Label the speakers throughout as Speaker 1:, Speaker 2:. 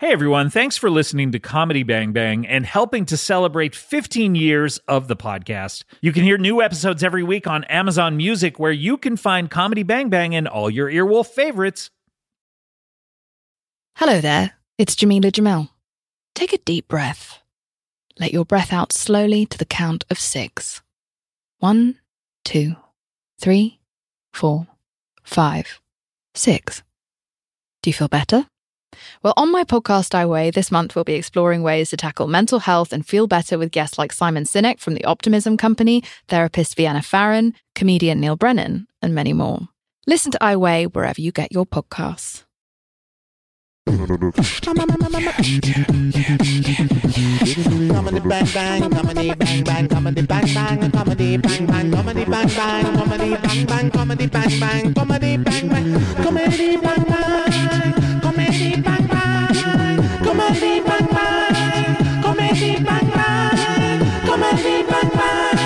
Speaker 1: Hey everyone, thanks for listening to Comedy Bang Bang and helping to celebrate 15 years of the podcast. You can hear new episodes every week on Amazon Music, where you can find Comedy Bang Bang and all your Earwolf favorites.
Speaker 2: Hello there, it's Jamila Jamel. Take a deep breath. Let your breath out slowly to the count of six. One, two, three, four, five, six. Do you feel better? Well, on my podcast, I Weigh, this month we'll be exploring ways to tackle mental health and feel better with guests like Simon Sinek from The Optimism Company, therapist Vienna Farron, comedian Neil Brennan, and many more. Listen to I Weigh wherever you get your podcasts.
Speaker 3: Comedy bang bang, comedy bang bang, comedy bang bang, comedy bang bang, comedy bang bang, comedy bang bang, comedy bang bang, comedy bang bang, comedy bang bang, comedy bang bang, comedy bang bang, comedy bang bang, comedy bang bang,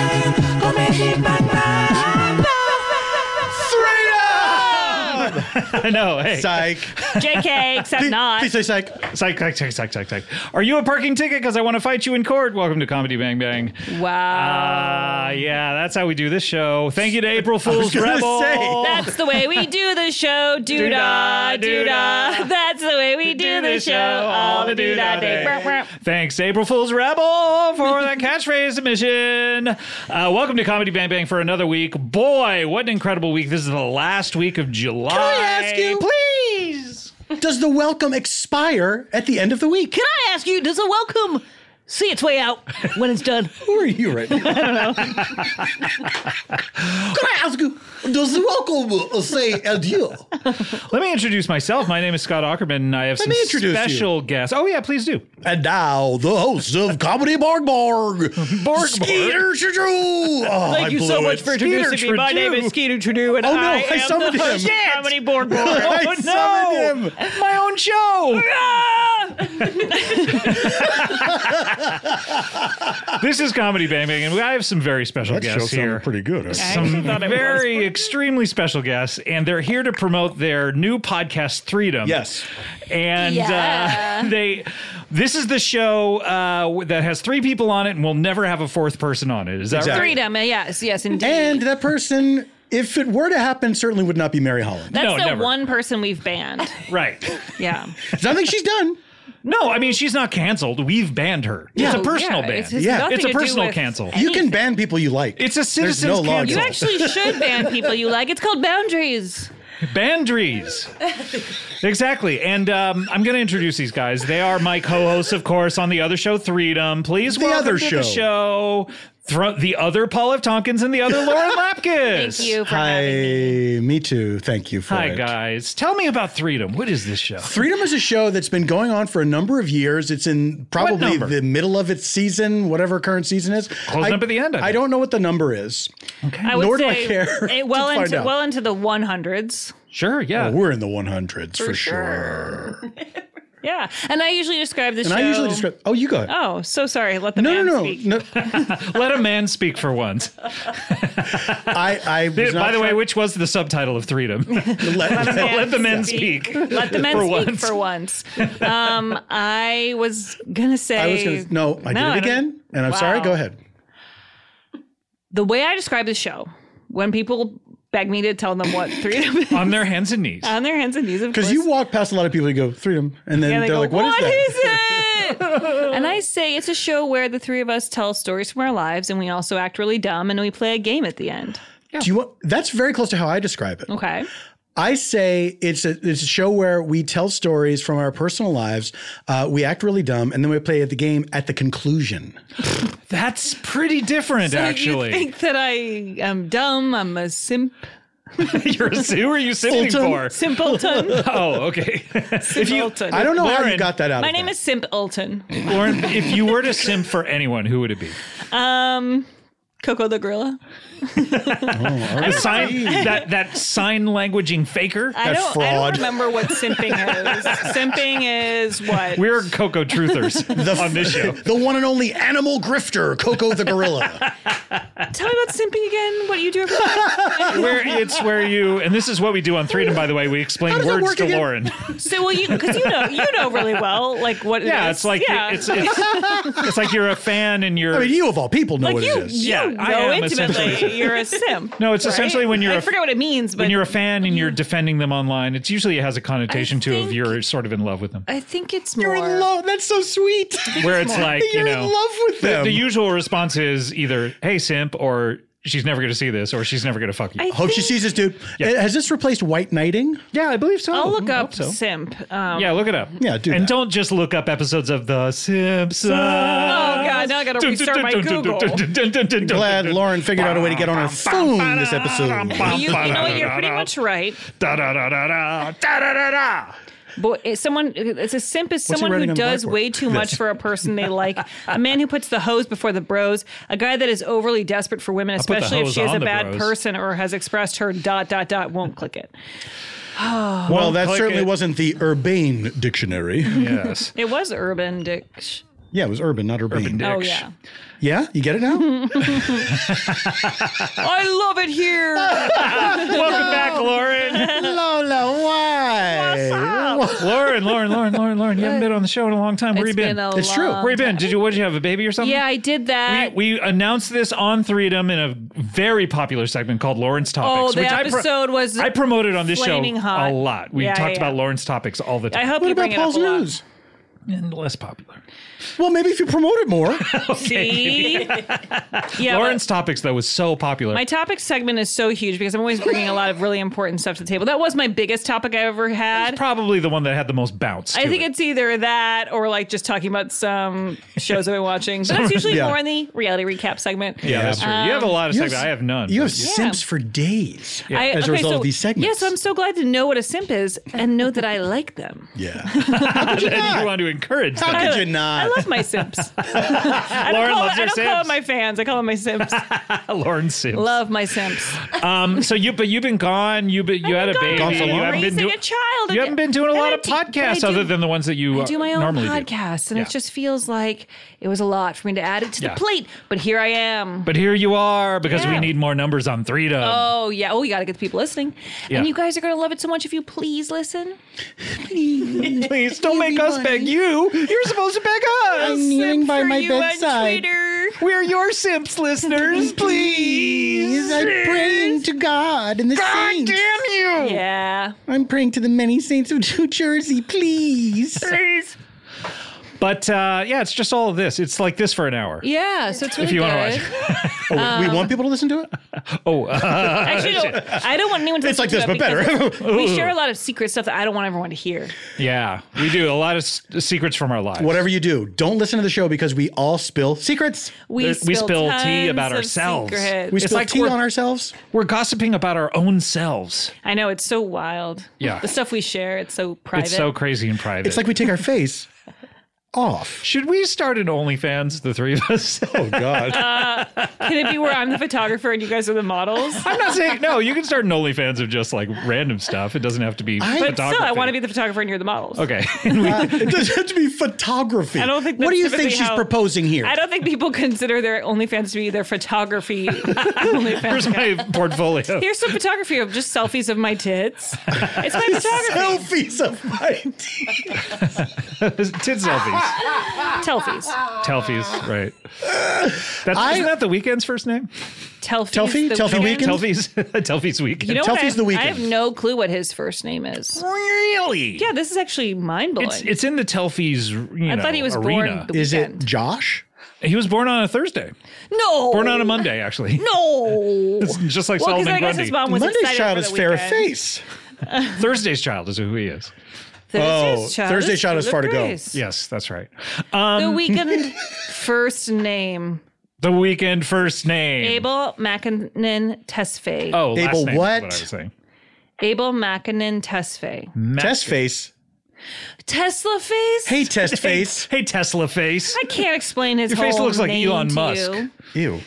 Speaker 3: comedy bang bang. Freedom!
Speaker 1: I know. Hey,
Speaker 3: Psych.
Speaker 4: JK, except not.
Speaker 3: Please say psych.
Speaker 1: psych, psych, psych, psych, psych, psych. Are you a parking ticket? Because I want to fight you in court. Welcome to Comedy Bang Bang.
Speaker 4: Wow.
Speaker 1: Ah, yeah, that's how we do this show. Thank you to April Fool's
Speaker 3: gonna
Speaker 1: Rebel.
Speaker 3: say.
Speaker 4: That's the way we do the show. Doo
Speaker 1: Doo-dah,
Speaker 4: da, doo
Speaker 1: doo-dah.
Speaker 4: da. That's the way we do the show. All the doo da day. Brr, brr.
Speaker 1: Thanks, April Fool's Rebel, for that catchphrase submission. Uh, welcome to Comedy Bang Bang for another week. Boy, what an incredible week. This is the last week of July.
Speaker 3: Can I ask you?
Speaker 1: Please.
Speaker 3: Does the welcome expire at the end of the week?
Speaker 5: Can I ask you, does a welcome see its way out when it's done?
Speaker 3: Who are you right now? I don't know. Could I ask you, does the welcome say adieu?
Speaker 1: Let me introduce myself. My name is Scott Ackerman, and I have some
Speaker 3: me introduce
Speaker 1: special guests. Oh, yeah, please do.
Speaker 3: And now, the host of Comedy Barg Barg,
Speaker 1: Barg.
Speaker 3: Skeeter Shadrew. Oh,
Speaker 5: Thank
Speaker 3: I
Speaker 5: you so
Speaker 3: blew
Speaker 5: much
Speaker 3: it.
Speaker 5: for
Speaker 1: Skeeter
Speaker 5: introducing me. My name
Speaker 1: Trudeau.
Speaker 5: is Skeeter Trudeau, and
Speaker 3: Oh, no,
Speaker 5: I,
Speaker 3: I
Speaker 5: am
Speaker 3: summoned
Speaker 5: the
Speaker 3: him.
Speaker 5: host of
Speaker 3: Shit.
Speaker 5: Comedy Board Board.
Speaker 3: I
Speaker 1: Oh, no.
Speaker 3: summoned him.
Speaker 1: My own
Speaker 4: Oh,
Speaker 1: show.
Speaker 4: Ah!
Speaker 1: this is Comedy Bang Bang, and I have some very special
Speaker 3: That show
Speaker 1: guests here.
Speaker 3: sounded pretty good. huh?
Speaker 1: some very extremely special guests, and they're here to promote their new podcast, Freedom.
Speaker 3: Yes.
Speaker 1: and
Speaker 4: Yeah.
Speaker 1: uh, they. This is the show uh, that has three people on it, and we'll never have a fourth person on it. Is that right?
Speaker 3: Exactly.
Speaker 4: Freedom. uh, Yes, yes, indeed.
Speaker 6: And that person, if it were to happen, certainly would not be Mary Holland.
Speaker 4: That's
Speaker 1: No,
Speaker 4: the
Speaker 1: never.
Speaker 4: one person we've banned.
Speaker 1: Right.
Speaker 4: Yeah.
Speaker 6: 'Cause I think she's done.
Speaker 1: No, I mean she's not canceled. We've banned her. it's a
Speaker 4: No,
Speaker 1: personal
Speaker 4: yeah,
Speaker 1: ban.
Speaker 4: It's, it's,
Speaker 6: Yeah.
Speaker 4: nothing
Speaker 1: It's a
Speaker 4: to do
Speaker 1: personal
Speaker 4: with-
Speaker 1: cancel.
Speaker 6: You can ban people you like.
Speaker 1: It's a
Speaker 6: There's no
Speaker 1: citizen's
Speaker 6: law
Speaker 1: cancel.
Speaker 4: You
Speaker 6: against it.
Speaker 4: actually should ban people you like. It's called boundaries.
Speaker 1: Bandries. exactly. And um, I'm going to introduce these guys. They are my co-hosts, of course, on the other show, Freedom. Please
Speaker 6: The
Speaker 1: welcome
Speaker 6: other
Speaker 1: to the
Speaker 6: show.
Speaker 1: show. Thro- the other Paul F. Tompkins and the other Lauren Lapkus.
Speaker 4: Thank you for
Speaker 6: Hi,
Speaker 4: having me.
Speaker 6: me too. Thank you for
Speaker 1: Hi
Speaker 6: it.
Speaker 1: guys. Tell me about Freedom. What is this show?
Speaker 6: Freedom is a show that's been going on for a number of years. It's in probably
Speaker 1: number?
Speaker 6: the middle of its season, whatever current season is.
Speaker 1: Closing
Speaker 6: I-
Speaker 1: up at the end, I
Speaker 6: I,
Speaker 1: think.
Speaker 6: don't know what the number is.
Speaker 4: I would
Speaker 6: Nor do I
Speaker 4: say
Speaker 6: care
Speaker 4: eh, well
Speaker 6: to find
Speaker 4: into
Speaker 6: out.
Speaker 4: well into the 100s.
Speaker 1: Sure, yeah.
Speaker 6: But we're in the 100s for, sure.
Speaker 4: Yeah. And I usually describe the
Speaker 6: And
Speaker 4: show.
Speaker 6: I usually describe. Oh, you go ahead.
Speaker 4: Oh, so sorry. Let the
Speaker 6: no,
Speaker 4: man
Speaker 6: no, no,
Speaker 4: speak.
Speaker 6: no.
Speaker 1: Let a man speak for once.
Speaker 6: I, I was
Speaker 1: By
Speaker 6: not
Speaker 1: the way,
Speaker 6: trying-
Speaker 1: which was the subtitle of Freedom?
Speaker 6: let,
Speaker 1: Let the men
Speaker 4: men
Speaker 1: speak.
Speaker 4: Let the men
Speaker 1: For
Speaker 4: speak
Speaker 1: once.
Speaker 4: for once. Um, I was gonna say.
Speaker 6: I was going to. No, I
Speaker 4: No,
Speaker 6: did
Speaker 4: I
Speaker 6: it
Speaker 4: don't-
Speaker 6: again, and I'm sorry.
Speaker 4: Wow.
Speaker 6: Go ahead.
Speaker 4: The way I describe the show, when people beg me to tell them what freedom is
Speaker 1: On their hands and knees.
Speaker 4: on their hands and knees, of
Speaker 6: Because
Speaker 4: course.
Speaker 6: you walk past a lot of people who go freedom, and then they're
Speaker 4: and they go,
Speaker 6: like, "What is that?"
Speaker 4: "What is it?" and I say it's a show where the three of us tell stories from our lives, and we also act really dumb, and we play a game at the end.
Speaker 6: Do you want? That's very close to how I describe it.
Speaker 4: Okay.
Speaker 6: I say it's a it's a show where we tell stories from our personal lives. Uh, we act really dumb, and then we play the game at the conclusion.
Speaker 1: That's pretty different,
Speaker 4: So
Speaker 1: actually.
Speaker 4: you think that I am dumb? I'm a simp,
Speaker 1: You're a zoo? Who are you sitting for?
Speaker 4: simpleton.
Speaker 1: Oh, okay. if you,
Speaker 4: simpleton.
Speaker 6: I don't know how
Speaker 1: Lauren,
Speaker 6: you got that out.
Speaker 4: My
Speaker 6: of
Speaker 4: name
Speaker 6: that.
Speaker 4: is Simpleton.
Speaker 1: Lauren, if you were to simp for anyone, who would it be?
Speaker 4: Um, Coco the gorilla.
Speaker 1: The sign that that sign languaging faker.
Speaker 4: I
Speaker 6: That's
Speaker 4: don't. I
Speaker 6: fraud.
Speaker 4: don't remember what simping is. simping is what?
Speaker 1: We're Coco truthers on this show.
Speaker 6: the one and only animal grifter, Coco the gorilla.
Speaker 4: Tell me about simping again. What you do every day.
Speaker 1: Where it's where you and this is what we do on Freedom, by the way. We explain words
Speaker 6: work
Speaker 1: to
Speaker 6: again?
Speaker 1: Lauren.
Speaker 4: So well, you because you know you know really well like what. it
Speaker 1: Yeah,
Speaker 4: is.
Speaker 1: it's like
Speaker 4: yeah.
Speaker 1: it's it's it's like you're a fan and you're
Speaker 6: I mean, you of all people know
Speaker 4: like
Speaker 6: what
Speaker 4: you,
Speaker 6: it is.
Speaker 4: you
Speaker 1: Yeah,
Speaker 4: know
Speaker 1: I am essentially-
Speaker 4: intimately you're a simp.
Speaker 1: No, it's
Speaker 4: right?
Speaker 1: essentially when you're
Speaker 4: I
Speaker 1: a-
Speaker 4: forget what it means, but
Speaker 1: when you're a fan and you're defending them online. It's usually it has a connotation too of
Speaker 4: think-
Speaker 1: you're sort of in love with them.
Speaker 4: I think it's more.
Speaker 6: You're in love. That's so sweet.
Speaker 1: Where it's like
Speaker 6: You're
Speaker 1: you know
Speaker 6: in love with
Speaker 1: the,
Speaker 6: them.
Speaker 1: the usual response is either "Hey simp" or "She's never going to see this" or "She's never going to fuck you."
Speaker 4: I
Speaker 6: Hope she
Speaker 4: think-
Speaker 6: sees this, dude. Uh, Has this replaced white knighting?
Speaker 1: yeah, I believe so. Mm,
Speaker 4: I'll look
Speaker 1: I
Speaker 4: up
Speaker 1: Mm-hmm. hope so.
Speaker 4: simp. Um,
Speaker 1: Yeah, look it up.
Speaker 6: Yeah, do
Speaker 1: and
Speaker 6: that.
Speaker 1: don't just look up episodes of The Simpsons. Oh
Speaker 4: God, now I gotta restart my Google.
Speaker 6: Glad Lauren figured out a way to get on her phone this episode.
Speaker 4: You, you know what? You're pretty much right. Boy, it's someone it's a simp is someone
Speaker 6: writing
Speaker 4: who
Speaker 6: on the
Speaker 4: does
Speaker 6: blackboard?
Speaker 4: way too much for a person they like. A man who puts the hose before the bros. A guy that is overly desperate for women,
Speaker 1: put the
Speaker 4: especially if
Speaker 1: hose
Speaker 4: she is
Speaker 1: on
Speaker 4: a
Speaker 1: the
Speaker 4: bad
Speaker 1: bros.
Speaker 4: person or has expressed her dot dot dot. Won't click it.
Speaker 6: Well, that certainly wasn't the Urbane Dictionary.
Speaker 1: Yes.
Speaker 4: It was urban dick.
Speaker 6: Yeah, it was urban, not
Speaker 1: Urban
Speaker 6: urbane.
Speaker 4: Oh
Speaker 1: Dicks.
Speaker 4: yeah,
Speaker 6: yeah, you get it now?
Speaker 4: I love it here.
Speaker 1: Welcome back, Lauren.
Speaker 6: Lola, why?
Speaker 1: Lauren, Lauren, Lauren, Lauren, Lauren. You haven't been on the show in a long time. Where
Speaker 4: It's
Speaker 1: you been?
Speaker 4: been a
Speaker 6: It's true.
Speaker 4: long
Speaker 1: Where you been? Did you? What did you have? A baby or something?
Speaker 4: Yeah, I did
Speaker 1: We,
Speaker 4: that.
Speaker 1: we announced this on Freedom in a very popular segment called Lauren's Topics,
Speaker 4: oh, the
Speaker 1: which I, pro-
Speaker 4: episode was.
Speaker 1: I promoted on this show
Speaker 4: flaming hot.
Speaker 1: a lot. We
Speaker 4: Yeah,
Speaker 1: talked
Speaker 4: yeah,
Speaker 1: about
Speaker 4: yeah.
Speaker 1: Lauren's Topics all the time.
Speaker 4: I hope
Speaker 6: What
Speaker 4: you
Speaker 6: about
Speaker 4: bring
Speaker 6: Paul's
Speaker 4: it up a lot.
Speaker 6: news?
Speaker 1: and less popular.
Speaker 6: Well, maybe if you promote it more.
Speaker 4: See, yeah, but-
Speaker 1: Lauren's Topics though was so popular.
Speaker 4: My topic segment is so huge because I'm always bringing a lot of really important stuff to the table. That was my biggest topic I ever had.
Speaker 1: Probably the one that had the most bounce.
Speaker 4: I
Speaker 1: to
Speaker 4: think
Speaker 1: it.
Speaker 4: it's either that or like just talking about some shows I've been watching. But that's usually
Speaker 6: Yeah.
Speaker 4: more in the reality recap segment.
Speaker 1: Yeah, that's true. you have a lot of
Speaker 6: you have
Speaker 1: segments.
Speaker 6: s-
Speaker 1: I have none.
Speaker 6: You have
Speaker 1: but-
Speaker 6: simps for days
Speaker 4: I-
Speaker 6: as a
Speaker 4: okay,
Speaker 6: result
Speaker 4: so-
Speaker 6: of these segments.
Speaker 4: Yeah, so I'm so glad to know what a simp is and know that I like them.
Speaker 6: Yeah.
Speaker 1: and you want to encourage them.
Speaker 6: How could
Speaker 4: I-
Speaker 6: you not?
Speaker 4: I love my simps. I don't,
Speaker 1: Lauren
Speaker 4: call,
Speaker 1: loves
Speaker 4: I
Speaker 1: her
Speaker 4: don't call
Speaker 1: simps.
Speaker 4: them my fans. I call them my simps.
Speaker 1: Lauren Sims.
Speaker 4: love my simps. Oh
Speaker 1: Um, so you, but you've been gone. You, been, you had a
Speaker 4: Gone
Speaker 1: baby.
Speaker 4: for
Speaker 1: you
Speaker 4: long.
Speaker 1: haven't been
Speaker 4: Raising
Speaker 1: doing.
Speaker 4: a child.
Speaker 1: You haven't been doing a
Speaker 4: And
Speaker 1: lot
Speaker 4: I
Speaker 1: of
Speaker 4: do- but I
Speaker 1: podcasts
Speaker 4: do-
Speaker 1: other than the ones that you
Speaker 4: I do my
Speaker 1: uh,
Speaker 4: own
Speaker 1: normally
Speaker 4: podcast, and
Speaker 1: Yeah.
Speaker 4: it just feels like it was a lot for me to add it to
Speaker 1: Yeah.
Speaker 4: the plate. But here I am.
Speaker 1: But here you are because we
Speaker 4: Yeah.
Speaker 1: need more numbers on three to.
Speaker 4: Oh yeah! Oh, you got to get the people listening,
Speaker 1: Yeah.
Speaker 4: and you guys are gonna love it so much if you please listen.
Speaker 1: Please don't make us beg you. You're supposed to beg us.
Speaker 6: Kneeling by
Speaker 4: For
Speaker 6: my
Speaker 4: you on
Speaker 6: bedside.
Speaker 4: Twitter.
Speaker 1: We're your simps, listeners. Please.
Speaker 6: I'm praying to God and the saints. Oh.
Speaker 1: you.
Speaker 4: Yeah,
Speaker 6: I'm praying to the many saints of New Jersey, please.
Speaker 4: please.
Speaker 1: But uh, yeah, it's just all of this. It's like this for an hour.
Speaker 4: Yeah, so it's really
Speaker 1: If you
Speaker 4: good.
Speaker 1: want to watch.
Speaker 6: Oh, we want people to listen to it?
Speaker 1: Oh, uh,
Speaker 4: Actually, no, I don't want anyone to.
Speaker 6: It's like this,
Speaker 4: listen
Speaker 6: but
Speaker 4: to that
Speaker 6: better.
Speaker 4: because we share a lot of secret stuff that I don't want everyone to hear.
Speaker 1: yeah. We do a lot of s- secrets from our lives.
Speaker 6: Whatever you do, don't listen to the show because we all spill secrets.
Speaker 4: We
Speaker 1: There- we
Speaker 4: spill,
Speaker 1: spill tea
Speaker 4: tons
Speaker 1: about
Speaker 4: of
Speaker 1: ourselves.
Speaker 4: secrets.
Speaker 6: We
Speaker 1: It's
Speaker 6: spill
Speaker 1: like
Speaker 6: tea
Speaker 1: we're-
Speaker 6: on ourselves.
Speaker 1: We're gossiping about our own selves.
Speaker 4: I know it's so wild.
Speaker 1: Yeah.
Speaker 4: the stuff we share, it's so private.
Speaker 1: It's so crazy and private.
Speaker 6: It's like we take our face off.
Speaker 1: should we start an OnlyFans, the three of us?
Speaker 6: Oh, God.
Speaker 4: Can it be where I'm the photographer and you guys are the models?
Speaker 1: I'm not saying no. You can start an OnlyFans of just like random stuff. It doesn't have to be.
Speaker 6: I-
Speaker 4: But
Speaker 1: photography.
Speaker 4: still, I want to be the photographer and you're the models.
Speaker 1: Okay.
Speaker 6: it doesn't have to be photography.
Speaker 4: I don't think.
Speaker 6: What
Speaker 4: that's
Speaker 6: do you think
Speaker 4: typically
Speaker 6: she's
Speaker 4: how-
Speaker 6: proposing here?
Speaker 4: I don't think people consider their OnlyFans to be their photography. OnlyFans.
Speaker 1: Here's my portfolio.
Speaker 4: Here's some photography of just selfies of my tits. It's my photography.
Speaker 6: Selfies of my teeth.
Speaker 1: Tid selfies.
Speaker 4: Telfies.
Speaker 1: Telfies, right. That's,
Speaker 6: I-
Speaker 1: isn't that the weekend's first name?
Speaker 4: Telfies.
Speaker 6: Telfie?
Speaker 4: the
Speaker 6: Telfie
Speaker 4: weekend.
Speaker 6: Weekend?
Speaker 1: Telfies. Telfies weekend.
Speaker 4: You know what?
Speaker 6: Telfie's
Speaker 4: I have,
Speaker 6: the Weekend.
Speaker 4: I have no clue what his first name is.
Speaker 1: really?
Speaker 4: Yeah, this is actually mind blowing.
Speaker 1: It's it's in the Telfies. You
Speaker 4: I
Speaker 1: know,
Speaker 4: thought he was
Speaker 1: arena.
Speaker 4: born. The
Speaker 6: Is it
Speaker 4: weekend.
Speaker 6: Josh?
Speaker 1: He was born on a Thursday.
Speaker 4: No.
Speaker 1: Born on a Monday, actually.
Speaker 4: No.
Speaker 1: It's just like
Speaker 4: Well, because
Speaker 1: Solomon
Speaker 4: I guess
Speaker 1: Grundy.
Speaker 4: his mom was
Speaker 6: Monday's
Speaker 4: excited
Speaker 6: child
Speaker 4: for
Speaker 6: is
Speaker 4: the
Speaker 6: fair
Speaker 4: weekend.
Speaker 6: face.
Speaker 1: Thursday's child is who he is.
Speaker 4: Thursday's
Speaker 6: Oh,
Speaker 4: child
Speaker 6: Thursday's
Speaker 4: is
Speaker 6: child is
Speaker 4: full
Speaker 6: far
Speaker 4: of
Speaker 6: to go.
Speaker 4: grace.
Speaker 1: Yes, that's right.
Speaker 4: The weekend first name
Speaker 1: The weekend first name.
Speaker 4: Abel Mackinnon Tesfaye.
Speaker 1: Oh, last
Speaker 6: Abel
Speaker 1: name is
Speaker 6: what?
Speaker 1: what I was saying.
Speaker 4: Abel Mackinnon Tesfaye.
Speaker 1: Ma-
Speaker 6: Test face.
Speaker 4: Tesla face.
Speaker 6: Hey, test face.
Speaker 1: Hey Tesla face.
Speaker 4: I can't explain his
Speaker 1: Your face
Speaker 4: whole
Speaker 1: looks like
Speaker 4: name
Speaker 1: Elon
Speaker 4: to
Speaker 1: Musk.
Speaker 4: you.
Speaker 6: Ew.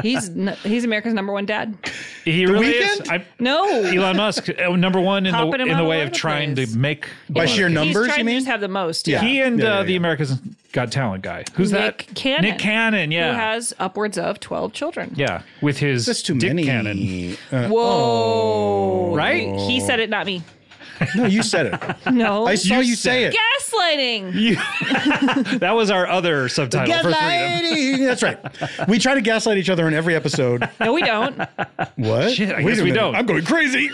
Speaker 4: He's n- he's America's number one dad.
Speaker 1: He really is.
Speaker 6: Weeknd?
Speaker 1: I,
Speaker 4: No,
Speaker 1: Elon Musk, uh, number one in
Speaker 4: Popping
Speaker 1: the
Speaker 4: him
Speaker 1: in the
Speaker 4: all
Speaker 1: way
Speaker 4: over
Speaker 1: of
Speaker 4: the
Speaker 1: trying
Speaker 4: place.
Speaker 1: to make
Speaker 6: By sheer
Speaker 1: money.
Speaker 6: numbers,
Speaker 4: he's
Speaker 6: you
Speaker 4: trying to
Speaker 6: mean?
Speaker 4: just have the most.
Speaker 6: Yeah.
Speaker 4: Yeah.
Speaker 1: He and
Speaker 6: Yeah, yeah,
Speaker 1: uh, the
Speaker 6: yeah.
Speaker 1: America's Got Talent guy. Who's
Speaker 4: Nick
Speaker 1: that?
Speaker 4: Cannon.
Speaker 1: Nick Cannon. Yeah.
Speaker 4: Who has upwards of 12 children.
Speaker 1: yeah. With his
Speaker 6: That's too
Speaker 1: dick
Speaker 6: many.
Speaker 1: cannon.
Speaker 6: Uh,
Speaker 4: Whoa.
Speaker 1: Right?
Speaker 4: He said it, not me.
Speaker 6: no, you said it.
Speaker 4: No.
Speaker 6: I saw you say it.
Speaker 4: Gaslighting.
Speaker 1: That was our other subtitle for freedom.
Speaker 6: Gaslighting. That's right. We try to gaslight each other in every episode.
Speaker 4: No, we don't.
Speaker 6: What?
Speaker 1: Shit, I
Speaker 6: Wait
Speaker 1: guess
Speaker 6: a
Speaker 1: we
Speaker 6: minute.
Speaker 1: don't.
Speaker 6: I'm going crazy.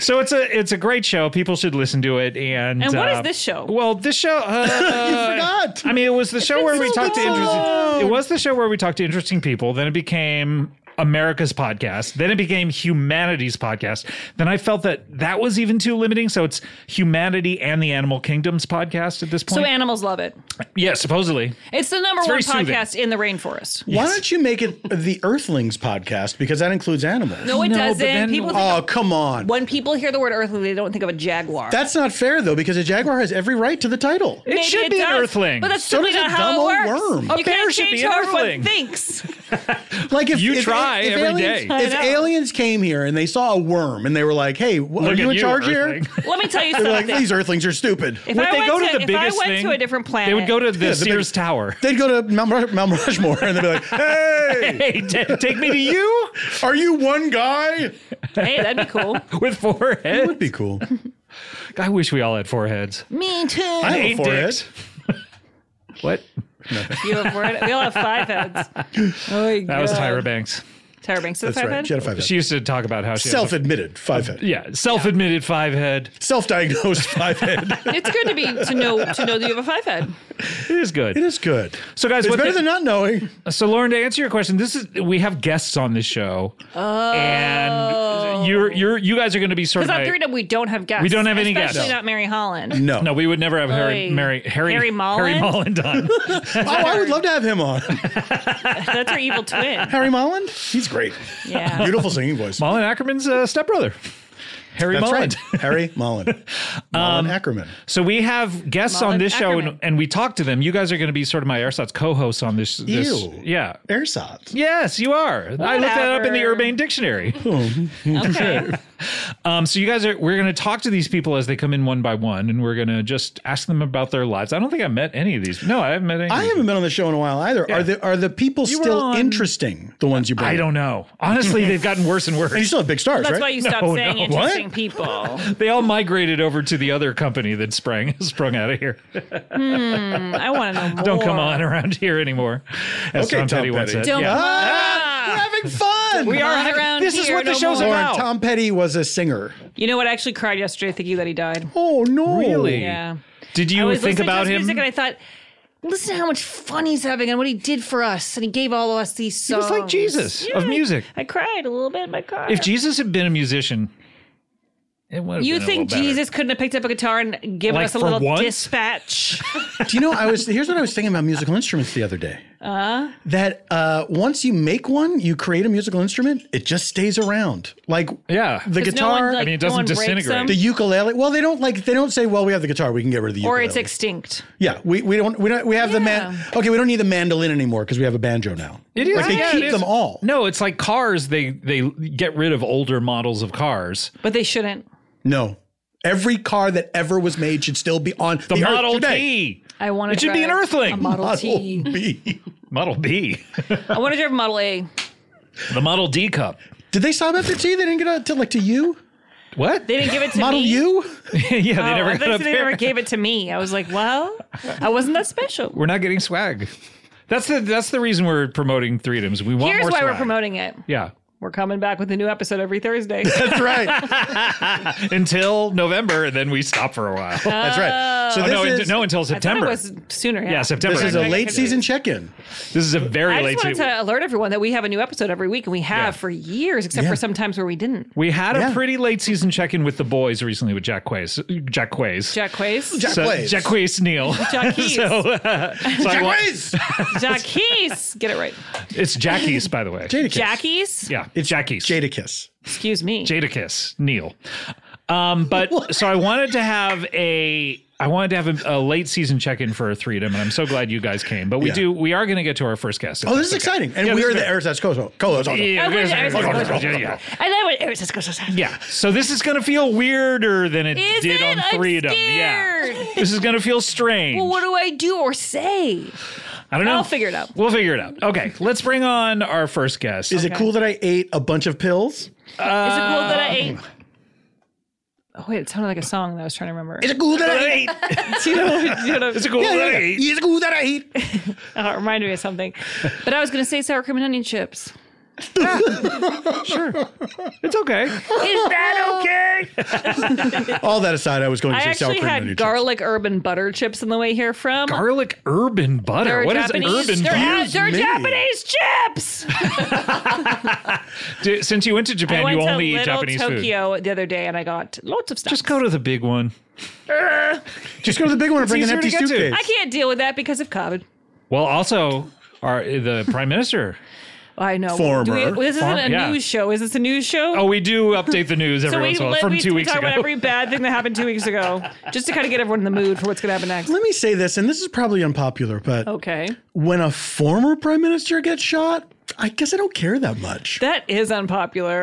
Speaker 1: So it's a it's a great show. People should listen to it. And uh,
Speaker 4: And what is this show?
Speaker 1: Well, this show. Uh,
Speaker 6: I forgot.
Speaker 1: I mean, it was the show where we
Speaker 6: so
Speaker 1: talked to
Speaker 6: long.
Speaker 1: interesting. It was the show where we talked to interesting people. Then it became America's podcast. Then it became humanity's podcast. Then I felt that that was even too limiting. So it's humanity and the animal kingdoms podcast at this point.
Speaker 4: So animals love it.
Speaker 1: yeah, supposedly.
Speaker 4: It's the number one
Speaker 1: very soothing.
Speaker 4: podcast in the rainforest.
Speaker 6: Why don't you make it the Earthlings podcast because that includes animals?
Speaker 4: No, it
Speaker 1: No, but
Speaker 4: doesn't.
Speaker 1: then-
Speaker 4: people think
Speaker 6: Oh, come on.
Speaker 4: when people hear the word earthly, they don't think of a jaguar.
Speaker 6: That's not fair though because a jaguar has every right to the title.
Speaker 1: It
Speaker 4: Maybe
Speaker 1: should be an
Speaker 4: does,
Speaker 1: earthling.
Speaker 4: But that's
Speaker 6: So
Speaker 4: simply
Speaker 6: does a
Speaker 4: not how
Speaker 6: dumb
Speaker 4: it
Speaker 6: old
Speaker 4: works.
Speaker 6: worm.
Speaker 4: You
Speaker 6: A
Speaker 4: can't
Speaker 1: bear should
Speaker 4: change
Speaker 1: be an
Speaker 4: how everyone
Speaker 1: earthling.
Speaker 4: thinks.
Speaker 6: Like if
Speaker 1: You
Speaker 6: if-
Speaker 1: try
Speaker 6: if
Speaker 1: every
Speaker 6: aliens,
Speaker 1: day.
Speaker 4: I
Speaker 6: If
Speaker 4: know.
Speaker 6: aliens came here and they saw a worm and they were like, "Hey, wh- are
Speaker 1: Look
Speaker 6: you
Speaker 1: at
Speaker 6: in charge
Speaker 1: earthling.
Speaker 6: here?"
Speaker 4: Let me tell you
Speaker 6: They're like,
Speaker 4: something.
Speaker 6: "These Earthlings are stupid."
Speaker 4: if
Speaker 1: Would
Speaker 4: I
Speaker 1: they
Speaker 4: went
Speaker 1: go to, the
Speaker 4: if I
Speaker 1: biggest
Speaker 4: went
Speaker 1: thing?
Speaker 4: to a different planet,
Speaker 1: They would go to the
Speaker 6: the
Speaker 1: Sears
Speaker 6: big-
Speaker 1: Tower.
Speaker 6: They'd go to Mount, Rush- Mount Rushmore and they'd be like, "Hey,
Speaker 1: Hey, ta- take me to you
Speaker 6: are you one guy?"
Speaker 4: Hey, that'd be cool.
Speaker 1: with four
Speaker 6: That
Speaker 1: heads.
Speaker 6: would be cool.
Speaker 1: I wish we all had four heads.
Speaker 4: me too.
Speaker 6: I have
Speaker 1: Eight
Speaker 6: a forehead.
Speaker 1: dicks. What?
Speaker 4: You have word, we all have five heads. Oh my
Speaker 1: That was Tyra Banks.
Speaker 4: Tyra Banks is a
Speaker 6: That's
Speaker 4: five
Speaker 6: right.
Speaker 4: head.
Speaker 6: She had a five head.
Speaker 1: She used to talk about how she has a-
Speaker 6: Self-admitted five head.
Speaker 1: yeah, self-admitted five head.
Speaker 6: Self-diagnosed five head.
Speaker 4: It's good to be to know to know that you have a five head.
Speaker 1: It is good.
Speaker 6: It is good.
Speaker 1: So guys,
Speaker 6: it's
Speaker 1: what
Speaker 6: better
Speaker 1: the-
Speaker 6: than not knowing.
Speaker 1: So Lauren, to answer your question, this is we have guests on this show, oh. and you're you're you guys are going to be sort of
Speaker 4: Oh. Because on
Speaker 1: my-
Speaker 4: Freedom we don't have guests.
Speaker 1: We don't have any
Speaker 4: especially
Speaker 1: guests.
Speaker 4: not Mary Holland.
Speaker 6: No.
Speaker 1: no, we would never have Harry,
Speaker 4: Oy.
Speaker 1: Mary, Harry,
Speaker 4: Harry Mullen?
Speaker 1: Mullen on.
Speaker 6: Oh, I would love to have him on.
Speaker 4: That's her evil twin.
Speaker 6: Harry Molland? He's great.
Speaker 4: Yeah.
Speaker 6: Beautiful singing voice.
Speaker 1: Mullen Ackerman's uh, stepbrother, Harry
Speaker 6: That's
Speaker 1: Mullen. Um,
Speaker 6: right. Harry Mullen. Mullen Ackerman.
Speaker 1: So we have guests on
Speaker 4: Mullen
Speaker 1: this show, and,
Speaker 4: Ackerman.
Speaker 1: and we talk to them. You guys are going to be sort of my ersatz co-hosts on this. this
Speaker 6: Ew.
Speaker 1: Yeah.
Speaker 6: Airsoft.
Speaker 1: Yes, you are. I looked that up in the
Speaker 4: Whatever.
Speaker 1: Urbane Dictionary.
Speaker 4: Okay.
Speaker 1: Um, so you guys are we're going to talk to these people as they come in one by one, and we're going to just ask them about their lives. I don't think I met any of these. No, I haven't met any. of
Speaker 6: I
Speaker 1: these.
Speaker 6: haven't been on the show in a while either. Are the are the people
Speaker 1: You were
Speaker 6: still
Speaker 1: on-
Speaker 6: interesting? The ones you bring.
Speaker 1: I
Speaker 6: up?
Speaker 1: don't know. Honestly, they've gotten worse and
Speaker 6: And you
Speaker 1: worse.
Speaker 6: still have big stars,
Speaker 4: That's
Speaker 6: right?
Speaker 4: why you stopped
Speaker 1: No,
Speaker 4: saying
Speaker 1: Oh, no.
Speaker 4: interesting
Speaker 6: What?
Speaker 4: people.
Speaker 1: They all migrated over to the other company that sprang sprung out of here.
Speaker 4: I want to know more.
Speaker 1: Don't come on around here anymore. As
Speaker 6: Okay,
Speaker 1: Tom,
Speaker 6: Tom
Speaker 1: Petty once said.
Speaker 6: Petty.
Speaker 4: Don't
Speaker 1: Yeah.
Speaker 6: Ah, we're having fun.
Speaker 1: We
Speaker 4: Come
Speaker 1: are
Speaker 4: on
Speaker 1: having-
Speaker 4: around
Speaker 1: This is
Speaker 4: here
Speaker 1: what the
Speaker 4: no
Speaker 1: show's
Speaker 4: more.
Speaker 6: Lauren,
Speaker 1: about.
Speaker 6: Tom Petty was a singer.
Speaker 4: You know what? I actually cried yesterday thinking that he died.
Speaker 6: Oh no!
Speaker 1: Really?
Speaker 4: Yeah.
Speaker 1: Did
Speaker 4: I
Speaker 1: you
Speaker 4: was
Speaker 1: think
Speaker 4: listening
Speaker 1: about
Speaker 4: to his
Speaker 1: him?
Speaker 4: music and I thought, listen to how much fun he's having and what he did for us. And he gave all of us these
Speaker 1: He
Speaker 4: songs.
Speaker 1: was like Jesus
Speaker 4: Yeah.
Speaker 1: of music.
Speaker 4: I cried a little bit in my car.
Speaker 1: If Jesus had been a musician, it would have
Speaker 4: you
Speaker 1: been a
Speaker 4: think
Speaker 1: little better.
Speaker 4: Jesus couldn't have picked up a guitar and given
Speaker 1: Like
Speaker 4: us a
Speaker 1: for
Speaker 4: little
Speaker 1: once?
Speaker 4: dispatch?
Speaker 6: Do you know? I was here's what I was thinking about musical instruments the other day. Uh?
Speaker 4: Uh-huh.
Speaker 6: That uh, once you make one, you create a musical instrument. It just stays around. Like
Speaker 1: Yeah.
Speaker 6: the
Speaker 4: 'Cause no one,
Speaker 6: guitar,
Speaker 4: like,
Speaker 1: I mean, it
Speaker 4: no
Speaker 1: doesn't
Speaker 4: one breaks
Speaker 1: disintegrate.
Speaker 4: them.
Speaker 6: the ukulele. Well, they don't like they don't say, "Well, we have the guitar. We can get rid of the
Speaker 4: or
Speaker 6: ukulele."
Speaker 4: it's extinct.
Speaker 6: yeah. We, we don't we don't we have the man. Okay, we don't need the mandolin anymore because we have a banjo now.
Speaker 1: It is.
Speaker 6: Like they
Speaker 1: yeah,
Speaker 6: keep
Speaker 1: it is.
Speaker 6: them all.
Speaker 1: No, it's like cars. They they get rid of older models of cars.
Speaker 4: But they shouldn't.
Speaker 6: No. Every car that ever was made should still be on
Speaker 1: The,
Speaker 6: the Earth
Speaker 1: Model
Speaker 6: today.
Speaker 1: T.
Speaker 4: I want to
Speaker 1: It should be an Earthling.
Speaker 4: A Model,
Speaker 6: Model
Speaker 4: T.
Speaker 6: B.
Speaker 1: Model B.
Speaker 4: I want to drive a Model A.
Speaker 1: the Model D cup.
Speaker 6: Did they stop after T? They didn't get out to like to you?
Speaker 1: What?
Speaker 4: They didn't give it to
Speaker 6: Model
Speaker 4: me.
Speaker 6: U?
Speaker 1: yeah, they
Speaker 4: Oh,
Speaker 1: never
Speaker 4: I
Speaker 1: got
Speaker 4: thought
Speaker 1: up
Speaker 4: they
Speaker 1: there.
Speaker 4: never gave it to me. I was like, well, I wasn't that special.
Speaker 1: We're not getting swag. That's the that's the reason we're promoting Threedoms. We want
Speaker 4: Here's
Speaker 1: more
Speaker 4: why
Speaker 1: swag.
Speaker 4: we're promoting it.
Speaker 1: Yeah.
Speaker 4: We're coming back with a new episode every Thursday.
Speaker 6: That's right.
Speaker 1: Until November, and then we stop for a while.
Speaker 6: That's right. So
Speaker 1: oh,
Speaker 6: this
Speaker 1: no,
Speaker 6: is,
Speaker 1: no, until
Speaker 4: I thought it
Speaker 1: September.
Speaker 4: was sooner. Yeah,
Speaker 1: yeah, September.
Speaker 6: this is a
Speaker 1: I think.
Speaker 6: late season check-in.
Speaker 1: This is a very
Speaker 4: I
Speaker 1: late
Speaker 4: just wanted
Speaker 1: season.
Speaker 4: to alert everyone that we have a new episode every week, and we have for years, except for sometimes where we didn't.
Speaker 1: We had a
Speaker 6: Yeah.
Speaker 1: pretty late season check in with the boys recently with Jack Quays. Jack Quays.
Speaker 4: Jack Quays.
Speaker 6: Jack
Speaker 1: so,
Speaker 6: Quays.
Speaker 1: Jack Quays Neal.
Speaker 4: Jack Quays.
Speaker 1: so, uh, so I wa-
Speaker 6: Quays!
Speaker 4: Jack Quays. Get it right.
Speaker 1: It's Jackie's, by the way.
Speaker 6: Jadakiss.
Speaker 4: Jackie's.
Speaker 1: yeah, it's Jackie's.
Speaker 6: Jadakiss.
Speaker 4: Excuse me.
Speaker 1: Jadakiss, Neil. Um, but so I wanted to have a I wanted to have a, a late season check in for Freedom, and I'm so glad you guys came. But we
Speaker 6: Yeah.
Speaker 1: do. We are going to get to our first guest.
Speaker 6: Oh, this is exciting. And
Speaker 1: Yeah,
Speaker 6: we
Speaker 1: this
Speaker 6: are
Speaker 1: is
Speaker 6: the
Speaker 1: great.
Speaker 6: Ersatz Coso. Coso.
Speaker 1: Yeah,
Speaker 4: Oh, we're
Speaker 1: yeah,
Speaker 4: the Arizona
Speaker 1: yeah,
Speaker 4: Coast.
Speaker 1: yeah, yeah.
Speaker 4: And then what? Arizona Coast.
Speaker 1: Yeah. So this is going to feel weirder than it
Speaker 4: Is
Speaker 1: did
Speaker 4: it?
Speaker 1: on
Speaker 4: I'm
Speaker 1: Freedom. Yeah.
Speaker 4: scared.
Speaker 1: This is going to feel strange.
Speaker 4: Well, what do I do or say?
Speaker 1: I don't know.
Speaker 4: I'll figure it out.
Speaker 1: We'll figure it out. Okay. Let's bring on our first guest.
Speaker 6: Is it cool that I ate a bunch of pills?
Speaker 4: Is it cool that I
Speaker 1: Um.
Speaker 4: ate? Oh wait, it sounded like a song that I was trying to remember.
Speaker 6: Is it cool that I ate?
Speaker 4: Do you know- do you know-
Speaker 1: Is it cool?
Speaker 6: Yeah, yeah, yeah.
Speaker 1: that I ate?
Speaker 6: Is it cool that I ate?
Speaker 4: oh, it reminded me of something. But I was going to say sour cream and onion chips.
Speaker 1: It's okay.
Speaker 4: Is that okay?
Speaker 6: All that aside, I was going to say
Speaker 4: I
Speaker 6: sour
Speaker 4: actually
Speaker 6: cream and
Speaker 4: had
Speaker 6: onion
Speaker 4: garlic urban butter chips on the way here from.
Speaker 1: Garlic urban butter.
Speaker 4: They're
Speaker 1: What is
Speaker 4: Japanese.
Speaker 1: urban
Speaker 4: they're,
Speaker 1: butter?
Speaker 4: they're
Speaker 6: me.
Speaker 4: Japanese chips.
Speaker 1: Do- Since you went to
Speaker 4: I
Speaker 1: Japan,
Speaker 4: went
Speaker 1: you
Speaker 4: to
Speaker 1: only eat
Speaker 4: Little
Speaker 1: Japanese food.
Speaker 4: Tokyo the other day and I got lots of stuff.
Speaker 1: Just go to the big one.
Speaker 6: chips. Just go to the big one and bring an
Speaker 1: easier to
Speaker 6: empty
Speaker 1: get to.
Speaker 6: suitcase.
Speaker 4: I can't deal with that because of COVID.
Speaker 1: Well, also, our the prime minister.
Speaker 4: I know.
Speaker 6: Former.
Speaker 4: Do we- this
Speaker 1: Form-
Speaker 4: isn't a
Speaker 1: yeah.
Speaker 4: news show. Is this a news show?
Speaker 1: Oh, we do update the news every
Speaker 4: so we,
Speaker 1: once in a while
Speaker 4: let-
Speaker 1: from
Speaker 4: we
Speaker 1: two weeks
Speaker 4: talk
Speaker 1: ago.
Speaker 4: about every bad thing that happened two weeks ago, just to kind of get everyone in the mood for what's going to happen next.
Speaker 6: Let me say this, and this is probably unpopular, but
Speaker 7: Oh.
Speaker 4: Okay,
Speaker 6: when a former prime minister gets shot, I guess I don't care that much.
Speaker 4: that is unpopular.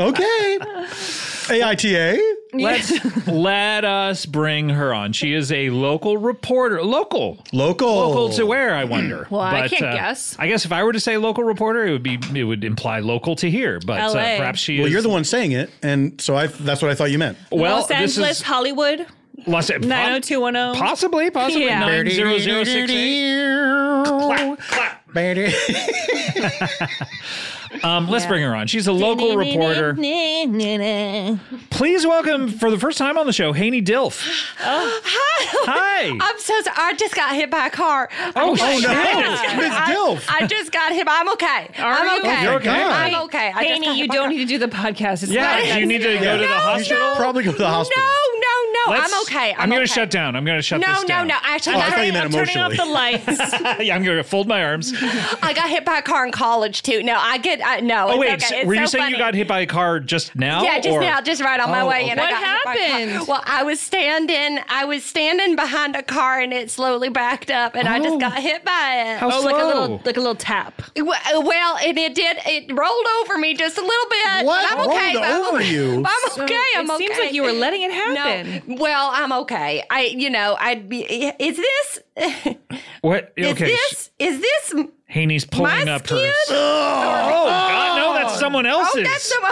Speaker 6: okay. AITA.
Speaker 1: Let's let us bring her on. She is a local reporter. Local.
Speaker 6: Local.
Speaker 1: Local to where? I wonder. well,
Speaker 4: I can't guess.
Speaker 1: I guess if I were to say local reporter, it would be it would imply local to here. But uh,
Speaker 4: LA.
Speaker 1: perhaps she
Speaker 6: Well,
Speaker 1: is.
Speaker 6: you're the one saying it, and so I that's what I thought you meant.
Speaker 1: well,
Speaker 4: Los
Speaker 1: this
Speaker 4: Angeles,
Speaker 1: is
Speaker 4: Hollywood,
Speaker 1: Los Angeles.
Speaker 4: nine hundred two one zero.
Speaker 1: Possibly, possibly
Speaker 4: Yeah.
Speaker 1: nine zero zero six eight. Um, let's bring her on. She's a local reporter. Please welcome for the first time on the show, Haney Dilf.
Speaker 7: Oh.
Speaker 1: Hi.
Speaker 7: I'm so sorry. I just got hit by a car.
Speaker 1: Oh, oh
Speaker 6: no. Miss Dilf.
Speaker 7: I just got hit by. I'm okay. I'm okay.
Speaker 1: Oh, You're okay.
Speaker 7: I'm okay. I just got
Speaker 4: Danny, you
Speaker 7: hit by a
Speaker 4: don't
Speaker 7: car.
Speaker 4: need to do the podcast. It's not
Speaker 1: Yeah,
Speaker 4: that
Speaker 1: you need to go to the
Speaker 7: No,
Speaker 1: hospital.
Speaker 7: no.
Speaker 6: Probably go to the hospital.
Speaker 7: No, no, no.
Speaker 1: Let's-
Speaker 7: I'm okay. I'm,
Speaker 1: I'm gonna
Speaker 7: okay.
Speaker 1: shut down. I'm gonna shut
Speaker 7: No,
Speaker 1: this
Speaker 7: no,
Speaker 1: down.
Speaker 7: no. Actually,
Speaker 6: Oh, I
Speaker 7: I,
Speaker 6: thought you
Speaker 7: got,
Speaker 6: meant
Speaker 4: turning off
Speaker 6: emotionally.
Speaker 4: the lights.
Speaker 1: yeah, I'm gonna fold my arms.
Speaker 7: I got hit by a car in college too. No, I get. I, no.
Speaker 1: Oh
Speaker 7: it's
Speaker 1: wait,
Speaker 7: okay.
Speaker 1: so-
Speaker 7: It's
Speaker 1: were
Speaker 7: so
Speaker 1: you saying
Speaker 7: funny.
Speaker 1: you got hit by a car just now?
Speaker 7: Yeah, just
Speaker 1: or-
Speaker 7: now, just right on my
Speaker 1: Oh,
Speaker 7: way,
Speaker 1: okay.
Speaker 7: and I
Speaker 4: What
Speaker 7: got hit by a
Speaker 4: happened?
Speaker 7: car. Well, I was standing, I was standing behind a car, and it slowly backed up, and I
Speaker 1: Oh.
Speaker 7: just got hit by it.
Speaker 1: How
Speaker 4: oh, like a
Speaker 1: slow.
Speaker 4: little, like a little tap.
Speaker 7: It wa- uh, Well, and it did. It rolled over me just a little bit.
Speaker 6: What
Speaker 7: I'm
Speaker 6: rolled
Speaker 7: okay, but I'm
Speaker 6: over
Speaker 7: okay.
Speaker 6: you?
Speaker 7: I'm okay. I'm
Speaker 4: it
Speaker 7: okay.
Speaker 4: seems like you were letting it happen.
Speaker 7: No, well, I'm okay. I, you know, I'd be. Is this? Is
Speaker 1: What? Okay,
Speaker 7: this? Is this? oh, m-
Speaker 1: Haney's pulling
Speaker 7: My
Speaker 1: up
Speaker 7: skin?
Speaker 1: hers. Oh, God, no, that's someone else's.
Speaker 7: Oh, that's some.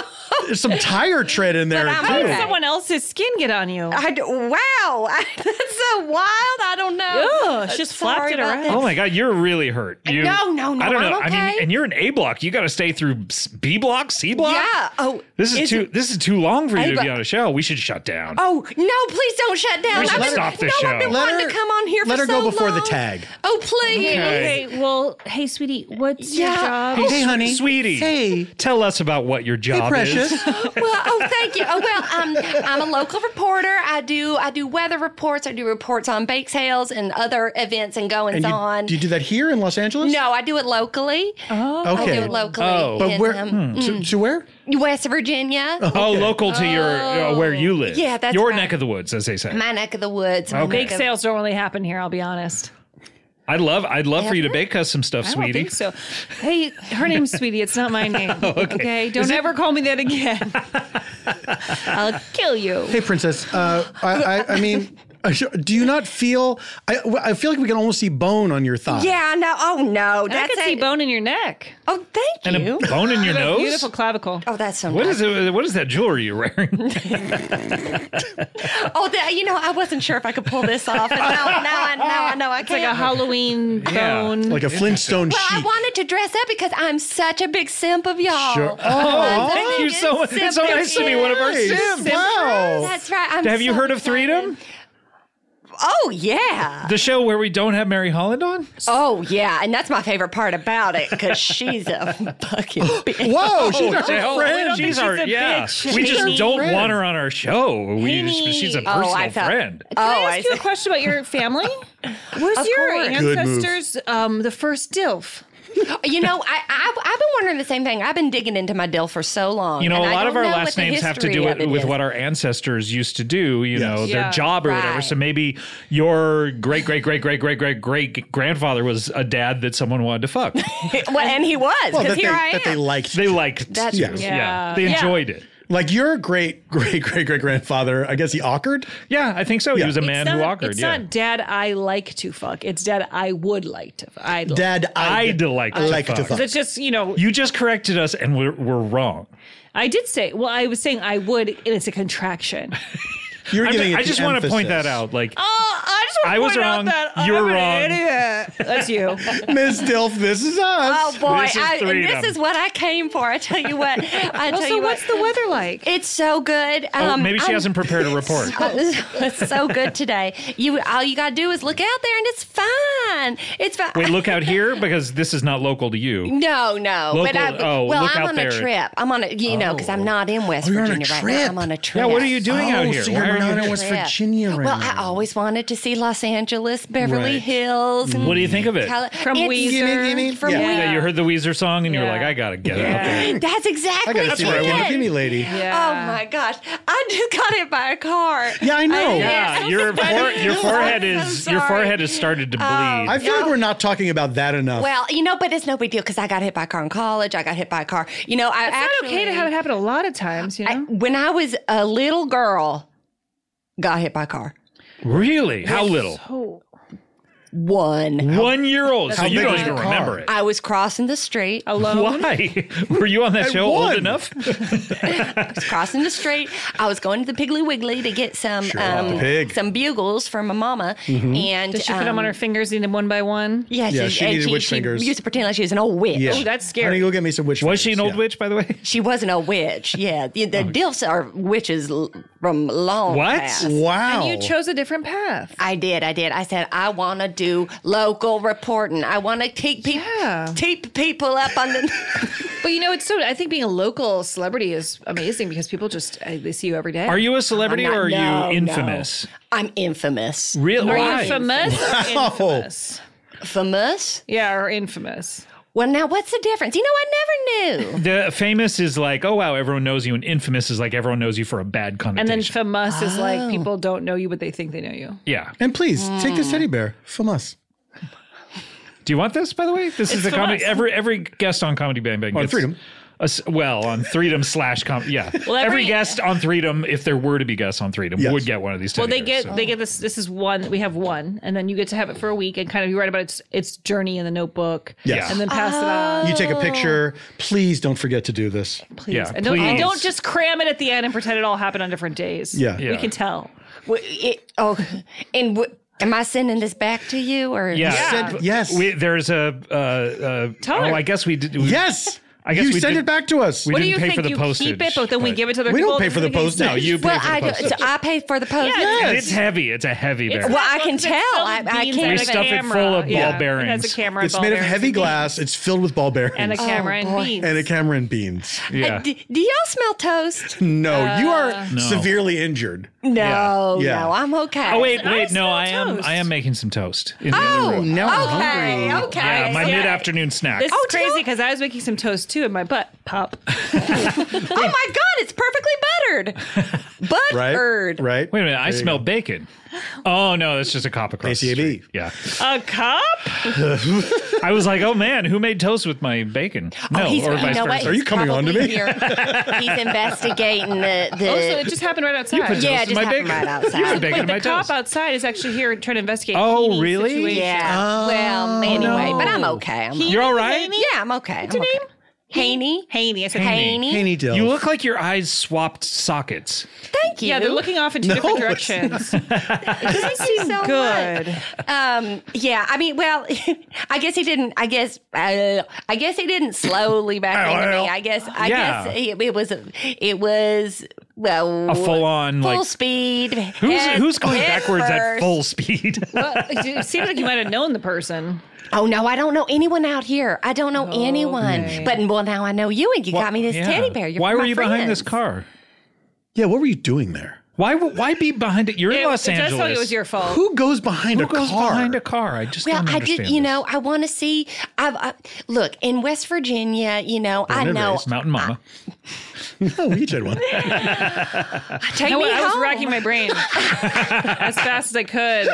Speaker 6: There's some tire tread in there,
Speaker 7: But I'm
Speaker 6: too.
Speaker 7: okay.
Speaker 4: Someone else's skin get on you.
Speaker 7: I, d- wow, I, that's so wild. I don't know.
Speaker 4: Ugh, she just
Speaker 7: Sorry
Speaker 4: flapped it
Speaker 7: about
Speaker 4: around.
Speaker 7: that.
Speaker 1: Oh my God, you're really hurt. You,
Speaker 7: No, no, no,
Speaker 1: I don't
Speaker 7: I'm
Speaker 1: know. I mean,
Speaker 7: okay.
Speaker 1: and you're in A block. You got to stay through s- B block, C block.
Speaker 7: Yeah. Oh,
Speaker 1: This is,
Speaker 7: is
Speaker 1: too. This is too long for you
Speaker 7: A
Speaker 1: to be
Speaker 7: block-
Speaker 1: on a show. We should shut down.
Speaker 7: Oh no! Please don't shut down.
Speaker 1: We should
Speaker 7: I've been,
Speaker 1: stop this
Speaker 7: no,
Speaker 1: show.
Speaker 7: I've been
Speaker 6: Let
Speaker 7: wanting
Speaker 6: her-
Speaker 7: to come on here.
Speaker 6: let
Speaker 7: for
Speaker 6: her go
Speaker 7: so
Speaker 6: before the
Speaker 7: long.
Speaker 6: tag.
Speaker 7: Oh please.
Speaker 1: Okay.
Speaker 4: well, hey, sweetie, what's
Speaker 7: your Yeah. Oh, job? Hey,
Speaker 1: s-
Speaker 6: honey.
Speaker 1: sweetie.
Speaker 6: Hey.
Speaker 1: tell us about what your job
Speaker 6: precious.
Speaker 1: is.
Speaker 7: well, oh, thank you. Oh, well, I'm I'm a local reporter. I do I do weather reports. I do reports on bake sales and other events and goings
Speaker 6: And you,
Speaker 7: on.
Speaker 6: do you do that here in Los Angeles?
Speaker 7: no, I do it locally. I do
Speaker 6: Okay.
Speaker 7: it locally.
Speaker 1: Oh.
Speaker 6: But
Speaker 7: in,
Speaker 6: where?
Speaker 7: um,
Speaker 6: hmm, To, to where?
Speaker 7: West Virginia,
Speaker 1: Oh, local to your uh, where you live.
Speaker 7: Yeah, that's
Speaker 1: your
Speaker 7: right.
Speaker 1: neck of the woods, as they say.
Speaker 7: my neck of the woods. my
Speaker 1: Okay.
Speaker 7: neck
Speaker 4: Big
Speaker 7: of-
Speaker 4: sales don't really happen here. I'll be honest.
Speaker 1: I'd love, I'd love for you to bake us some stuff,
Speaker 4: I don't
Speaker 1: sweetie.
Speaker 4: think so. Hey, her name's Sweetie. It's not my name. okay. Don't ever call me that again. I'll kill you.
Speaker 6: Hey, princess. Uh, I, I, I mean, I sh- do you not feel? I, I feel like we can almost see bone on your thigh.
Speaker 7: Yeah, no. Oh no,
Speaker 4: I
Speaker 7: that's
Speaker 4: could see
Speaker 7: it.
Speaker 4: bone in your neck.
Speaker 7: Oh, thank
Speaker 1: And a
Speaker 7: you.
Speaker 1: bone in your nose.
Speaker 4: Beautiful clavicle.
Speaker 7: Oh, that's so
Speaker 1: What
Speaker 7: nice.
Speaker 1: is it? What is that jewelry you're wearing?
Speaker 7: Oh, that, you know, I wasn't sure if I could pull this off. And now, now, I, now I know I
Speaker 4: It's like a
Speaker 7: can.
Speaker 4: Halloween
Speaker 1: Yeah.
Speaker 4: bone.
Speaker 6: Like a Flintstone
Speaker 7: Well, I
Speaker 6: sheep.
Speaker 7: wanted to dress up because I'm such a big simp of y'all.
Speaker 6: Sure.
Speaker 7: Oh,
Speaker 1: thank you so much. It's so nice to be one of our sims.
Speaker 6: Wow.
Speaker 7: That's right. I'm
Speaker 1: Have you
Speaker 7: so
Speaker 1: heard of
Speaker 7: excited.
Speaker 1: Freedom?
Speaker 7: Oh yeah.
Speaker 1: The show where we don't have Mary Holland on?
Speaker 7: Oh yeah, and that's my favorite part about it because she's a fucking bitch.
Speaker 6: Whoa, oh, she's our
Speaker 1: Hell,
Speaker 6: friend.
Speaker 1: She's our
Speaker 4: a
Speaker 1: yeah.
Speaker 4: bitch.
Speaker 1: We
Speaker 4: Haney.
Speaker 1: just don't
Speaker 6: Friend.
Speaker 1: want her on our show. We just,
Speaker 4: Haney.
Speaker 1: she's a
Speaker 7: Oh, I
Speaker 1: personal
Speaker 7: thought-
Speaker 1: friend.
Speaker 7: Oh,
Speaker 4: Can I
Speaker 7: I
Speaker 4: ask you a
Speaker 7: see.
Speaker 4: question about your family? Was
Speaker 7: Of
Speaker 4: your
Speaker 7: course.
Speaker 6: Good move.
Speaker 4: ancestors um, the first DILF?
Speaker 7: You know, I, I've, I've been wondering the same thing. I've been digging into my dill for so long.
Speaker 1: You know,
Speaker 7: and
Speaker 1: a
Speaker 7: I
Speaker 1: lot of
Speaker 7: don't
Speaker 1: our
Speaker 7: know
Speaker 1: last
Speaker 7: what the
Speaker 1: names have to
Speaker 7: history
Speaker 1: do
Speaker 7: of
Speaker 1: with,
Speaker 7: it
Speaker 1: with
Speaker 7: is.
Speaker 1: what our ancestors used to do, you know, their
Speaker 4: Yeah.
Speaker 1: job or whatever.
Speaker 7: Right.
Speaker 1: So maybe your great, great, great, great, great, great, great grandfather was a dad that someone wanted to fuck.
Speaker 7: Well, and he was because
Speaker 6: Well, that,
Speaker 7: here
Speaker 6: they,
Speaker 7: I am.
Speaker 6: that they liked.
Speaker 1: They liked
Speaker 7: That's-
Speaker 1: you.
Speaker 6: Yeah.
Speaker 4: Yeah.
Speaker 1: They
Speaker 4: Yeah.
Speaker 1: enjoyed it.
Speaker 6: like your great great great great grandfather, I guess he awkered.
Speaker 1: Yeah, I think so. He was a man
Speaker 4: it's
Speaker 1: who
Speaker 4: not,
Speaker 1: awkward.
Speaker 4: It's
Speaker 1: yeah.
Speaker 4: not dad I like to fuck. It's dad I would like to fuck. I'd like.
Speaker 6: Dad,
Speaker 1: I'd like to
Speaker 6: like
Speaker 1: fuck.
Speaker 4: That's just, you know,
Speaker 1: you just corrected us and we're, we're wrong.
Speaker 4: I did say, well, I was saying I would, and it's a contraction.
Speaker 6: You're
Speaker 1: I'm
Speaker 6: giving
Speaker 1: ju-
Speaker 6: it
Speaker 1: I
Speaker 6: the
Speaker 1: just want to point that
Speaker 6: emphasis.
Speaker 1: out. Like,
Speaker 4: Oh, I just
Speaker 1: I was wrong. You're wrong.
Speaker 4: idiot. That's you.
Speaker 6: Miss Dilf, this is
Speaker 7: Oh
Speaker 6: us.
Speaker 7: boy,
Speaker 1: This is
Speaker 7: I, and
Speaker 1: freedom.
Speaker 7: this is what I came for. I tell you what. I tell
Speaker 4: also,
Speaker 7: you
Speaker 4: what's
Speaker 7: what.
Speaker 4: the weather like?
Speaker 7: It's so good.
Speaker 1: oh,
Speaker 7: Um,
Speaker 1: maybe she
Speaker 7: I'm-
Speaker 1: hasn't prepared a report.
Speaker 7: it's so good today. You all you gotta do is look out there, and it's fine. It's fine.
Speaker 1: Wait, look out here because this is not local to you.
Speaker 7: No, no. but
Speaker 1: Local-
Speaker 7: I,
Speaker 1: oh,
Speaker 7: well,
Speaker 1: look
Speaker 7: I'm
Speaker 1: out
Speaker 7: on
Speaker 1: there.
Speaker 7: a trip. I'm on a, you know, because I'm not in West
Speaker 6: Oh, you're on a
Speaker 7: Virginia right now.
Speaker 6: trip.
Speaker 7: I'm on a trip.
Speaker 1: Yeah, what are you doing out
Speaker 6: Oh,
Speaker 1: here?
Speaker 6: so
Speaker 1: Why
Speaker 6: you're
Speaker 1: are
Speaker 6: not
Speaker 1: you-
Speaker 6: in West
Speaker 7: Trip.
Speaker 6: Virginia right
Speaker 7: Well,
Speaker 6: now.
Speaker 7: I
Speaker 1: oh.
Speaker 7: always wanted to see Los Angeles, Beverly
Speaker 6: Right.
Speaker 7: Hills. and
Speaker 1: What do you think of it?
Speaker 7: Cali-
Speaker 4: From
Speaker 7: It's-
Speaker 4: Weezer.
Speaker 7: From
Speaker 6: Yeah.
Speaker 7: Weezer.
Speaker 1: Yeah, you heard the Weezer song and you're
Speaker 4: Yeah.
Speaker 1: like, I gotta get it.
Speaker 4: Yeah.
Speaker 1: out there.
Speaker 7: That's exactly
Speaker 6: I gotta
Speaker 1: That's
Speaker 6: see
Speaker 1: where
Speaker 6: my
Speaker 1: I wanna
Speaker 7: it.
Speaker 1: be,
Speaker 6: bikini lady.
Speaker 7: Oh my gosh! I just got hit by a car.
Speaker 6: Yeah, I know.
Speaker 1: Yeah, Ah, your fore, your forehead is your forehead has started to bleed.
Speaker 6: I feel like we're not talking about that enough.
Speaker 7: Well, you know, but it's no big deal because I got hit by a car in college. I got hit by a car. You know, I
Speaker 4: It's
Speaker 7: actually
Speaker 4: not okay to have it happen a lot of times, you
Speaker 7: I,
Speaker 4: know?
Speaker 7: when I was a little girl, got hit by a car.
Speaker 1: really? How little?
Speaker 4: oh.
Speaker 7: One.
Speaker 1: One year old. So
Speaker 6: How
Speaker 1: you
Speaker 6: big
Speaker 1: don't
Speaker 6: was
Speaker 1: even
Speaker 6: the
Speaker 1: remember
Speaker 6: car?
Speaker 1: it.
Speaker 7: I was crossing the street. I
Speaker 4: Alone?
Speaker 1: Why? Were you on that
Speaker 6: I
Speaker 1: show old
Speaker 6: won.
Speaker 1: enough?
Speaker 7: was crossing the street. I was going to the Piggly Wiggly to get some um,
Speaker 6: the pig. Mm-hmm.
Speaker 7: some bugles for my mama. And
Speaker 4: Does she put them on
Speaker 7: um,
Speaker 4: her fingers in them one by one?
Speaker 7: Yeah,
Speaker 6: Yeah, she
Speaker 7: and
Speaker 6: needed witch fingers.
Speaker 7: She used to pretend like she was an old witch.
Speaker 6: yeah.
Speaker 4: Oh, that's scary.
Speaker 6: Honey, go get me some witch.
Speaker 1: Was she an old
Speaker 6: yeah.
Speaker 1: witch, by the way?
Speaker 7: She wasn't a witch. Yeah, the, the Dilfs are witches l- from long
Speaker 1: Oh. What?
Speaker 7: past.
Speaker 6: Wow.
Speaker 4: You chose a different path.
Speaker 7: I did. I did. I said I want to do local reporting. I want to keep people
Speaker 4: Yeah.
Speaker 7: keep people up on the.
Speaker 4: But you know, it's so. I think being a local celebrity is amazing because people just uh, they see you every day.
Speaker 1: Are you a celebrity
Speaker 7: I'm not-
Speaker 1: or are
Speaker 7: no,
Speaker 1: you
Speaker 7: no.
Speaker 1: infamous?
Speaker 7: I'm infamous.
Speaker 1: Really?
Speaker 4: Are
Speaker 1: Why?
Speaker 4: you famous? Infamous.
Speaker 7: Famous.
Speaker 4: Yeah, or infamous.
Speaker 7: Well, now what's the difference? You know, I never knew.
Speaker 1: The famous is like, oh wow, everyone knows you, and infamous is like everyone knows you for a bad
Speaker 4: And
Speaker 1: connotation.
Speaker 4: then famous is like people don't know you, but they think they know you.
Speaker 1: yeah.
Speaker 6: And please take this teddy bear from us.
Speaker 1: Do you want this? By the way, this is a
Speaker 4: for
Speaker 1: comedy.
Speaker 4: us.
Speaker 1: Every every guest on Comedy Bang Bang
Speaker 6: On
Speaker 1: gets
Speaker 6: Freedom.
Speaker 1: a s- well, on Freedom slash com. Yeah, every,
Speaker 4: every-
Speaker 1: guest on Freedom, if there were to be guests on Freedom,
Speaker 6: Yes.
Speaker 1: would get one of these.
Speaker 4: Well,
Speaker 1: teddy
Speaker 4: they
Speaker 1: bears,
Speaker 4: get
Speaker 1: so.
Speaker 4: they get this. This is one. We have one, and then you get to have it for a week and kind of you write about its its journey in the notebook.
Speaker 6: Yes.
Speaker 4: and then pass it on.
Speaker 6: You take a picture. Please don't forget to do this.
Speaker 4: Oh. Please.
Speaker 1: Yeah,
Speaker 4: and don't, and
Speaker 1: please.
Speaker 4: don't just cram it at the end and pretend it all happened on different days.
Speaker 6: Yeah.
Speaker 1: Yeah.
Speaker 4: we can tell.
Speaker 7: Well, it- oh, and w- am I sending this back to you or?
Speaker 1: Yeah.
Speaker 6: Send- yes.
Speaker 1: We, there's a. Uh, uh,
Speaker 4: Tell
Speaker 1: oh,
Speaker 4: her.
Speaker 1: I guess we did. We,
Speaker 6: Yes.
Speaker 1: I guess
Speaker 6: you
Speaker 1: we
Speaker 6: send
Speaker 1: did-
Speaker 6: it back to us.
Speaker 1: we
Speaker 4: What do
Speaker 1: didn't
Speaker 4: you
Speaker 1: pay
Speaker 4: think?
Speaker 1: for the
Speaker 4: you
Speaker 1: postage.
Speaker 4: keep it, but then we give it to the
Speaker 6: We
Speaker 4: people.
Speaker 6: don't pay for the
Speaker 4: then we can-
Speaker 6: postage.
Speaker 1: No, you pay
Speaker 7: Well,
Speaker 1: for the
Speaker 7: I do,
Speaker 1: postage.
Speaker 7: so I pay for the Uh, post.
Speaker 4: Yeah.
Speaker 1: It's heavy. It's a heavy bear.
Speaker 7: Well, I can
Speaker 4: It's
Speaker 7: tell.
Speaker 4: filled
Speaker 7: I-
Speaker 4: with
Speaker 7: I
Speaker 4: beans
Speaker 7: can't-
Speaker 4: and
Speaker 7: We
Speaker 4: a
Speaker 1: stuff it
Speaker 4: camera.
Speaker 1: full of ball
Speaker 4: Yeah, It
Speaker 1: bearings.
Speaker 4: has a camera.
Speaker 6: It's
Speaker 4: ball
Speaker 6: made of
Speaker 4: bearings
Speaker 6: heavy
Speaker 4: and beans.
Speaker 6: glass. It's filled with ball bearings
Speaker 4: and a camera and
Speaker 7: boy.
Speaker 4: beans.
Speaker 6: And a camera and beans.
Speaker 1: yeah.
Speaker 7: Do, do y'all smell toast?
Speaker 6: No, you
Speaker 4: Uh,
Speaker 6: are severely injured.
Speaker 7: No,
Speaker 6: Yeah.
Speaker 7: no, I'm okay.
Speaker 1: oh wait,
Speaker 4: I
Speaker 1: wait. No,
Speaker 4: smell
Speaker 1: I am.
Speaker 4: toast.
Speaker 1: I am making some toast. In the other
Speaker 7: Oh,
Speaker 1: room.
Speaker 6: Now I'm
Speaker 7: okay,
Speaker 6: hungry.
Speaker 7: okay.
Speaker 1: Yeah, my
Speaker 7: okay.
Speaker 1: mid-afternoon snack.
Speaker 4: This
Speaker 7: Oh,
Speaker 4: is
Speaker 7: do you-
Speaker 4: crazy because I was making some toast too, and my butt pop.
Speaker 7: Oh my God, it's perfectly buttered.
Speaker 6: Right?
Speaker 7: Buttered.
Speaker 6: Right?
Speaker 1: Wait a minute, I smell bacon. Oh no, that's just a cop across the
Speaker 6: ACAB.
Speaker 1: street. Yeah,
Speaker 4: a cup?
Speaker 1: I was like, oh man, who made toast with my bacon? No,
Speaker 7: Oh, He's-
Speaker 6: Oh,
Speaker 1: or
Speaker 7: you
Speaker 1: vice
Speaker 7: know what?
Speaker 1: versa.
Speaker 6: Are you
Speaker 7: He's
Speaker 6: coming on to
Speaker 7: probably
Speaker 6: me?
Speaker 7: here. He's investigating the. the
Speaker 4: Oh, so it just happened right outside.
Speaker 1: put
Speaker 7: yeah,
Speaker 1: Toast in
Speaker 7: it just
Speaker 1: my
Speaker 7: happened
Speaker 1: bacon.
Speaker 7: right
Speaker 1: You put bacon
Speaker 7: outside.
Speaker 4: But
Speaker 1: in
Speaker 4: the
Speaker 1: my
Speaker 4: cop
Speaker 1: toast.
Speaker 4: outside is actually here trying to investigate.
Speaker 1: Oh,
Speaker 4: Heaney's
Speaker 1: really?
Speaker 4: situation.
Speaker 7: Yeah. well, anyway, but I'm okay. I'm
Speaker 1: You're all right?
Speaker 7: Oh, Yeah, I'm okay. What's
Speaker 4: your name?
Speaker 7: Haney.
Speaker 4: Haney. I said
Speaker 1: Haney.
Speaker 7: Haney.
Speaker 6: Haney Dill.
Speaker 1: You look like your eyes swapped sockets.
Speaker 7: Thank you.
Speaker 4: Yeah, they're looking off in two different
Speaker 6: it's-
Speaker 4: directions.
Speaker 7: Thank you so much.
Speaker 4: Good.
Speaker 7: Um, yeah, I mean, well, I guess he didn't. I guess, uh, I guess he didn't slowly back into me. I guess, I
Speaker 1: Yeah.
Speaker 7: guess it, it was, it was well,
Speaker 1: A full-on,
Speaker 7: full
Speaker 1: like-
Speaker 7: speed.
Speaker 1: Who's who's going backwards at full speed?
Speaker 4: it seems like you might have known the person.
Speaker 7: Oh no, I don't know anyone out here. I don't know anyone. But well, now I know you, and you got me this
Speaker 1: Yeah.
Speaker 7: teddy bear. You're
Speaker 1: Why
Speaker 7: my
Speaker 1: were you behind this
Speaker 7: friends.
Speaker 1: car?
Speaker 6: Yeah, what were you doing there?
Speaker 1: Why? w- Why be behind it? You're in
Speaker 4: It-
Speaker 1: Los
Speaker 4: it does
Speaker 1: Angeles.
Speaker 4: sound like it was your fault.
Speaker 6: Who goes behind
Speaker 1: Who
Speaker 6: a
Speaker 1: goes
Speaker 6: car?
Speaker 1: behind a car? I just
Speaker 7: Well,
Speaker 1: don't
Speaker 7: I did.
Speaker 1: understand.
Speaker 7: You
Speaker 1: this.
Speaker 7: know, I want to see. I've I, look in West Virginia. You know, I
Speaker 6: and
Speaker 7: know.
Speaker 6: raised.
Speaker 1: Mountain Mama.
Speaker 6: oh, we each had one.
Speaker 7: Take
Speaker 4: No,
Speaker 7: me
Speaker 4: I was
Speaker 7: home.
Speaker 4: racking my brain as fast as I could.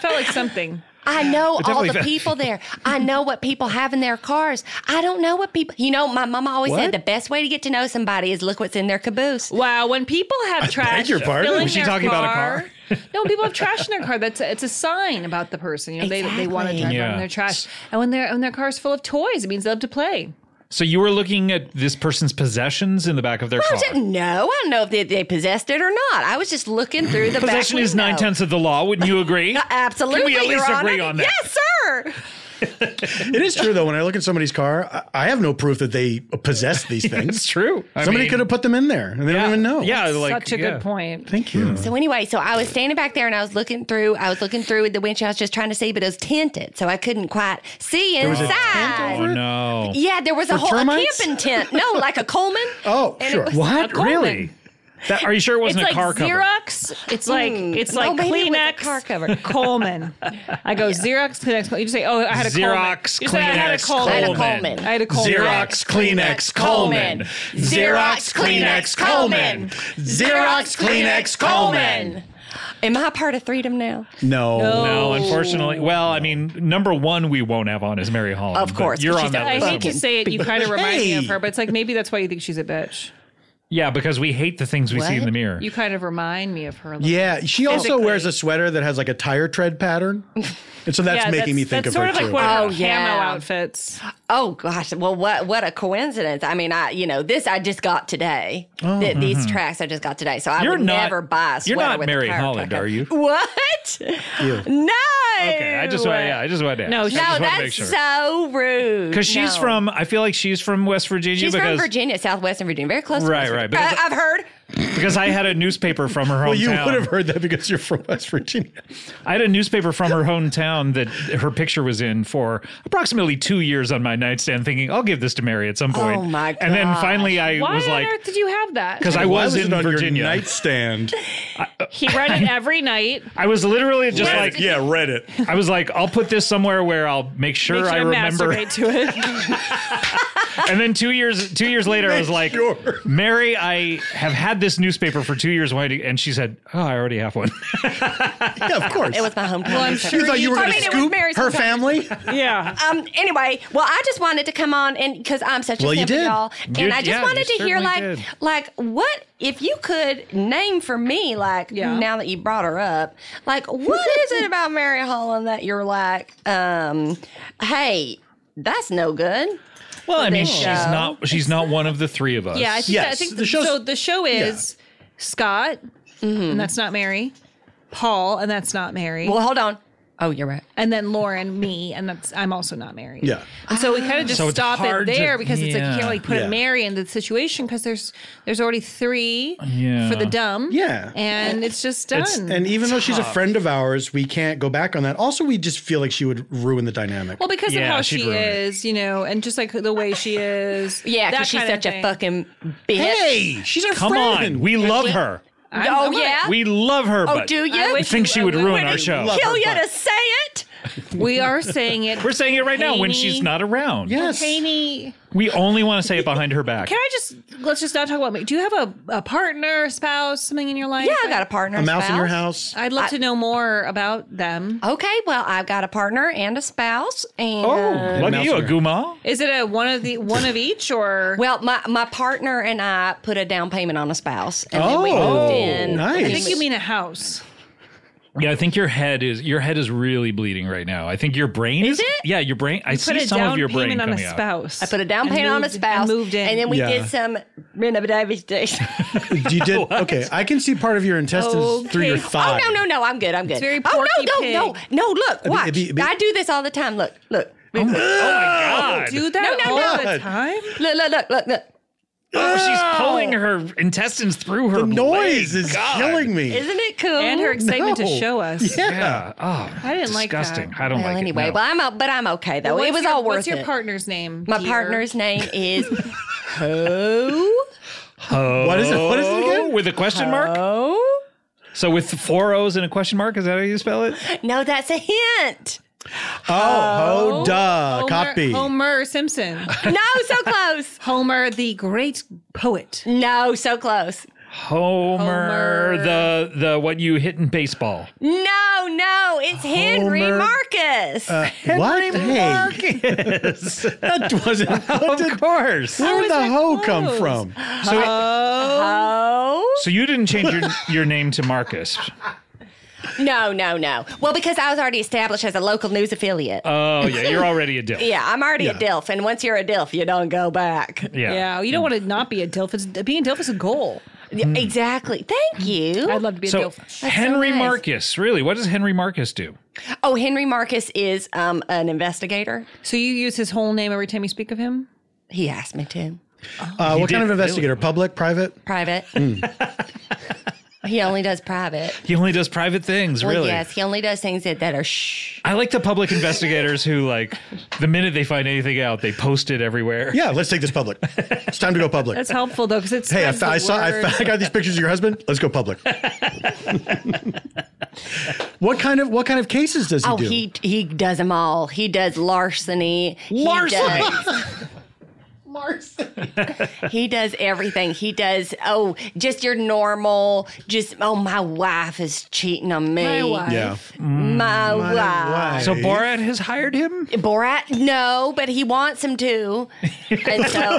Speaker 4: Felt like something.
Speaker 7: I know all
Speaker 1: definitely
Speaker 7: the
Speaker 1: fa-
Speaker 7: people there. I know what people have in their cars. I don't know what people. You know, my mama always
Speaker 6: What?
Speaker 7: said the best way to get to know somebody is look what's in their caboose.
Speaker 4: Wow, when people have trash,
Speaker 6: your pardon?
Speaker 4: fill in
Speaker 6: Was she
Speaker 4: their
Speaker 6: talking about a car?
Speaker 4: no, people have trash in their car. That's a, it's a sign about the person. You know, they they want to
Speaker 7: Exactly.
Speaker 4: drive
Speaker 1: Yeah.
Speaker 4: yeah. their trash, and when their when their car's full of toys, it means they love to play.
Speaker 1: So you were looking at this person's possessions in the back of their
Speaker 7: I
Speaker 1: car.
Speaker 7: didn't know. I don't know if they, they possessed it or not. I was just looking through the back
Speaker 1: Possession is nine
Speaker 7: window. Uh,
Speaker 1: tenths of the law. Wouldn't you agree?
Speaker 7: Absolutely,
Speaker 1: Can we at
Speaker 7: Your
Speaker 1: least
Speaker 7: Honor.
Speaker 1: agree on that?
Speaker 7: Yes, sir.
Speaker 6: It is true though. When I look at somebody's car, I, I have no proof that they possess these
Speaker 1: It's
Speaker 6: things.
Speaker 1: true. I
Speaker 6: Somebody
Speaker 1: mean,
Speaker 6: could have put them in there, and they don't even know.
Speaker 1: Yeah, like
Speaker 4: Such a
Speaker 1: yeah.
Speaker 4: good point.
Speaker 6: Thank you.
Speaker 7: So anyway, so I was standing back there and I was looking through. I was looking through the windshield. I was just trying to see, but it was tinted, so I couldn't quite see
Speaker 6: was a tent
Speaker 1: Oh
Speaker 7: inside.
Speaker 1: no.
Speaker 7: Yeah, there was a
Speaker 6: For
Speaker 7: whole a
Speaker 6: termites?
Speaker 7: camping tent. No, like a Coleman.
Speaker 6: Oh,
Speaker 7: And it
Speaker 6: sure.
Speaker 7: was-
Speaker 1: What?
Speaker 4: A Coleman.
Speaker 1: Really? That, are you sure it
Speaker 4: It's
Speaker 1: wasn't
Speaker 4: like
Speaker 1: a car cover?
Speaker 4: Xerox. It's like it's
Speaker 7: Oh,
Speaker 4: like
Speaker 7: maybe it was a
Speaker 4: Kleenex.
Speaker 7: car cover.
Speaker 4: Coleman. I go Xerox, Kleenex. Col- You just say, oh, I had a Coleman.
Speaker 1: Xerox,
Speaker 4: You say, I had a
Speaker 1: Kleenex,
Speaker 4: Coleman.
Speaker 7: I had a
Speaker 1: Coleman.
Speaker 7: Coleman.
Speaker 4: I had a Coleman.
Speaker 1: Xerox, Kleenex, Coleman. Xerox, Kleenex, Coleman.
Speaker 6: Xerox, Kleenex, Coleman.
Speaker 7: Am I part of Freedom now?
Speaker 6: No.
Speaker 1: No, unfortunately. Well, I mean, number one we won't have on is Mary Holland.
Speaker 7: Of
Speaker 1: but
Speaker 7: course,
Speaker 1: you're
Speaker 7: but
Speaker 1: on
Speaker 7: she's
Speaker 1: that
Speaker 4: I
Speaker 1: list.
Speaker 4: hate to say it, you kind of remind me of
Speaker 6: Hey.
Speaker 4: her, but it's like maybe that's why you think she's a bitch.
Speaker 1: Yeah, because we hate the things we see in the mirror.
Speaker 4: You kind of remind me of her. a little
Speaker 6: Yeah, she also
Speaker 4: Physically.
Speaker 6: wears a sweater that has like a tire tread pattern, and so that's
Speaker 4: Yeah,
Speaker 6: making me think
Speaker 4: that's
Speaker 6: of her
Speaker 4: sort of
Speaker 6: too.
Speaker 4: like one
Speaker 7: Oh,
Speaker 4: of her
Speaker 7: yeah.
Speaker 4: camo outfits.
Speaker 7: Oh gosh, well, what what a coincidence! I mean, I you know this I just got today. Th- These tracks I just got today, so I
Speaker 1: Uh-huh. You're
Speaker 7: would
Speaker 1: not-
Speaker 7: never buy a sweater
Speaker 1: you're not
Speaker 7: with
Speaker 1: Mary
Speaker 7: a pirate
Speaker 1: Holland,
Speaker 7: tattoo.
Speaker 1: are you?
Speaker 7: What? No.
Speaker 1: okay, I just want. Yeah, I just want to.
Speaker 4: No,
Speaker 1: ask. I just
Speaker 4: no,
Speaker 7: No,
Speaker 1: want to
Speaker 7: that's
Speaker 1: make sure.
Speaker 7: so rude.
Speaker 1: Because she's
Speaker 7: No.
Speaker 1: from, I feel like she's from West Virginia
Speaker 7: She's
Speaker 1: because
Speaker 7: from Virginia, southwestern Virginia, very close. to
Speaker 1: Right,
Speaker 7: West
Speaker 1: right,
Speaker 7: Virginia.
Speaker 1: because-
Speaker 7: I, I've heard.
Speaker 1: because I had a newspaper from her hometown.
Speaker 6: well, you would have heard that because you're from West Virginia.
Speaker 1: I had a newspaper from her hometown that her picture was in for approximately two years on my nightstand, thinking I'll give this to Mary at some point.
Speaker 7: Oh, my
Speaker 1: And then
Speaker 7: gosh.
Speaker 1: finally, I
Speaker 4: Why
Speaker 1: was
Speaker 4: on
Speaker 1: like,
Speaker 4: earth did you have that?
Speaker 1: because I
Speaker 6: Why
Speaker 1: was,
Speaker 6: it
Speaker 1: in
Speaker 6: on
Speaker 1: Virginia,
Speaker 6: your nightstand.
Speaker 4: he read it every night.
Speaker 1: I was literally just
Speaker 4: Yes.
Speaker 1: like,
Speaker 6: yeah, read it.
Speaker 1: I was like, I'll put this somewhere where I'll make sure,
Speaker 4: Make sure
Speaker 1: I
Speaker 4: to
Speaker 1: remember.
Speaker 4: masturbate to it.
Speaker 1: And then two years, two years later, I was like,
Speaker 6: Sure.
Speaker 1: Mary, I have had this newspaper for two years. Why? do-" And she said, Oh, I already have one.
Speaker 6: Yeah, of course.
Speaker 7: It was my hometown.
Speaker 4: Well, I'm
Speaker 7: so-
Speaker 4: sure
Speaker 6: you thought you were
Speaker 7: I
Speaker 6: going
Speaker 7: mean,
Speaker 6: to
Speaker 7: it was
Speaker 6: scoop
Speaker 7: Mary's
Speaker 6: her
Speaker 7: hometown.
Speaker 6: family?
Speaker 4: yeah.
Speaker 7: Um. Anyway, well, I just wanted to come on and because I'm such a
Speaker 6: Well, you
Speaker 7: simple,
Speaker 6: did.
Speaker 7: y'all, and
Speaker 1: You-
Speaker 7: I just
Speaker 1: yeah,
Speaker 7: wanted
Speaker 1: you
Speaker 7: to hear
Speaker 1: certainly
Speaker 7: like,
Speaker 1: did.
Speaker 7: like what if you could name for me, like
Speaker 4: Yeah.
Speaker 7: now that you brought her up, like what is it about Mary Holland that you're like, um, hey, that's no good.
Speaker 1: Well, I mean,
Speaker 7: this
Speaker 1: she's
Speaker 7: show.
Speaker 1: not, she's not one of the three of us.
Speaker 4: Yeah, I think,
Speaker 6: Yes,
Speaker 4: I think
Speaker 6: the show's-
Speaker 4: so. The show is Scott,
Speaker 1: Mm-hmm.
Speaker 4: and that's not Mary. Paul, and that's not Mary.
Speaker 7: Well, hold on. Oh, you're right.
Speaker 4: and then Lauren, me, and that's I'm also not married.
Speaker 6: Yeah.
Speaker 4: And so we kind of just
Speaker 1: So it's
Speaker 4: stop it
Speaker 1: hard to-
Speaker 4: there because it's like you
Speaker 1: yeah.
Speaker 4: can't really put
Speaker 6: Yeah.
Speaker 4: a Mary in the situation because there's there's already three
Speaker 1: Yeah.
Speaker 4: for the dumb.
Speaker 6: Yeah.
Speaker 4: And it's just done.
Speaker 6: It's- and even though she's a friend of ours, we can't go back on that. Also, we just feel like she would ruin the dynamic.
Speaker 4: well, because
Speaker 1: Yeah,
Speaker 4: of how
Speaker 1: she'd
Speaker 4: she
Speaker 1: ruin it.
Speaker 4: is, you know, and just like the way she is.
Speaker 7: Yeah,
Speaker 4: that
Speaker 7: because she's
Speaker 4: kind of
Speaker 7: such a
Speaker 4: thing.
Speaker 7: fucking bitch.
Speaker 6: hey, she's our
Speaker 1: Come
Speaker 6: friend.
Speaker 1: on. We love her.
Speaker 4: I'm-
Speaker 7: oh
Speaker 4: I'm like,
Speaker 7: yeah.
Speaker 1: We love her.
Speaker 7: oh,
Speaker 1: but
Speaker 7: do you?
Speaker 4: I
Speaker 1: I think she would
Speaker 4: I
Speaker 1: ruin
Speaker 4: would
Speaker 1: our show.
Speaker 6: love
Speaker 7: kill
Speaker 6: her,
Speaker 7: you
Speaker 6: but-
Speaker 7: to say it.
Speaker 4: We are saying it.
Speaker 1: We're saying it right now when
Speaker 4: Haney.
Speaker 1: she's not around.
Speaker 6: Yes.
Speaker 4: Haney.
Speaker 1: We only want to say it behind her back.
Speaker 4: Can I just let's just not talk about me? Do you have a, a partner, spouse, something in your life?
Speaker 7: Yeah, I got a partner.
Speaker 6: A mouse in your
Speaker 7: spouse.
Speaker 6: house.
Speaker 4: I'd love to know more about them.
Speaker 7: Okay, well, I've got a partner and a spouse, and
Speaker 1: Oh, lucky you, a Guma.
Speaker 4: Is it a one of the one of each or
Speaker 7: well, my my partner and I put a down payment on a spouse, and then we
Speaker 6: Oh,
Speaker 7: moved in.
Speaker 6: nice.
Speaker 4: I think you mean a house.
Speaker 1: Yeah, I think your head is your head is really bleeding right now. I think your brain is.
Speaker 7: it?
Speaker 1: Yeah, your brain. I
Speaker 4: Put
Speaker 1: see
Speaker 4: a
Speaker 1: some
Speaker 4: down
Speaker 1: of your brain
Speaker 4: payment on a
Speaker 1: coming out.
Speaker 4: spouse.
Speaker 7: I put a down
Speaker 4: And
Speaker 7: payment on a
Speaker 4: moved-
Speaker 7: spouse,
Speaker 4: and moved in.
Speaker 7: and then we
Speaker 6: Oh. Yeah.
Speaker 7: did some Oh, renovations.
Speaker 6: You did okay. I can see part of your intestines through your
Speaker 4: Okay. Oh,
Speaker 7: oh
Speaker 6: thigh.
Speaker 7: no, no, no, I'm good, I'm good.
Speaker 4: very
Speaker 7: oh no,
Speaker 4: Porky
Speaker 7: no,
Speaker 4: Pig.
Speaker 7: no, no! Look, watch.
Speaker 6: it'd be- Oh
Speaker 7: I do this all the time. Look, look,
Speaker 1: Oh God.
Speaker 4: do that
Speaker 7: No, no,
Speaker 4: all
Speaker 6: no.
Speaker 4: the time.
Speaker 7: look, look, look, look, look.
Speaker 1: Oh, she's pulling her intestines through her.
Speaker 6: The noise
Speaker 1: leg.
Speaker 6: is
Speaker 1: God.
Speaker 6: killing me.
Speaker 7: Isn't it cool?
Speaker 4: And her excitement
Speaker 6: No.
Speaker 4: to show us.
Speaker 1: Yeah. Oh,
Speaker 4: I didn't like that.
Speaker 1: disgusting. I
Speaker 6: Oh
Speaker 1: don't
Speaker 7: well,
Speaker 1: like
Speaker 7: anyway,
Speaker 1: it. no.
Speaker 7: well, I'm o- but I'm okay though.
Speaker 4: What's
Speaker 7: it was
Speaker 4: your-
Speaker 7: all worth
Speaker 4: What's your
Speaker 7: it.
Speaker 4: partner's name?
Speaker 7: My
Speaker 4: dear?
Speaker 7: partner's name is Ho.
Speaker 6: What is it? What is it again?
Speaker 1: Oh, With a question mark?
Speaker 7: Ho.
Speaker 4: Oh.
Speaker 1: So with four O's and a question mark, is that how you spell it?
Speaker 7: No, that's a hint.
Speaker 6: Oh, oh, duh.
Speaker 4: Homer,
Speaker 6: Copy.
Speaker 4: Homer Simpson.
Speaker 7: No, so close.
Speaker 4: Homer, the great poet.
Speaker 7: No, so close.
Speaker 1: Homer,
Speaker 4: Homer.
Speaker 1: the the what you hit in baseball.
Speaker 7: No, no, it's Henry
Speaker 6: Homer-
Speaker 7: Marcus.
Speaker 6: what? Hey,
Speaker 1: Marcus.
Speaker 6: that wasn't. What did,
Speaker 1: of course.
Speaker 6: where
Speaker 4: was
Speaker 6: did the
Speaker 4: that
Speaker 6: hoe come
Speaker 4: close?
Speaker 6: from? uh,
Speaker 7: oh.
Speaker 1: So you didn't change your your name to Marcus.
Speaker 7: No, no, no. Well, because I was already established as a local news affiliate.
Speaker 1: Oh yeah, you're already a dill.
Speaker 7: yeah, I'm already a
Speaker 6: yeah.
Speaker 7: DILF, and once you're a DILF, you don't go back.
Speaker 1: Yeah.
Speaker 4: Yeah, you don't want to not be a DILF. It's, being a DILF is a goal.
Speaker 7: Exactly. Thank you.
Speaker 4: I'd love to be a
Speaker 1: So
Speaker 4: DILF.
Speaker 1: Henry
Speaker 7: nice.
Speaker 1: Marcus, really? What does Henry Marcus do?
Speaker 7: oh, Henry Marcus is um, an investigator.
Speaker 4: So you use his whole name every time you speak of him?
Speaker 7: He asked me to.
Speaker 6: Uh, what
Speaker 1: did
Speaker 6: kind
Speaker 1: really
Speaker 6: of investigator?
Speaker 1: well.
Speaker 6: Public, private?
Speaker 7: Private. he only does private.
Speaker 1: He only does private things,
Speaker 7: Well,
Speaker 1: really.
Speaker 7: yes, he only does things that, that are shh.
Speaker 1: I like the public investigators who like the minute they find anything out, they post it everywhere.
Speaker 6: Yeah, let's take this public. It's time to go public.
Speaker 4: That's helpful though, because it's
Speaker 6: hey, I, fa- I saw. I, fa- I got these pictures of your husband. Let's go public. what kind of what kind of cases does he
Speaker 7: Oh,
Speaker 6: do?
Speaker 7: he he does them all. He does larceny. He
Speaker 1: Larceny.
Speaker 7: does- he does everything. He does oh, just your normal. Just oh, my wife is cheating on me.
Speaker 4: My wife. Mm,
Speaker 6: yeah.
Speaker 7: My wife.
Speaker 1: So Borat has hired him?
Speaker 7: Borat, no, but he wants him to. And so,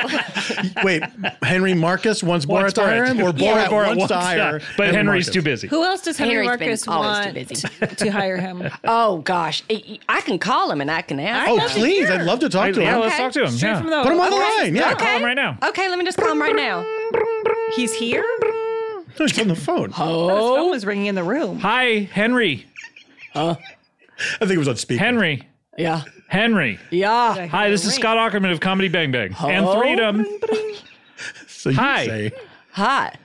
Speaker 6: Wait, Henry Marcus wants Borat
Speaker 1: Wants
Speaker 6: to hire
Speaker 1: Borat.
Speaker 6: him, or Borat,
Speaker 7: Yeah,
Speaker 6: wants,
Speaker 1: Once,
Speaker 6: to hire?
Speaker 1: yeah, but
Speaker 6: Henry
Speaker 1: Henry's
Speaker 6: Marcus?
Speaker 1: too busy.
Speaker 4: Who else does Henry
Speaker 7: Henry's been
Speaker 4: Marcus
Speaker 7: always
Speaker 4: want
Speaker 7: too busy.
Speaker 4: to hire him?
Speaker 7: oh gosh, I I can call him and I can ask.
Speaker 6: Oh,
Speaker 7: him.
Speaker 6: please! I'd love to talk
Speaker 1: I-
Speaker 6: to
Speaker 1: yeah,
Speaker 6: him.
Speaker 1: let's talk to him.
Speaker 4: Straight
Speaker 1: yeah.
Speaker 4: from the
Speaker 6: Put him on the
Speaker 4: Okay.
Speaker 6: line. Yeah,
Speaker 1: Call him right now.
Speaker 7: Okay, let me just call him right now.
Speaker 4: He's here.
Speaker 6: he's on the phone.
Speaker 4: Oh, his phone was ringing in the room.
Speaker 1: Hi, Henry.
Speaker 6: I think it was on speaker.
Speaker 1: Henry.
Speaker 8: Yeah.
Speaker 1: Henry.
Speaker 8: Yeah.
Speaker 1: Hi, this is Scott Ackerman of Comedy Bang Bang and Freedom.
Speaker 6: So you
Speaker 1: Hi.
Speaker 6: say-
Speaker 7: Hi.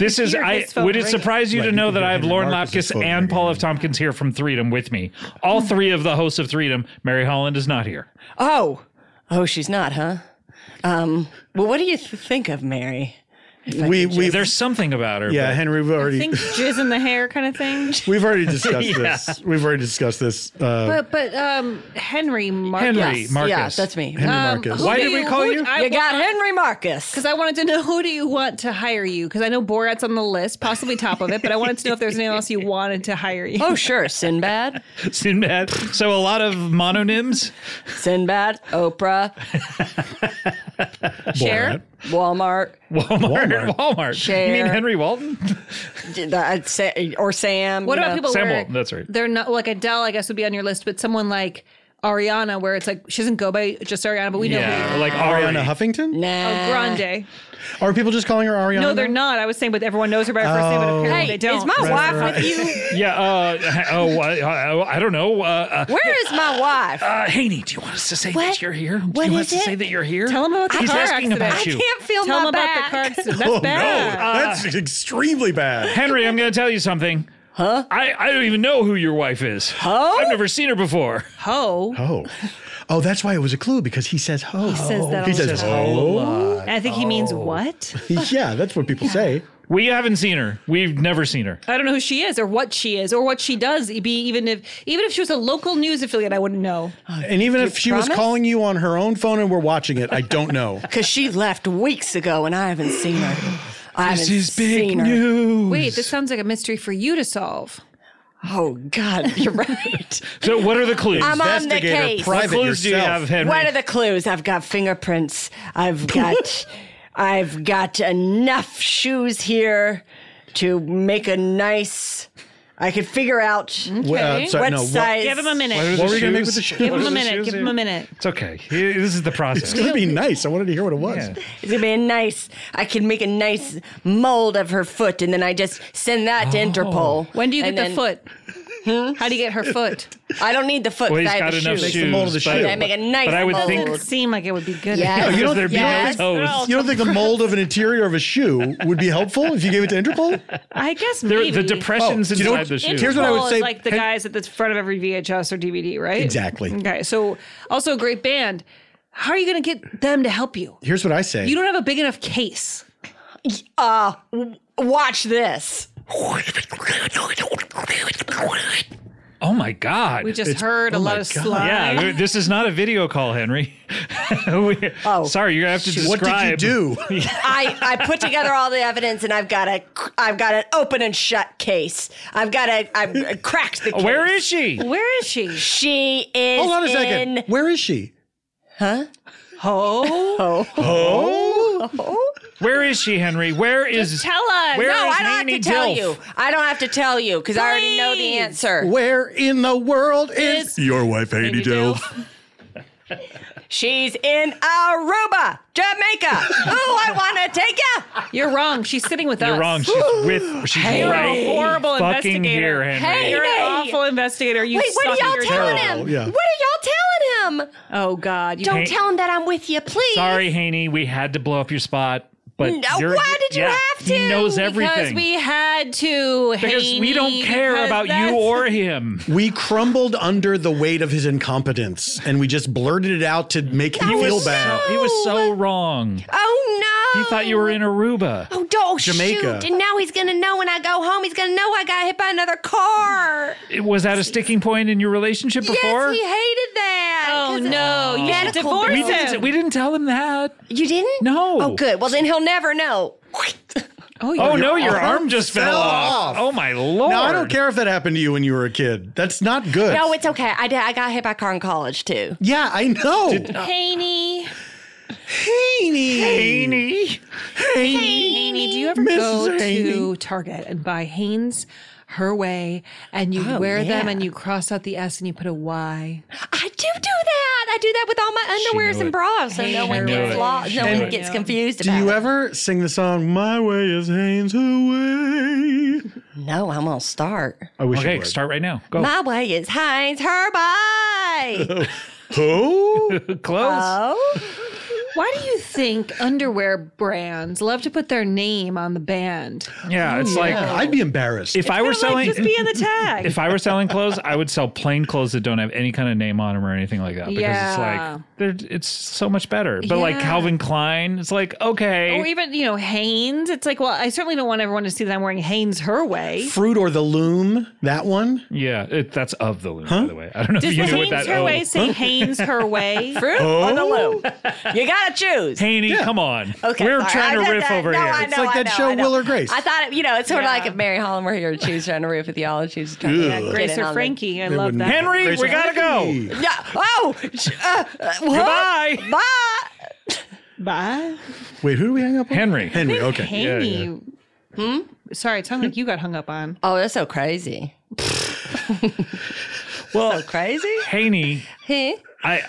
Speaker 1: This
Speaker 4: could
Speaker 1: is
Speaker 4: hear
Speaker 1: I.
Speaker 4: his phone
Speaker 1: Would it
Speaker 4: ringing.
Speaker 1: surprise you to
Speaker 6: Like,
Speaker 1: know
Speaker 6: you
Speaker 1: that
Speaker 6: could
Speaker 1: I have
Speaker 6: hear
Speaker 1: Lauren
Speaker 6: Marcus's
Speaker 1: Lapkus
Speaker 6: phone
Speaker 1: and
Speaker 6: ringing.
Speaker 1: Paul F. Tompkins here from Freedom with me? All three of the hosts of Freedom. Mary Holland is not here.
Speaker 7: Oh, oh, she's not, huh? Um, well, what do you th- think of Mary?
Speaker 6: we we
Speaker 1: There's something about her.
Speaker 6: yeah, Henry. We've already
Speaker 4: Think jizz in the hair kind of thing.
Speaker 6: we've already discussed this. We've already discussed this. Uh,
Speaker 4: But but um Henry Marcus.
Speaker 1: Henry Marcus.
Speaker 7: Yeah, that's me.
Speaker 6: Henry
Speaker 4: Um,
Speaker 6: Marcus.
Speaker 4: who
Speaker 1: Why
Speaker 4: do
Speaker 1: did we call
Speaker 4: who-
Speaker 1: you?
Speaker 4: I
Speaker 7: You got
Speaker 4: want-
Speaker 7: Henry Marcus.
Speaker 4: Because I wanted to know who do you want to hire you? Because I know Borat's on the list, possibly top of it, but I wanted to know if there's anyone else you wanted to hire you.
Speaker 7: Oh, sure, Sinbad,
Speaker 1: Sinbad. So a lot of mononyms.
Speaker 7: Sinbad, Oprah,
Speaker 4: Cher?
Speaker 7: Walmart,
Speaker 1: Walmart.
Speaker 6: Walmart.
Speaker 1: Walmart. You mean
Speaker 7: Cher.
Speaker 1: Henry Walton?
Speaker 7: uh, Sa- or Sam.
Speaker 4: What
Speaker 7: you
Speaker 4: about
Speaker 7: know.
Speaker 4: people?
Speaker 1: Sam
Speaker 4: where
Speaker 1: Walton, that's right.
Speaker 4: They're not like Adele, I guess, would be on your list, but someone like Ariana, where it's like she doesn't go by just Ariana, but we know
Speaker 1: Yeah,
Speaker 4: who.
Speaker 1: like
Speaker 6: Ariana
Speaker 1: Ariana.
Speaker 6: Huffington?
Speaker 7: Nah.
Speaker 4: Oh, Grande.
Speaker 6: Are people just calling her Ariana?
Speaker 4: No, they're not. I was saying, but everyone knows her by her first name, but
Speaker 6: Oh.
Speaker 4: apparently
Speaker 7: Hey,
Speaker 4: they
Speaker 7: is
Speaker 4: don't.
Speaker 7: my
Speaker 4: So-
Speaker 7: wife with you?
Speaker 1: Yeah. Uh, oh, I, I, I don't know. Uh, uh,
Speaker 7: Where is my wife?
Speaker 1: uh, Haney, do you want us to say that
Speaker 7: What?
Speaker 1: you're here? do
Speaker 7: What
Speaker 1: you want
Speaker 7: is
Speaker 1: us to say
Speaker 7: it?
Speaker 1: that you're here?
Speaker 4: Tell him about the
Speaker 1: He's
Speaker 4: car
Speaker 1: asking
Speaker 4: accident.
Speaker 1: about
Speaker 7: I
Speaker 1: you.
Speaker 7: can't feel
Speaker 4: Tell
Speaker 7: my
Speaker 4: them about
Speaker 7: back.
Speaker 4: the car accident. That's
Speaker 6: Oh,
Speaker 4: bad.
Speaker 6: no. That's extremely bad.
Speaker 1: Henry, I'm going to tell you something. Huh? I, I don't even know who your wife is. Huh? I've never seen her before.
Speaker 4: Ho.
Speaker 6: Oh. Oh, that's why it was a clue because he says ho. He
Speaker 4: says
Speaker 6: Oh.
Speaker 4: that
Speaker 6: He
Speaker 4: all the
Speaker 6: says oh.
Speaker 4: time.
Speaker 6: ho.
Speaker 4: I think he means what?
Speaker 6: yeah, that's what people say.
Speaker 1: We haven't seen her. We've never seen her.
Speaker 4: I don't know who she is or what she is or what she does. Be even if even if she was a local news affiliate, I wouldn't know.
Speaker 6: And even if she was
Speaker 7: promise?
Speaker 6: calling you on her own phone and we're watching it, I don't know.
Speaker 7: Because she left weeks ago and I haven't seen her. I haven't seen her.
Speaker 1: news.
Speaker 4: Wait, this sounds like a mystery for you to solve.
Speaker 7: Oh, God, you're right.
Speaker 1: So, what are the clues?
Speaker 7: I'm on the
Speaker 6: Investigator,
Speaker 7: case.
Speaker 1: what
Speaker 6: private
Speaker 1: clues do you
Speaker 6: yourself.
Speaker 1: have, Henry?
Speaker 7: What are the clues? I've got fingerprints. I've got, I've got enough shoes here to make a nice. I could figure out
Speaker 6: Well,
Speaker 4: Okay.
Speaker 6: uh, sorry,
Speaker 7: what
Speaker 6: Mm-hmm. no, what-
Speaker 7: size.
Speaker 4: Give him a minute.
Speaker 1: What are the
Speaker 6: What were you gonna make
Speaker 1: shoes?
Speaker 6: with the shoes?
Speaker 4: Give
Speaker 1: What are
Speaker 4: him a
Speaker 1: the
Speaker 4: minute.
Speaker 1: shoes
Speaker 4: Give
Speaker 1: here?
Speaker 4: him a minute.
Speaker 1: It's okay. Here- This is the process.
Speaker 6: It's going to be nice. I wanted to hear what it was.
Speaker 1: Yeah.
Speaker 7: It's gonna be a nice. I could make a nice mold of her foot, and then I just send that to Interpol.
Speaker 4: When do you get
Speaker 7: And
Speaker 4: the
Speaker 7: then-
Speaker 4: foot? How do you get her foot?
Speaker 7: I don't need the foot.
Speaker 1: Well, he's
Speaker 7: I
Speaker 1: got
Speaker 7: have the
Speaker 1: enough
Speaker 7: shoes.
Speaker 1: shoes.
Speaker 6: the mold of the
Speaker 1: but-
Speaker 6: shoe.
Speaker 7: I make a nice
Speaker 1: But I would
Speaker 7: mold.
Speaker 1: think
Speaker 4: Seem like it would be good.
Speaker 7: Yes.
Speaker 1: because they're
Speaker 7: Yes.
Speaker 1: beautiful toes.
Speaker 6: You don't think the mold of an interior of a shoe would be helpful if you gave it to Interpol?
Speaker 4: I guess
Speaker 1: They're-
Speaker 4: maybe
Speaker 1: the depressions
Speaker 6: Oh, do
Speaker 1: inside
Speaker 6: you know what-
Speaker 1: the shoe.
Speaker 6: Here's what I would
Speaker 4: Interpol
Speaker 6: say-
Speaker 4: is like the guys at the front of every VHS or DVD, right?
Speaker 6: Exactly.
Speaker 4: Okay, so also a great band. How are you going to get them to help you?
Speaker 6: Here's what I say.
Speaker 4: You don't have a big enough case.
Speaker 7: Uh, w- watch this.
Speaker 1: Oh my God.
Speaker 4: We just heard a lot of slime.
Speaker 1: oh yeah, we- this is not a video call, Henry. We-
Speaker 7: Oh,
Speaker 1: sorry, you're gonna have to
Speaker 6: What
Speaker 1: describe.
Speaker 6: did you do?
Speaker 7: I, I put together all the evidence and I've got a I've got an open and shut case. I've got a I've cracked the case.
Speaker 1: Where is she?
Speaker 4: Where is she?
Speaker 7: she is
Speaker 6: Hold on a
Speaker 7: in
Speaker 6: second. Where is she?
Speaker 4: Oh,
Speaker 1: Where is she, Henry? Where is?
Speaker 4: tell us.
Speaker 1: Where
Speaker 4: No,
Speaker 7: No,
Speaker 1: is
Speaker 7: I don't have
Speaker 1: Nene
Speaker 7: to tell
Speaker 1: Dilf?
Speaker 7: you. I don't have to tell you because I already know the
Speaker 4: Please.
Speaker 7: answer.
Speaker 6: Where in the world is
Speaker 4: Is-
Speaker 6: your wife, Haney Dilf?
Speaker 7: She's in Aruba, Jamaica. oh, I want to take ya.
Speaker 4: You're wrong. She's sitting with us.
Speaker 1: You're wrong. She's with. She's
Speaker 4: You're
Speaker 1: right.
Speaker 4: a horrible
Speaker 1: fucking here,
Speaker 4: investigator.
Speaker 1: Henry.
Speaker 4: You're an
Speaker 7: Hey.
Speaker 4: awful investigator. You
Speaker 7: Wait, what
Speaker 4: suck at
Speaker 7: are y'all
Speaker 4: your
Speaker 7: telling
Speaker 4: job.
Speaker 7: him?
Speaker 6: yeah.
Speaker 7: What are y'all telling him?
Speaker 4: Oh God, you
Speaker 7: Don't
Speaker 1: Hey.
Speaker 7: tell him that I'm with you, please.
Speaker 1: Sorry, Haney. We had to blow up your spot, but
Speaker 7: No,
Speaker 1: you're-
Speaker 7: why did you
Speaker 1: yeah,
Speaker 7: have to?
Speaker 1: He knows
Speaker 4: because
Speaker 1: everything.
Speaker 4: we had to.
Speaker 1: Because we
Speaker 4: Haney,
Speaker 1: don't care
Speaker 4: because
Speaker 1: about you
Speaker 4: that's-
Speaker 1: or him.
Speaker 6: We crumbled under the weight of his incompetence, and we just blurted it out to make him
Speaker 7: was
Speaker 6: feel
Speaker 7: so-
Speaker 6: bad.
Speaker 1: He was so wrong.
Speaker 7: Oh no.
Speaker 1: He thought you were in Aruba.
Speaker 7: Oh, don't
Speaker 6: Jamaica.
Speaker 7: shoot. And now he's gonna know when I go home. He's gonna know I got hit by another car.
Speaker 1: Was that a sticking point in your relationship before?
Speaker 7: Yes, he hated that.
Speaker 4: Oh
Speaker 7: 'Cause-
Speaker 4: no, you had to
Speaker 7: Medical
Speaker 4: divorce
Speaker 1: we,
Speaker 7: bills.
Speaker 4: him.
Speaker 1: didn't, we didn't tell him that.
Speaker 7: You didn't?
Speaker 1: No.
Speaker 7: Oh, good. Well, then he'll never know.
Speaker 4: oh,
Speaker 1: Oh
Speaker 4: you're-
Speaker 1: no, your
Speaker 6: arm
Speaker 1: arm just fell,
Speaker 6: Uh-huh. fell
Speaker 1: off.
Speaker 6: off.
Speaker 1: Oh my lord!
Speaker 6: Now I don't care if that happened to you when you were a kid. That's not good.
Speaker 7: No, it's okay. I did. I got hit by a car in college too.
Speaker 6: yeah, I know.
Speaker 4: Haney.
Speaker 6: Haney.
Speaker 1: Haney.
Speaker 4: Haney, do you ever
Speaker 6: Mrs.
Speaker 4: go to
Speaker 6: Haney.
Speaker 4: Target and buy Hanes her way and you wear them
Speaker 7: yeah.
Speaker 4: and you cross out the S and you put a Y?
Speaker 7: I do do that. I do that with all my underwears
Speaker 1: knew it.
Speaker 7: and bras, so no one
Speaker 1: knew
Speaker 7: gets
Speaker 1: it.
Speaker 7: lost.
Speaker 1: She
Speaker 7: No
Speaker 1: knew
Speaker 7: one
Speaker 1: it.
Speaker 7: gets confused
Speaker 6: Do
Speaker 7: about
Speaker 6: you
Speaker 7: it.
Speaker 6: ever sing the song "My Way Is Haynes' Way"?
Speaker 7: No, I'm gonna start.
Speaker 6: I wish you
Speaker 1: Okay,
Speaker 6: would.
Speaker 1: start right now. Go.
Speaker 7: My way is Heinz Herbie.
Speaker 6: Who?
Speaker 1: Close.
Speaker 7: oh,
Speaker 4: Why do you think underwear brands love to put their name on the band?
Speaker 1: yeah, it's like
Speaker 6: Yeah, I'd be embarrassed.
Speaker 1: if I were selling,
Speaker 4: just be in the tag.
Speaker 1: if I were selling clothes, I would sell plain clothes that don't have any kind of name on them or anything like that because
Speaker 4: Yeah.
Speaker 1: it's like they're, it's so much better. But like
Speaker 4: Yeah.
Speaker 1: Calvin Klein, it's like okay,
Speaker 7: Oh,
Speaker 4: or even, you know, Hanes. It's like, well, I certainly don't want everyone to see that I'm wearing Hanes her way.
Speaker 6: Fruit or the Loom, that one.
Speaker 1: yeah, it, that's of the loom. By the way, I don't know
Speaker 4: Does
Speaker 1: if you knew what that.
Speaker 4: Hanes her
Speaker 1: oh.
Speaker 4: way say Hanes her way?
Speaker 7: fruit or the loom? Oh, You gotta choose.
Speaker 1: Haney,
Speaker 6: Yeah.
Speaker 1: come on.
Speaker 7: Okay,
Speaker 1: we're
Speaker 7: sorry.
Speaker 1: trying
Speaker 7: I
Speaker 1: to
Speaker 7: got
Speaker 1: riff
Speaker 7: that.
Speaker 1: over
Speaker 7: No,
Speaker 1: here.
Speaker 7: I
Speaker 6: It's
Speaker 7: know,
Speaker 6: like
Speaker 7: I
Speaker 6: that
Speaker 7: know,
Speaker 6: show
Speaker 7: I know.
Speaker 6: Will or Grace.
Speaker 7: I thought it, you know, it's sort of
Speaker 4: Yeah.
Speaker 7: like if Mary Holland were here, she was trying to riff with y'all, and she was trying to get
Speaker 4: Grace
Speaker 7: in on
Speaker 4: or
Speaker 7: the-
Speaker 4: Frankie. I love
Speaker 6: wouldn't-
Speaker 4: that.
Speaker 1: Henry,
Speaker 6: Grace
Speaker 1: we
Speaker 6: or
Speaker 1: gotta go.
Speaker 6: Frankie.
Speaker 7: Yeah. Oh. sh- Uh, uh, what?
Speaker 1: Goodbye.
Speaker 7: Bye.
Speaker 4: Bye.
Speaker 6: Wait, who do we hang up on?
Speaker 1: Henry.
Speaker 6: Henry. Okay.
Speaker 4: Haney. Hmm? Sorry, it sounded like you got hung up on.
Speaker 7: Oh, that's so crazy.
Speaker 1: Well,
Speaker 7: So crazy.
Speaker 1: Haney,
Speaker 7: Huh?
Speaker 1: I,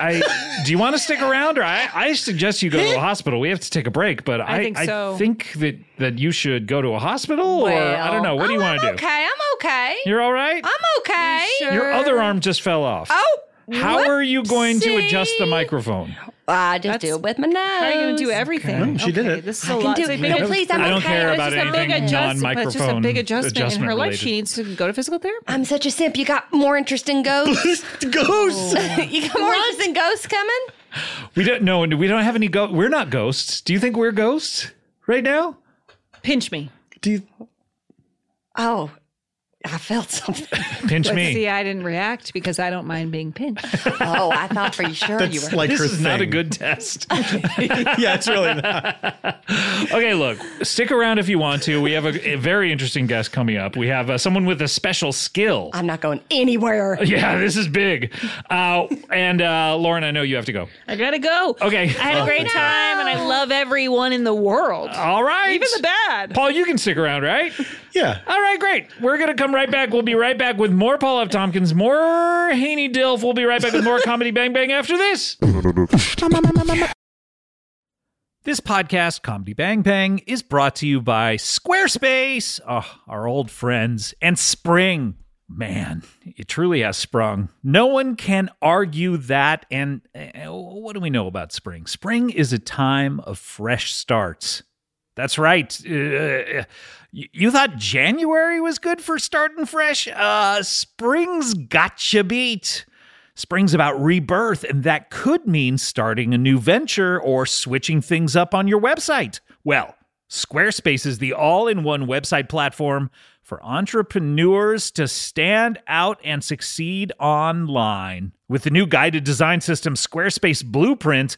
Speaker 1: I do you want to stick around or I, I suggest you go to a hospital. We have to take a break, but I, I,
Speaker 4: think so.
Speaker 1: think that that you should go to a hospital or I don't know. What do you
Speaker 7: Oh,
Speaker 1: want to
Speaker 7: I'm
Speaker 1: do?
Speaker 7: Okay, I'm okay.
Speaker 1: You're all right?
Speaker 7: I'm okay.
Speaker 1: Your other arm just fell off.
Speaker 7: Oh.
Speaker 1: How are you going to adjust the
Speaker 7: whoopsie.
Speaker 1: microphone?
Speaker 7: I just do it with my nose.
Speaker 4: How are you going to do everything?
Speaker 6: No, she did it.
Speaker 4: This is a lot.
Speaker 7: do
Speaker 4: it's a
Speaker 7: it.
Speaker 4: big
Speaker 7: No,
Speaker 4: ad-
Speaker 7: please, I'm
Speaker 1: I don't
Speaker 7: okay.
Speaker 1: care
Speaker 7: It's
Speaker 1: about
Speaker 4: just a big
Speaker 1: anything
Speaker 4: adjustment.
Speaker 1: non-microphone.
Speaker 4: It's just a big adjustment, in her life.
Speaker 1: related.
Speaker 4: She needs to go to physical therapy.
Speaker 7: I'm such a simp. You got more interesting ghosts.
Speaker 6: Ghosts.
Speaker 7: you got more interesting ghosts coming?
Speaker 1: We don't know, and we don't have any go. We're not ghosts. Do you think we're ghosts right now?
Speaker 4: Pinch me.
Speaker 6: Do you,
Speaker 7: Oh, I felt something.
Speaker 1: Pinch me.
Speaker 4: See, I didn't react because I don't mind being pinched.
Speaker 7: Oh, I thought for sure you were.
Speaker 6: it's like
Speaker 1: This
Speaker 6: her
Speaker 1: is not a
Speaker 6: thing.
Speaker 1: good test.
Speaker 6: Yeah, it's really not.
Speaker 1: Okay, look, stick around if you want to. We have a, a very interesting guest coming up. We have uh, someone with a special skill.
Speaker 7: I'm not going anywhere.
Speaker 1: Yeah, this is big. Uh, and uh, Lauren, I know you have to go.
Speaker 4: I gotta go.
Speaker 1: Okay.
Speaker 4: I had a great time, and I love everyone in the world,
Speaker 1: All right.
Speaker 4: even the bad.
Speaker 1: Paul, you can stick around, right?
Speaker 6: Yeah.
Speaker 1: All right, great. We're going to come right back. We'll be right back with more Paul F. Tompkins, more Haney Dilf. We'll be right back with more Comedy Bang Bang after this. This podcast, Comedy Bang Bang, is brought to you by Squarespace, oh, our old friends, and Spring. Man, it truly has sprung. No one can argue that. And uh, what do we know about spring? Spring is a time of fresh starts. That's right. Uh, you you thought January was good for starting fresh? Uh, spring's gotcha beat. Spring's about rebirth, and that could mean starting a new venture or switching things up on your website. Well, Squarespace is the all in one website platform for entrepreneurs to stand out and succeed online. With the new guided design system, Squarespace Blueprint,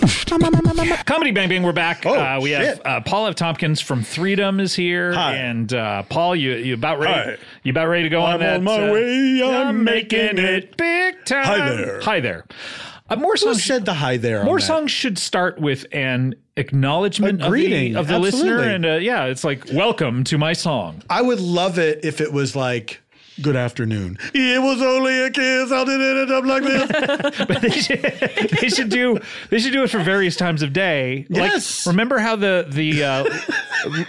Speaker 1: Comedy Bang Bang, we're back.
Speaker 6: Oh,
Speaker 1: uh, we have
Speaker 6: shit.
Speaker 1: uh, Paul F. Tompkins from Freedom is here,
Speaker 6: Hi.
Speaker 1: and uh, Paul, you you about ready?
Speaker 6: Hi.
Speaker 1: You about ready to go on
Speaker 6: I'm
Speaker 1: that?
Speaker 6: on my
Speaker 1: uh,
Speaker 6: way, I'm making it
Speaker 1: big time.
Speaker 6: Hi there.
Speaker 1: Hi there. Uh, more
Speaker 6: Who
Speaker 1: songs.
Speaker 6: said the hi there? on
Speaker 1: more
Speaker 6: that?
Speaker 1: songs should start with an acknowledgement
Speaker 6: A
Speaker 1: of the,
Speaker 6: greeting,
Speaker 1: of the listener,
Speaker 6: absolutely.
Speaker 1: and uh, yeah, it's like welcome to my song.
Speaker 6: I would love it if it was like, good afternoon. It was only a kiss. How did it end up like this?
Speaker 1: But they should, they should do they should do it for various times of day.
Speaker 6: Yes.
Speaker 1: Like remember how the the uh,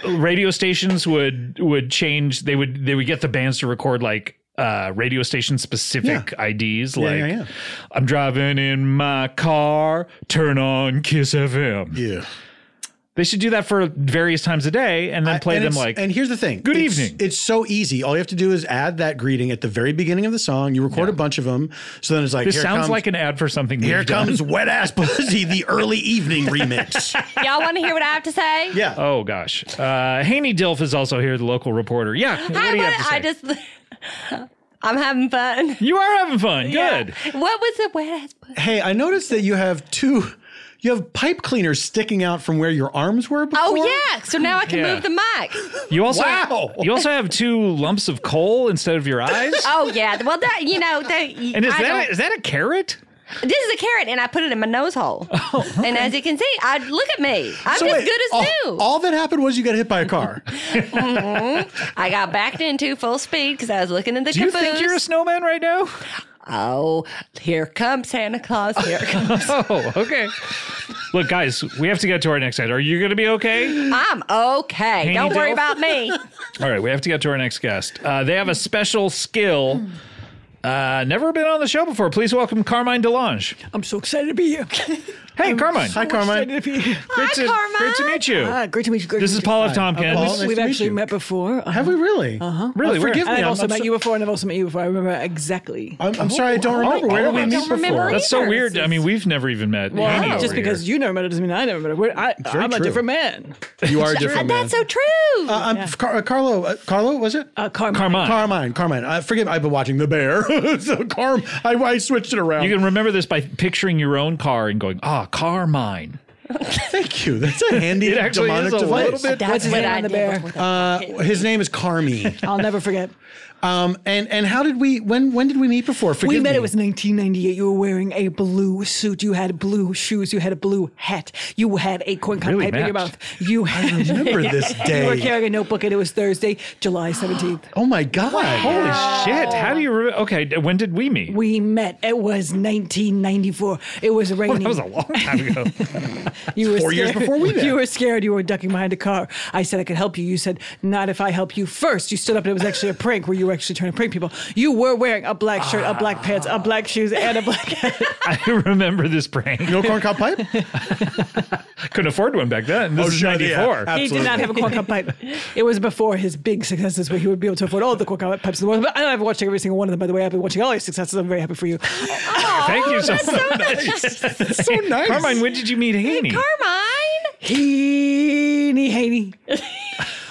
Speaker 1: r- radio stations would would change they would they would get the bands to record like uh radio station specific IDs like
Speaker 6: yeah, yeah.
Speaker 1: I'm driving in my car, turn on Kiss FM.
Speaker 6: yeah.
Speaker 1: They should do that for various times a day and then play
Speaker 6: and
Speaker 1: them
Speaker 6: it's-
Speaker 1: like
Speaker 6: And here's the thing.
Speaker 1: "Good
Speaker 6: It's-
Speaker 1: evening."
Speaker 6: It's so easy. All you have to do is add that greeting at the very beginning of the song. You record a bunch of them. So then it's like,
Speaker 1: this
Speaker 6: here
Speaker 1: sounds
Speaker 6: comes,
Speaker 1: like an ad for something we've
Speaker 6: here
Speaker 1: done.
Speaker 6: comes wet ass pussy, the early evening remix.
Speaker 9: Y'all want to hear what I have to say?
Speaker 6: Yeah.
Speaker 1: Oh gosh. Uh Haney Dilf is also here, the local reporter. Yeah. What
Speaker 9: I,
Speaker 1: do you have to
Speaker 9: wanna-
Speaker 1: say?
Speaker 9: I just, I'm having fun.
Speaker 1: you are having fun. Good.
Speaker 9: What was the wet ass pussy?
Speaker 6: hey, I noticed that you have two. You have pipe cleaners sticking out from where your arms were before.
Speaker 9: Oh yeah! So now I can
Speaker 1: Yeah.
Speaker 9: move the mic.
Speaker 1: You also
Speaker 6: Wow.
Speaker 1: you also have two lumps of coal instead of your eyes.
Speaker 9: Oh yeah. Well, that you know, they,
Speaker 1: And is
Speaker 9: Oh, I
Speaker 1: that
Speaker 9: don't-
Speaker 1: is that a carrot?
Speaker 9: This is a carrot, and I put it in my nose hole.
Speaker 1: Oh,
Speaker 9: And as you can see, I look at me. I'm
Speaker 6: So
Speaker 9: as
Speaker 6: wait,
Speaker 9: good as
Speaker 6: all,
Speaker 9: new.
Speaker 1: oh.
Speaker 6: All that happened was you got hit by a car.
Speaker 9: I got backed into full speed because I was looking in the
Speaker 1: Do you think you're a
Speaker 9: caboose.
Speaker 1: snowman right now?
Speaker 9: Oh, here comes Santa Claus. Here comes.
Speaker 1: Oh, okay. Look, guys, we have to get to our next guest. Are you going to be okay?
Speaker 9: I'm okay.
Speaker 1: Haney
Speaker 9: Don't worry
Speaker 1: Dilf?
Speaker 9: about me.
Speaker 1: All right, we have to get to our next guest. Uh, they have a special skill. Uh, never been on the show before. Please welcome Carmine Delange.
Speaker 4: I'm so excited to be here.
Speaker 1: Hey, Carmine.
Speaker 6: Hi, Carmine.
Speaker 4: Excited to be here.
Speaker 1: Great to,
Speaker 9: Carmine.
Speaker 1: Great to meet you.
Speaker 4: Ah, great to meet you. Great
Speaker 1: This
Speaker 4: to
Speaker 1: is
Speaker 4: meet you.
Speaker 1: Paul F. Tompkins.
Speaker 6: Paul. Nice
Speaker 4: We've
Speaker 6: to meet
Speaker 4: actually
Speaker 6: you.
Speaker 4: met before. Uh-huh.
Speaker 6: Have we really? Uh huh.
Speaker 1: Really? Where?
Speaker 6: forgive me.
Speaker 4: And I've
Speaker 6: I'm-
Speaker 4: also
Speaker 6: I'm
Speaker 4: met
Speaker 6: so- Oh,
Speaker 4: you before, and I've also met you before. I remember exactly.
Speaker 6: I'm, I'm sorry, I don't remember. Where did we meet
Speaker 9: remember
Speaker 6: before?
Speaker 9: either.
Speaker 1: That's so weird. I
Speaker 9: It's-
Speaker 1: mean, we've never even met.
Speaker 4: Well,
Speaker 1: Haney over
Speaker 4: just because
Speaker 1: here.
Speaker 4: you never met her doesn't mean I never met her. We're- I,
Speaker 6: very
Speaker 4: I'm a
Speaker 6: true.
Speaker 4: different man.
Speaker 10: You are different. man.
Speaker 9: That's so true.
Speaker 6: Uh, I'm, Car- uh, Carlo, uh, Carlo, was it?
Speaker 4: Uh, Carmine.
Speaker 1: Carmine.
Speaker 6: Carmine, Carmine. I forgive. I've been watching The Bear, so Carm. I, I switched it around.
Speaker 1: You can remember this by picturing your own car and going, ah, Carmine.
Speaker 6: Thank you. That's a handy
Speaker 1: It actually is
Speaker 6: demonic
Speaker 1: a
Speaker 6: device.
Speaker 1: little bit-
Speaker 4: What's his
Speaker 9: what
Speaker 4: name
Speaker 9: I
Speaker 4: on the
Speaker 9: did
Speaker 4: bear?
Speaker 9: before.
Speaker 6: Uh, his name is Carmi.
Speaker 4: I'll never forget.
Speaker 6: Um, and and how did we? When when did we meet before? Forgive
Speaker 4: we met.
Speaker 6: me.
Speaker 4: It was 1998. You were wearing a blue suit. You had blue shoes. You had a blue hat. You had a corn cob
Speaker 1: Really
Speaker 4: pipe in your
Speaker 1: matched.
Speaker 4: mouth. You had.
Speaker 6: remember this
Speaker 4: You were
Speaker 6: day.
Speaker 4: carrying a notebook, and it was Thursday, July 17th.
Speaker 6: Oh my god!
Speaker 1: Holy shit. How do you remember? Okay, d- when did we meet?
Speaker 4: We met. It was 1994. It was
Speaker 1: Well,
Speaker 4: raining.
Speaker 1: that was a long time ago.
Speaker 4: you were
Speaker 6: four years before we met.
Speaker 4: You were scared. You were ducking behind a car. I said I could help you. You said not if I help you first. You stood up and it was actually a prank where you were actually trying to prank people. You were wearing a black shirt, a black pants, a black shoes, and a black hat.
Speaker 1: I remember this prank.
Speaker 6: No corn cob pipe.
Speaker 1: Couldn't afford one back then. This
Speaker 6: Oh,
Speaker 1: is
Speaker 6: sure, yeah.
Speaker 1: 94.
Speaker 6: Ab-
Speaker 4: He did not have a corn cob pipe. It was before his big successes where he would be able to afford all the corn cob pipes in the world. But I've been watching every single one of them. By the way, I've been watching all your successes. I'm very happy for you.
Speaker 1: Uh, Thank you so
Speaker 9: Oh, that's so
Speaker 1: much.
Speaker 9: nice.
Speaker 6: so nice.
Speaker 1: Carmine, when did you meet Haney?
Speaker 9: Carmine.
Speaker 4: Heaney Haney. We.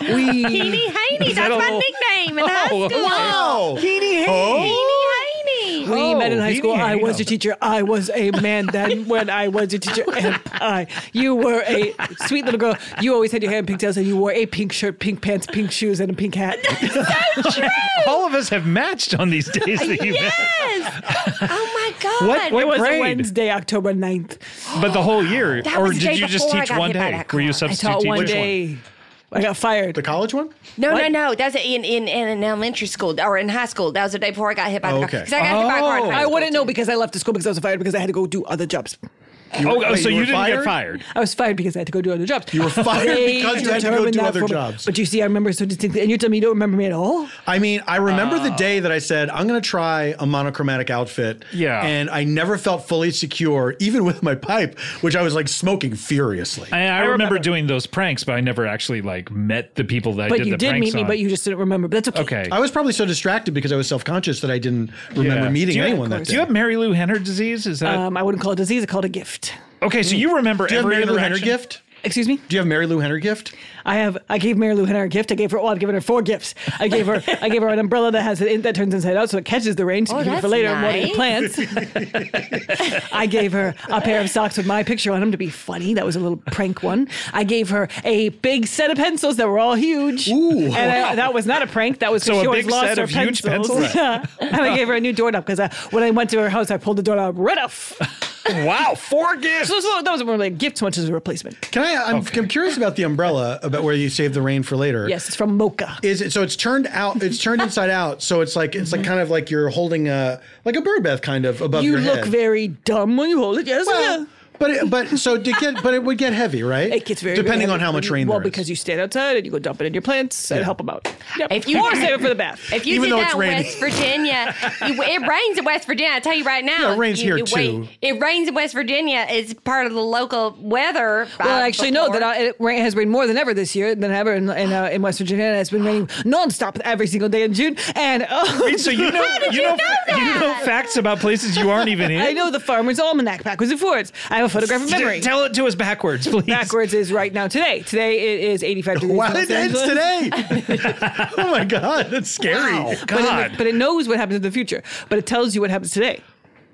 Speaker 9: Heaney Haney.
Speaker 1: that
Speaker 9: That's
Speaker 1: a
Speaker 9: my
Speaker 1: little-
Speaker 9: nickname in high
Speaker 1: Oh,
Speaker 9: school.
Speaker 1: okay. Oh.
Speaker 6: Wow.
Speaker 4: Heaney Haney.
Speaker 9: Heaney Haney.
Speaker 4: We met in
Speaker 6: Oh,
Speaker 4: high
Speaker 1: he
Speaker 4: school.
Speaker 1: didn't
Speaker 4: I
Speaker 1: hang
Speaker 4: was
Speaker 1: up.
Speaker 4: your teacher. I was a man then when I was your teacher. And I, you were a sweet little girl. You always had your hair in pigtails and you wore a pink shirt, pink pants, pink shoes, and a pink hat.
Speaker 1: All of us have matched on these days that you met.
Speaker 9: Yes. oh my God.
Speaker 1: What-
Speaker 4: It
Speaker 1: what-
Speaker 4: was a
Speaker 1: Grade.
Speaker 4: Wednesday, October 9th.
Speaker 1: But the whole year.
Speaker 9: That
Speaker 1: or
Speaker 9: was the
Speaker 1: did
Speaker 9: day
Speaker 1: you just
Speaker 9: before I
Speaker 1: teach
Speaker 9: got
Speaker 1: one
Speaker 9: hit by
Speaker 1: day?
Speaker 9: that
Speaker 1: Were you a
Speaker 9: car. I
Speaker 1: substitute
Speaker 4: Taught
Speaker 1: teacher?
Speaker 4: one day. I got fired.
Speaker 6: The college one.
Speaker 9: No,
Speaker 4: What?
Speaker 9: no, no. That's in, in in elementary school or in high school. That was the day before I got hit by the car.
Speaker 6: Okay.
Speaker 9: Because I got hit by a car. in high
Speaker 4: I
Speaker 9: school,
Speaker 4: wouldn't
Speaker 9: too.
Speaker 4: know because I left the school because I was fired because I had to go do other jobs.
Speaker 1: Oh, oh,
Speaker 6: wait,
Speaker 1: so
Speaker 6: you
Speaker 1: you,
Speaker 6: were
Speaker 1: didn't get
Speaker 6: fired?
Speaker 1: fired.
Speaker 4: I was fired because I had to go do other jobs.
Speaker 6: You were fired
Speaker 4: They
Speaker 6: because you had to go
Speaker 4: determined
Speaker 6: do
Speaker 4: that
Speaker 6: other
Speaker 4: for me.
Speaker 6: jobs.
Speaker 4: But you see, I remember so distinctly. And you're telling me you don't remember me at all?
Speaker 6: I mean, I remember
Speaker 1: Uh.
Speaker 6: the day that I said I'm going to try a monochromatic outfit.
Speaker 1: Yeah.
Speaker 6: And I never felt fully secure, even with my pipe, which I was like smoking furiously.
Speaker 1: I, I, remember, doing those pranks, but I never actually like met the people that I
Speaker 4: But
Speaker 1: did
Speaker 4: you
Speaker 1: the
Speaker 4: did
Speaker 1: pranks
Speaker 4: meet me,
Speaker 1: on.
Speaker 4: but you just didn't remember. But that's okay.
Speaker 1: Okay.
Speaker 6: I was probably so distracted because I was self conscious that I didn't remember
Speaker 1: Yeah.
Speaker 6: meeting
Speaker 1: Do you-
Speaker 6: anyone that
Speaker 1: Do you
Speaker 6: day.
Speaker 1: have Mary Lou Henner disease? Is that
Speaker 4: Um, I wouldn't call it a disease. I call it a gift.
Speaker 1: okay? So you remember
Speaker 6: Do you have
Speaker 1: every
Speaker 6: Mary Lou Henner
Speaker 1: interaction?
Speaker 6: gift?
Speaker 4: Excuse me.
Speaker 6: Do you have Mary Lou Henner gift?
Speaker 4: I have. I gave Mary Lou Henner a gift. I gave her. Oh, I've given her four gifts. I gave her. I gave her an umbrella that has it in, that turns inside out, so it catches the rain. So
Speaker 9: Oh,
Speaker 4: you can keep it for
Speaker 9: that's
Speaker 4: later in watering
Speaker 9: nice.
Speaker 4: plants. I gave her a pair of socks with my picture on them to be funny. That was a little prank one. I gave her a big set of pencils that were all huge.
Speaker 6: Ooh.
Speaker 4: and I, that was not a prank. That was
Speaker 1: So
Speaker 4: because
Speaker 1: a
Speaker 4: she always
Speaker 1: big
Speaker 4: lost
Speaker 1: set
Speaker 4: her
Speaker 1: of huge pencils?
Speaker 4: Yeah. and I gave her a new doorknob because when I went to her house, I pulled the doorknob right off.
Speaker 1: Wow, four gifts.
Speaker 4: So those- that wasn't really a gift so much as a replacement.
Speaker 6: Can I? I'm, I'm curious about the umbrella, about where you save the rain for later.
Speaker 4: Yes, it's from Mocha.
Speaker 6: Is it so? It's turned out. It's turned inside out. So it's like it's like kind of like you're holding a like a bird bath kind of above
Speaker 4: Mm-hmm. you
Speaker 6: your
Speaker 4: look
Speaker 6: head.
Speaker 4: very dumb when you hold it. Yes,
Speaker 6: Well,
Speaker 4: yeah.
Speaker 6: but it, but so to get but it would get heavy, right?
Speaker 4: It gets very
Speaker 6: depending
Speaker 4: very
Speaker 6: on how
Speaker 4: heavy.
Speaker 6: much rain.
Speaker 4: Well,
Speaker 6: there is.
Speaker 4: because you stand outside and you go dump it in your plants and help them out. Yep.
Speaker 9: If you-
Speaker 4: or save it for the bath.
Speaker 9: If you
Speaker 6: Even
Speaker 9: did
Speaker 6: though
Speaker 9: that
Speaker 6: it's
Speaker 9: in
Speaker 6: raining.
Speaker 9: West Virginia, you, it rains in West Virginia. I tell you right now,
Speaker 6: Yeah, it rains
Speaker 9: you-
Speaker 6: here,
Speaker 9: it, wait,
Speaker 6: too.
Speaker 9: It rains in West Virginia. It's part of the local weather. uh,
Speaker 4: well, actually, no. That I, it rain, has rained more than ever this year than ever in in, uh, in West Virginia. And it's been raining nonstop every single day in June. And oh,
Speaker 1: So you know you, know, you know facts about places you aren't even in.
Speaker 4: I know the Farmer's Almanac backwards and forwards. I have a photographic memory.
Speaker 1: Tell it to us backwards, please.
Speaker 4: Backwards is right now today. Today it is 85 degrees. in
Speaker 6: Wow,
Speaker 4: Los
Speaker 6: it ends
Speaker 4: Angeles.
Speaker 6: today. oh my god, that's scary.
Speaker 1: Wow,
Speaker 4: But, it-
Speaker 1: God,
Speaker 4: but it knows what happens in the future. But it tells you what happens today.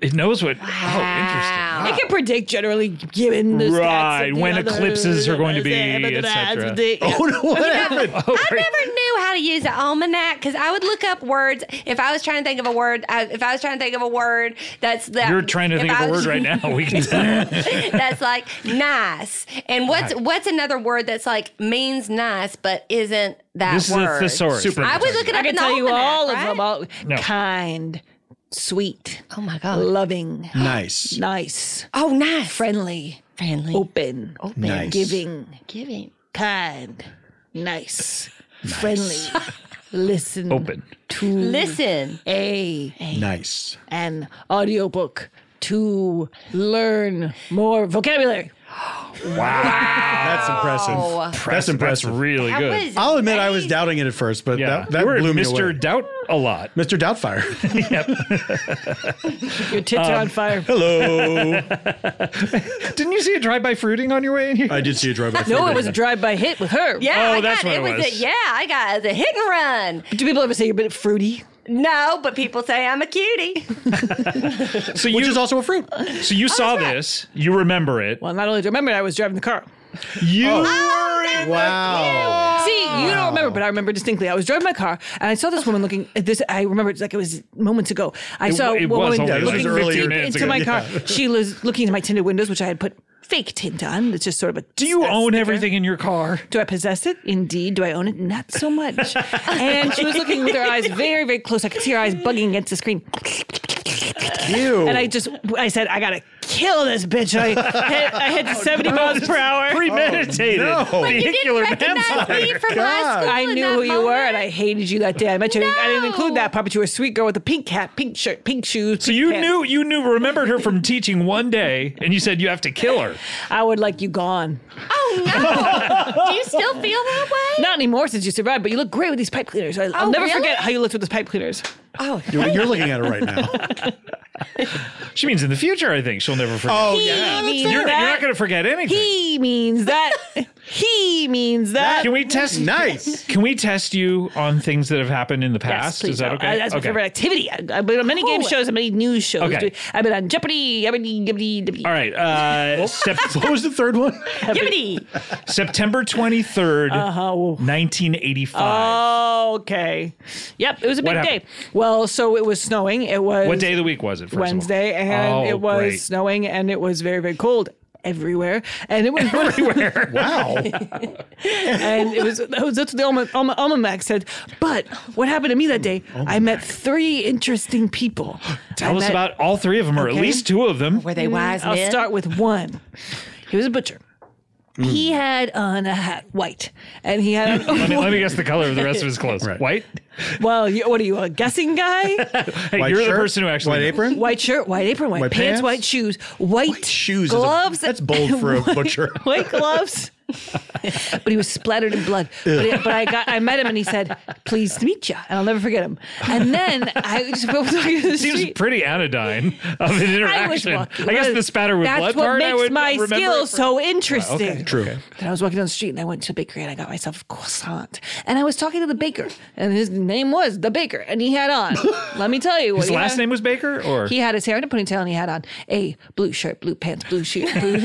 Speaker 1: it knows what. Oh,
Speaker 4: It can predict generally given the stats of
Speaker 1: Right,
Speaker 4: the
Speaker 1: when
Speaker 4: other-
Speaker 1: eclipses are going to be, et cetera.
Speaker 4: Yeah.
Speaker 6: Oh no, what happened?
Speaker 9: I never knew how to use an almanac because I would look up words if I was trying to think of a word. I, if I was trying to think of a word that's that
Speaker 1: You're trying to
Speaker 9: if
Speaker 1: think
Speaker 9: I
Speaker 1: of a
Speaker 9: was-
Speaker 1: word right now. We can tell.
Speaker 9: that's like nice. And what's what's another word that's like means nice but isn't that
Speaker 1: This is
Speaker 9: word?
Speaker 1: a thesaurus.
Speaker 3: Super.
Speaker 9: I would look it up
Speaker 11: I
Speaker 9: in
Speaker 11: can
Speaker 9: the
Speaker 11: tell you
Speaker 9: almanac,
Speaker 11: all
Speaker 9: right?
Speaker 11: of them. All
Speaker 1: No.
Speaker 11: kind, sweet,
Speaker 9: Oh my god.
Speaker 11: loving,
Speaker 6: Nice.
Speaker 11: nice,
Speaker 9: Oh, nice. Oh,
Speaker 11: friendly,
Speaker 9: Friendly.
Speaker 11: open,
Speaker 6: Nice.
Speaker 11: giving,
Speaker 9: Giving.
Speaker 11: kind, nice, friendly, listen,
Speaker 1: Open.
Speaker 11: to
Speaker 9: Listen.
Speaker 11: a
Speaker 6: Nice.
Speaker 11: an audiobook to learn more vocabulary.
Speaker 6: That's impressive.
Speaker 9: Oh,
Speaker 1: That's
Speaker 6: impressive.
Speaker 1: That's really
Speaker 9: that
Speaker 1: good.
Speaker 9: was
Speaker 6: I'll admit I was
Speaker 9: amazing.
Speaker 6: doubting it at first, but
Speaker 1: yeah.
Speaker 6: that, that
Speaker 1: We're at
Speaker 6: blew me
Speaker 1: Mr.
Speaker 6: away.
Speaker 1: Doubt a lot.
Speaker 6: Mr. Doubtfire.
Speaker 4: Your tits
Speaker 1: Um.
Speaker 4: are on fire.
Speaker 6: Hello.
Speaker 1: Didn't you see a drive-by fruiting on your way in here?
Speaker 6: I did see a drive-by.
Speaker 11: Oh,
Speaker 4: No, it was a drive-by hit with her.
Speaker 9: Yeah,
Speaker 1: Oh,
Speaker 9: I
Speaker 1: that's
Speaker 9: got,
Speaker 1: what it
Speaker 9: was.
Speaker 1: was.
Speaker 9: a, yeah, I got the hit and run.
Speaker 4: Do people ever say you're a bit fruity?
Speaker 9: No, but people say I'm a cutie.
Speaker 1: So
Speaker 6: which
Speaker 1: you,
Speaker 6: is also a fruit.
Speaker 1: so you saw this. You remember it.
Speaker 4: Well, not only do I remember, it, I was driving the car.
Speaker 1: You
Speaker 4: Oh,
Speaker 6: Wow.
Speaker 4: See, you don't remember, but I remember distinctly. I was driving my car and I saw this woman looking at this. I remember it's like it was moments ago. I
Speaker 1: It
Speaker 4: saw
Speaker 1: w-
Speaker 4: a
Speaker 1: it was
Speaker 4: woman
Speaker 1: only-
Speaker 6: it was
Speaker 4: looking
Speaker 6: earlier
Speaker 4: deep
Speaker 1: minutes
Speaker 4: into
Speaker 1: ago,
Speaker 4: my
Speaker 1: yeah.
Speaker 4: car. She was looking into my tinted windows, which I had put fake tint on. It's just sort of a.
Speaker 1: do you own everything in your car?
Speaker 4: Do I possess it? Indeed. Do I own it? Not so much. and she was looking with her eyes very, very close. I could see her eyes bugging against the screen.
Speaker 6: Ew.
Speaker 4: And I just, I said, I gotta kill this bitch. I hit, I
Speaker 1: Oh,
Speaker 4: hit 70 miles per hour.
Speaker 1: Premeditated.
Speaker 6: Oh, no. But you
Speaker 9: You didn't
Speaker 1: Vehicular
Speaker 9: recognize
Speaker 1: manslaughter.
Speaker 9: me from
Speaker 6: God.
Speaker 9: high school.
Speaker 4: I
Speaker 9: in
Speaker 4: knew
Speaker 9: that
Speaker 4: who you were,
Speaker 9: moment.
Speaker 4: and I hated you that day. I met you. I didn't include that
Speaker 9: No.
Speaker 4: part, but you were a sweet girl with a pink hat, pink shirt, pink shoes.
Speaker 1: So you knew you knew remembered her from teaching one day, and you said you have to kill her.
Speaker 4: I would like you gone.
Speaker 9: Oh no! Do you still feel that way?
Speaker 4: Not anymore since you survived, but you look great with these pipe cleaners. I, I'll
Speaker 9: Oh,
Speaker 4: never
Speaker 9: really?
Speaker 4: forget how you looked with those pipe cleaners.
Speaker 6: You're, you're looking at it right now.
Speaker 1: She means in the future. I think she'll never forget.
Speaker 6: Oh yeah.
Speaker 4: means
Speaker 1: you're, you're not
Speaker 4: that.
Speaker 1: going to forget anything.
Speaker 4: He means that. he means that.
Speaker 1: can we test?
Speaker 6: Nice.
Speaker 1: Can we test you on things that have happened in the past?
Speaker 4: please
Speaker 1: Is that
Speaker 4: don't.
Speaker 1: okay?
Speaker 4: Uh, That's my
Speaker 1: okay.
Speaker 4: favorite activity. I- I've been on many game
Speaker 9: Oh.
Speaker 4: shows, I've many news shows.
Speaker 1: Okay.
Speaker 4: I've been on Jeopardy. Jeopardy, Jeopardy, Jeopardy.
Speaker 1: All right. Uh, sep-
Speaker 6: What was the third one?
Speaker 9: Gibbity.
Speaker 1: September 23rd,
Speaker 4: Oh.
Speaker 1: 1985.
Speaker 4: Oh, okay. Yep, it was a
Speaker 1: What
Speaker 4: big day.
Speaker 1: happened?
Speaker 4: Well, so it was snowing. It was
Speaker 1: what day of the week was it? First
Speaker 4: Wednesday,
Speaker 1: of all?
Speaker 4: and
Speaker 1: Oh,
Speaker 4: it was
Speaker 1: great.
Speaker 4: snowing, and it was very, very cold everywhere, and it was everywhere.
Speaker 6: Wow.
Speaker 4: and it was that was- that's what the alma- alma- almanac said. But what happened to me that day? I met three interesting people.
Speaker 1: Oh Tell
Speaker 4: I
Speaker 1: us
Speaker 4: met-
Speaker 1: about all three of them, or at
Speaker 4: Okay.
Speaker 1: least two of them.
Speaker 9: Were they wise
Speaker 4: I'll
Speaker 9: men?
Speaker 4: start with one. He was a butcher.
Speaker 1: Mm.
Speaker 4: He had on a hat, white, and he had. On,
Speaker 1: Let me, let me guess the color of the rest of his clothes.
Speaker 6: Right.
Speaker 1: White.
Speaker 4: well, you, what are you, a guessing guy?
Speaker 1: Hey, you're the person who actually
Speaker 6: White
Speaker 1: knows.
Speaker 6: apron.
Speaker 4: White shirt, white apron, white,
Speaker 6: White
Speaker 4: pants,
Speaker 6: pants?
Speaker 4: white shoes, white,
Speaker 6: shoes is a-
Speaker 4: gloves.
Speaker 6: that's bold for a
Speaker 4: white-
Speaker 6: butcher.
Speaker 4: White gloves. but he was splattered in blood. But, he- but I got, I met him and he said, "Pleased to meet you," and I'll never forget him. And then I just go walking to the
Speaker 1: Seems
Speaker 4: street.
Speaker 1: pretty anodyne of an interaction. I,
Speaker 4: walking-
Speaker 1: guess the spatter with
Speaker 4: That's
Speaker 1: blood
Speaker 4: what
Speaker 1: part.
Speaker 4: makes
Speaker 1: I would
Speaker 4: my
Speaker 1: remember it
Speaker 4: skill
Speaker 1: for-
Speaker 4: so interesting.
Speaker 6: True.
Speaker 4: Then I was walking down the street and I went to a bakery and I got myself a croissant. And I was talking to the baker, and his name was the baker, and he had on. let me tell you what
Speaker 1: His
Speaker 4: he
Speaker 1: last
Speaker 4: had-
Speaker 1: name was Baker, or
Speaker 4: He had his hair in a ponytail and he had on a blue shirt, blue pants, blue shoes, blue,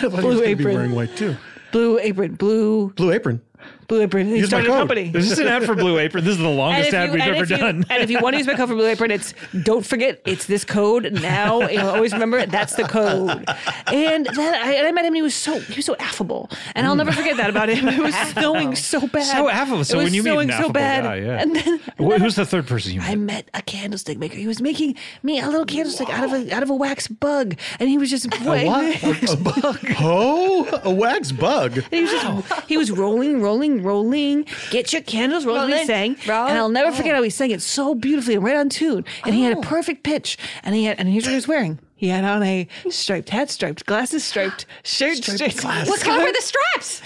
Speaker 6: Blue apron. Be
Speaker 4: apron.
Speaker 6: wearing white too.
Speaker 4: blue apron, blue
Speaker 6: Blue apron.
Speaker 4: blue apron. He
Speaker 6: my
Speaker 4: started a
Speaker 6: code.
Speaker 4: company.
Speaker 1: is this an ad for Blue Apron? This is the longest ad we've
Speaker 4: and
Speaker 1: ever
Speaker 4: if you-
Speaker 1: done.
Speaker 4: and if you want to use my code for Blue Apron, it's don't forget it's this code now. You know, always remember it. That's the code. And then I, and I met him. and He was so he was so affable, and I'll never forget that about him. It was snowing so bad.
Speaker 1: Hmm. So affable. So
Speaker 4: it was
Speaker 1: when you meet
Speaker 4: snowing
Speaker 1: an affable
Speaker 4: so bad,
Speaker 1: guy, yeah.
Speaker 4: and then
Speaker 1: Wh- Who's the third person you
Speaker 4: I
Speaker 1: met?
Speaker 4: met a candlestick maker. He was making me a little candlestick out of a out of a wax bug, and he was just
Speaker 6: A what? a bug. Oh, a wax bug.
Speaker 4: He was, just, he was rolling, rolling, rolling. Get your candles rolling. he
Speaker 9: Rolling,
Speaker 4: sang,
Speaker 9: roll. Oh.
Speaker 4: and I'll never forget how he sang it so beautifully and right on tune. And he had a perfect pitch. And he had, and here's what he was wearing. He had on a striped hat, striped glasses, striped shirt, striped, glasses.
Speaker 9: What color were the stripes?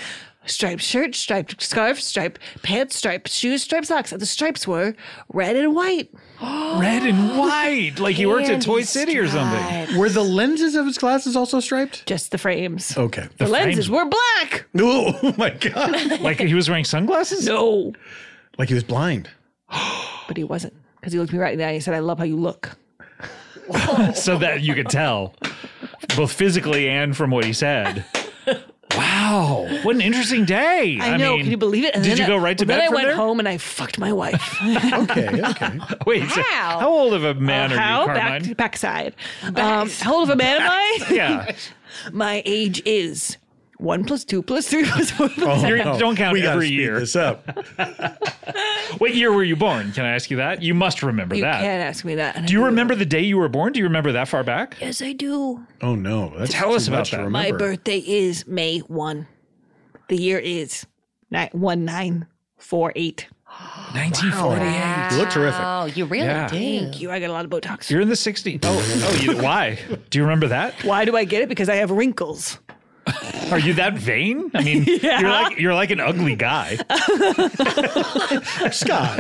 Speaker 4: striped shirt, striped scarf, striped pants, striped shoes, striped socks. And the stripes were red and white.
Speaker 1: Red and white, like he worked at Toy City or something.
Speaker 6: Were the lenses of his glasses also striped?
Speaker 4: Just the frames.
Speaker 6: Okay.
Speaker 4: The, lenses
Speaker 1: frames.
Speaker 4: were black.
Speaker 6: Oh, oh my god.
Speaker 1: Like he was wearing sunglasses.
Speaker 4: No,
Speaker 6: like he was blind.
Speaker 4: but he wasn't because he looked me right in the eye. and He said, "I love how you look."
Speaker 1: so that you could tell, both physically and from what he said. Wow, what an interesting day.
Speaker 4: I know.
Speaker 1: mean,
Speaker 4: can you believe it? And
Speaker 1: did
Speaker 4: then
Speaker 1: you
Speaker 4: I-
Speaker 1: go right to
Speaker 4: then
Speaker 1: bed
Speaker 4: I
Speaker 1: from
Speaker 4: went
Speaker 1: there?
Speaker 4: home and I fucked my wife.
Speaker 6: Okay, okay.
Speaker 1: Wait, so
Speaker 9: How?
Speaker 1: how old of a man are
Speaker 4: Uh, How
Speaker 1: you, Carmine?
Speaker 4: back backside? Um, how old of a man am I?
Speaker 1: yeah,
Speaker 4: My age is one plus two plus three plus
Speaker 1: Oh,
Speaker 4: four. Plus
Speaker 1: You're- don't count
Speaker 6: Oh, we gotta
Speaker 1: every
Speaker 6: speed
Speaker 1: year.
Speaker 6: This up.
Speaker 1: What year were you born? Can I ask you that? You must remember
Speaker 4: You
Speaker 1: that.
Speaker 4: can't ask me that.
Speaker 1: Do you remember the day you were born? Do you remember that far back?
Speaker 4: Yes, I do.
Speaker 6: Oh no, that's
Speaker 1: Tell
Speaker 6: too
Speaker 1: us about
Speaker 6: much to
Speaker 1: that.
Speaker 6: remember.
Speaker 4: My birthday is May one. The year is nine one nine four eight.
Speaker 1: 1948.
Speaker 6: You look terrific.
Speaker 9: Oh, you really
Speaker 1: Yeah.
Speaker 9: do.
Speaker 4: Thank you. I got a lot of Botox.
Speaker 1: You're in the 60s. Oh, oh, you, why? Do you remember that?
Speaker 4: Why do I get it? Because I have wrinkles.
Speaker 1: Are you that vain? I mean, you're like you're like an ugly guy.
Speaker 6: Scott,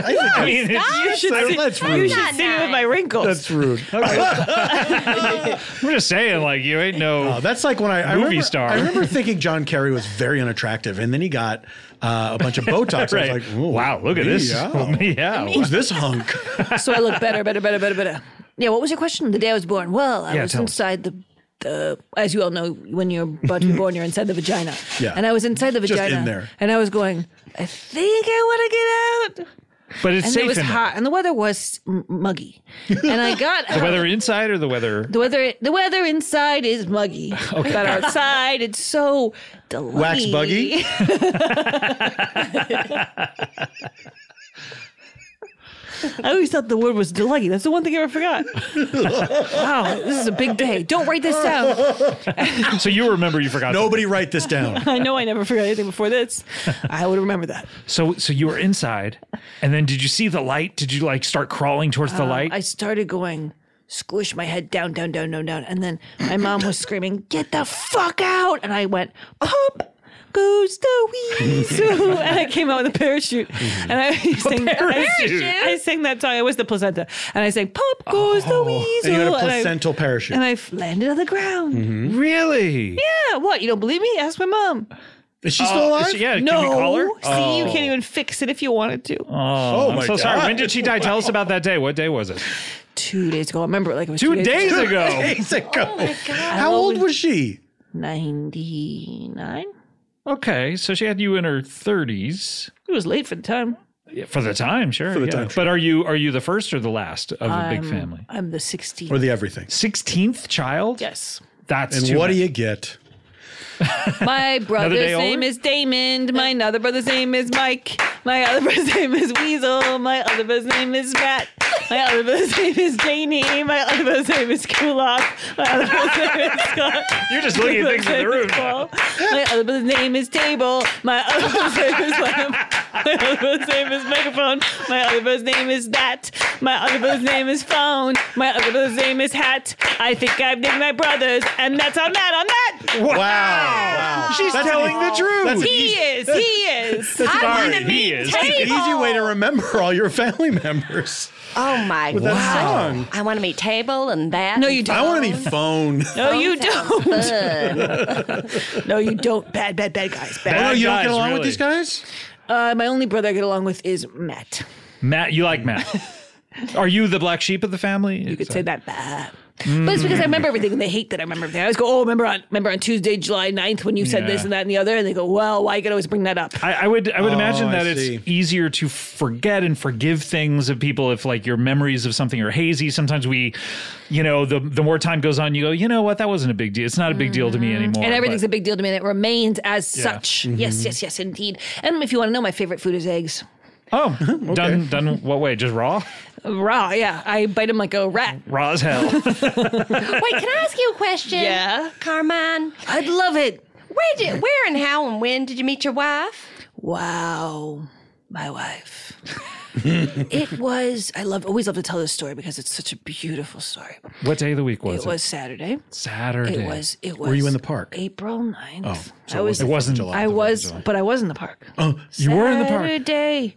Speaker 6: I think
Speaker 1: I mean, it's,
Speaker 4: You should
Speaker 6: that's,
Speaker 4: see,
Speaker 6: that's rude.
Speaker 9: Not
Speaker 4: see me with
Speaker 9: nice.
Speaker 4: my wrinkles.
Speaker 6: That's rude.
Speaker 1: I'm just saying, like you ain't no.
Speaker 6: Oh, that's like when I, I
Speaker 1: Movie
Speaker 6: remember,
Speaker 1: star.
Speaker 6: I remember thinking John Kerry was very unattractive, and then he got uh, a bunch of Botox.
Speaker 1: right.
Speaker 6: I was like, "Ooh,
Speaker 1: wow, look at this.
Speaker 6: meow.
Speaker 1: Yeah.
Speaker 6: Who's this hunk?
Speaker 4: so I look better, better, better, better, better. Yeah, what was your question? The day I was born. Well, I
Speaker 1: Yeah,
Speaker 4: was
Speaker 1: tell us.
Speaker 4: inside the, the, as you all know, when you're about to be born, you're inside the vagina.
Speaker 6: Yeah.
Speaker 4: And I was inside the
Speaker 6: Just
Speaker 4: vagina.
Speaker 6: in there.
Speaker 4: And I was going, I think I want to get out.
Speaker 1: But it's
Speaker 4: And
Speaker 1: safe
Speaker 4: it was
Speaker 1: in there.
Speaker 4: hot, and the weather was m- muggy. And I got
Speaker 1: The
Speaker 4: out.
Speaker 1: weather inside or the weather?
Speaker 4: The weather, the weather inside is muggy, but outside it's so delightful.
Speaker 6: Wax buggy?
Speaker 4: I always thought the word was delightful. That's the one thing I ever forgot. wow, this is a big day. Don't write this down.
Speaker 1: So you remember you forgot. something.
Speaker 6: Nobody write this down.
Speaker 4: I know I never forgot anything before this. I would remember that.
Speaker 1: So so you were inside, and then did you see the light? Did you like start crawling towards the light?
Speaker 4: Uh, I started going squish my head down, down, down, down, down, and then my mom was screaming, "Get the fuck out!" And I went, "Pop goes the weasel," and I came out with a parachute, and I
Speaker 1: Mm-hmm.
Speaker 4: sang,
Speaker 1: parachute? Oh,
Speaker 4: I, I sang that song. It was the placenta, and I sang, "Pop goes the weasel,"
Speaker 6: And you had a
Speaker 4: I-
Speaker 6: placental parachute.
Speaker 4: and I, f- landed on the ground.
Speaker 1: Mm-hmm. really?
Speaker 4: Yeah, what? You don't believe me? Ask my mom.
Speaker 6: Is she still alive?
Speaker 1: Uh, Yeah.
Speaker 4: no.
Speaker 1: Can we call her?
Speaker 4: See, you can't even fix it if you wanted to.
Speaker 1: Oh, I'm
Speaker 6: my
Speaker 1: so sorry.
Speaker 6: God.
Speaker 1: When did she die? Tell us about that day. What day was it?
Speaker 4: Two days ago, I remember it like it was
Speaker 1: Two
Speaker 4: two
Speaker 1: days
Speaker 4: ago.
Speaker 1: ago.
Speaker 6: Days ago. How old was she?
Speaker 4: Ninety-nine.
Speaker 1: Okay, so she had you in her 30s
Speaker 4: It was late for the time.
Speaker 1: Yeah, for the time, sure.
Speaker 6: the
Speaker 1: yeah.
Speaker 6: time, sure.
Speaker 1: But are you are you the first or the last of a
Speaker 4: Um,
Speaker 1: big family?
Speaker 4: I'm the 16th.
Speaker 6: Or the everything?
Speaker 1: 16th child?
Speaker 4: yes.
Speaker 1: That's
Speaker 6: And
Speaker 1: too
Speaker 6: what do
Speaker 1: many.
Speaker 6: you get?
Speaker 4: My brother's
Speaker 1: day older?
Speaker 4: name is Damon. My other brother's name is Mike. My other brother's name is Weasel. My other brother's name is Matt. My other brother's name is Janie. My other brother's name is Kulak. My other brother's name is Scott.
Speaker 1: You're just looking at things in the room. now.
Speaker 4: My other brother's name is Table. My other brother's name is Lamp. My other brother's name is Microphone. My other brother's name is That. My other brother's name is Phone. My other brother's name is Hat. I think I've named my brothers, and that's on that, on that.
Speaker 6: Wow. wow.
Speaker 1: She's telling the truth.
Speaker 6: That's an
Speaker 4: He
Speaker 6: easy,
Speaker 4: is. He is.
Speaker 9: I
Speaker 1: Sorry,
Speaker 9: want to
Speaker 1: he
Speaker 9: meet
Speaker 1: is.
Speaker 9: Table.
Speaker 6: easy way to remember all your family members.
Speaker 9: Oh my god!
Speaker 6: that song.
Speaker 9: I want to meet Table and that.
Speaker 4: No, you
Speaker 6: I
Speaker 4: don't.
Speaker 6: want to be phone.
Speaker 4: No, you
Speaker 9: Sounds
Speaker 4: don't.
Speaker 9: fun.
Speaker 4: No, you don't. Bad, bad, bad guys. Bad.
Speaker 1: Bad
Speaker 6: Oh, you don't
Speaker 1: guys,
Speaker 6: get along with
Speaker 1: really.
Speaker 6: these guys?
Speaker 4: Uh, my only brother I get along with is Matt.
Speaker 1: Matt, you like Matt. Are you the black sheep of the family?
Speaker 4: You could say that bad. But it's because I remember everything and they hate that I remember everything. I always go, oh, remember on, remember on Tuesday, July 9th when you said
Speaker 1: Yeah.
Speaker 4: this and that and the other? And they go, well, why you gotta always bring that up?
Speaker 1: I, I would I would imagine
Speaker 6: Oh, I
Speaker 1: that
Speaker 6: see.
Speaker 1: it's easier to forget and forgive things of people if like your memories of something are hazy. Sometimes we, you know, the the more time goes on, you go, you know what, that wasn't a big deal. It's not a big deal to me anymore.
Speaker 4: Mm-hmm. And everything's
Speaker 1: but-
Speaker 4: a big deal to me and it remains as such. Yes, yes, yes, indeed. And if you want to know, my favorite food is eggs.
Speaker 1: oh done done what way? Just raw,
Speaker 4: Raw, yeah. I bite them like a rat.
Speaker 1: raw as hell.
Speaker 9: Wait, can I ask you a question?
Speaker 4: Yeah.
Speaker 9: Carmine,
Speaker 4: I'd love it.
Speaker 9: where did, where and how and when did you meet your wife?
Speaker 4: Wow, my wife. it was, I love, always love to tell this story because it's such a beautiful story.
Speaker 1: what day of the week was
Speaker 4: It
Speaker 1: it?
Speaker 4: was Saturday.
Speaker 1: Saturday.
Speaker 4: It was. It was.
Speaker 6: Were you in the park? Oh,
Speaker 4: April 9th. I
Speaker 6: it
Speaker 4: was.
Speaker 1: It wasn't.
Speaker 6: July.
Speaker 4: I
Speaker 6: It
Speaker 4: was,
Speaker 6: July.
Speaker 4: but I was in the park.
Speaker 6: Oh,
Speaker 1: You were in the park.
Speaker 4: Saturday.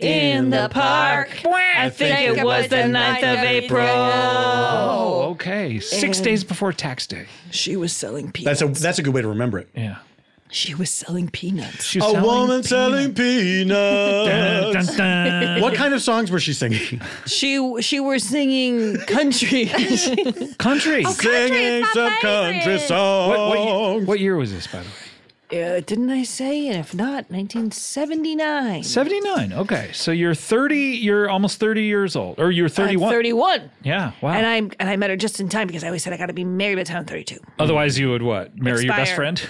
Speaker 4: In the park. I think it was the 9th of April.
Speaker 1: Oh, okay. Six days before tax day.
Speaker 4: She was selling peanuts.
Speaker 6: That's a that's a good way to remember it.
Speaker 1: Yeah.
Speaker 4: she was selling peanuts.
Speaker 1: She was
Speaker 6: a
Speaker 1: selling
Speaker 6: woman selling
Speaker 1: Dun,
Speaker 6: peanuts.
Speaker 1: dun, dun.
Speaker 6: what kind of songs were she singing?
Speaker 4: She she was singing country. Uh,
Speaker 1: country?
Speaker 9: Country is my favorite.
Speaker 1: What, what, ye- what year was this, by the way?
Speaker 4: Uh, didn't I say? And if not, 1979.
Speaker 1: 79. Okay. So you're 30, you're almost 30 years old, or you're 31.
Speaker 4: I'm 31.
Speaker 1: Yeah. Wow.
Speaker 4: And I'm and I met her just in time because I always said I got to be married by the time I'm 32.
Speaker 1: Otherwise, you would what? Marry your best
Speaker 4: Expire.
Speaker 1: friend?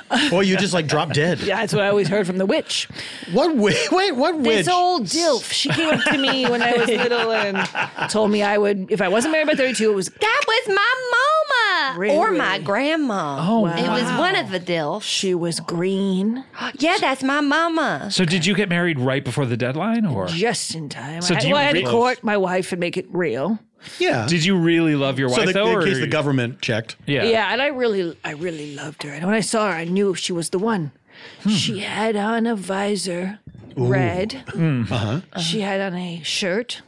Speaker 1: Oh,
Speaker 6: Or you just like drop dead.
Speaker 4: Yeah, that's what I always heard from the witch.
Speaker 6: What wait, wait what witch?
Speaker 4: This old dilf, she came up to me when I was little and told me I would, if I wasn't married by 32, it was
Speaker 9: That was my mama or my
Speaker 4: Really?
Speaker 9: grandma.
Speaker 1: Oh,
Speaker 9: It was one of the dilfs.
Speaker 4: she was green,
Speaker 9: Yeah, that's my mama.
Speaker 1: so did you get married right before the deadline, or
Speaker 4: just in time.
Speaker 1: So
Speaker 4: I,
Speaker 1: do you
Speaker 4: well, I had
Speaker 1: re-
Speaker 4: to court my wife and make it real.
Speaker 6: yeah.
Speaker 1: did you really love your wife
Speaker 6: so the,
Speaker 1: though?
Speaker 6: in
Speaker 1: or
Speaker 6: case the government checked.
Speaker 1: Yeah.
Speaker 4: Yeah. and I really, I really loved her. And when I saw her, I knew she was the one.
Speaker 1: Hmm.
Speaker 4: She had on a visor, red.
Speaker 1: Hmm.
Speaker 4: She had on a shirt,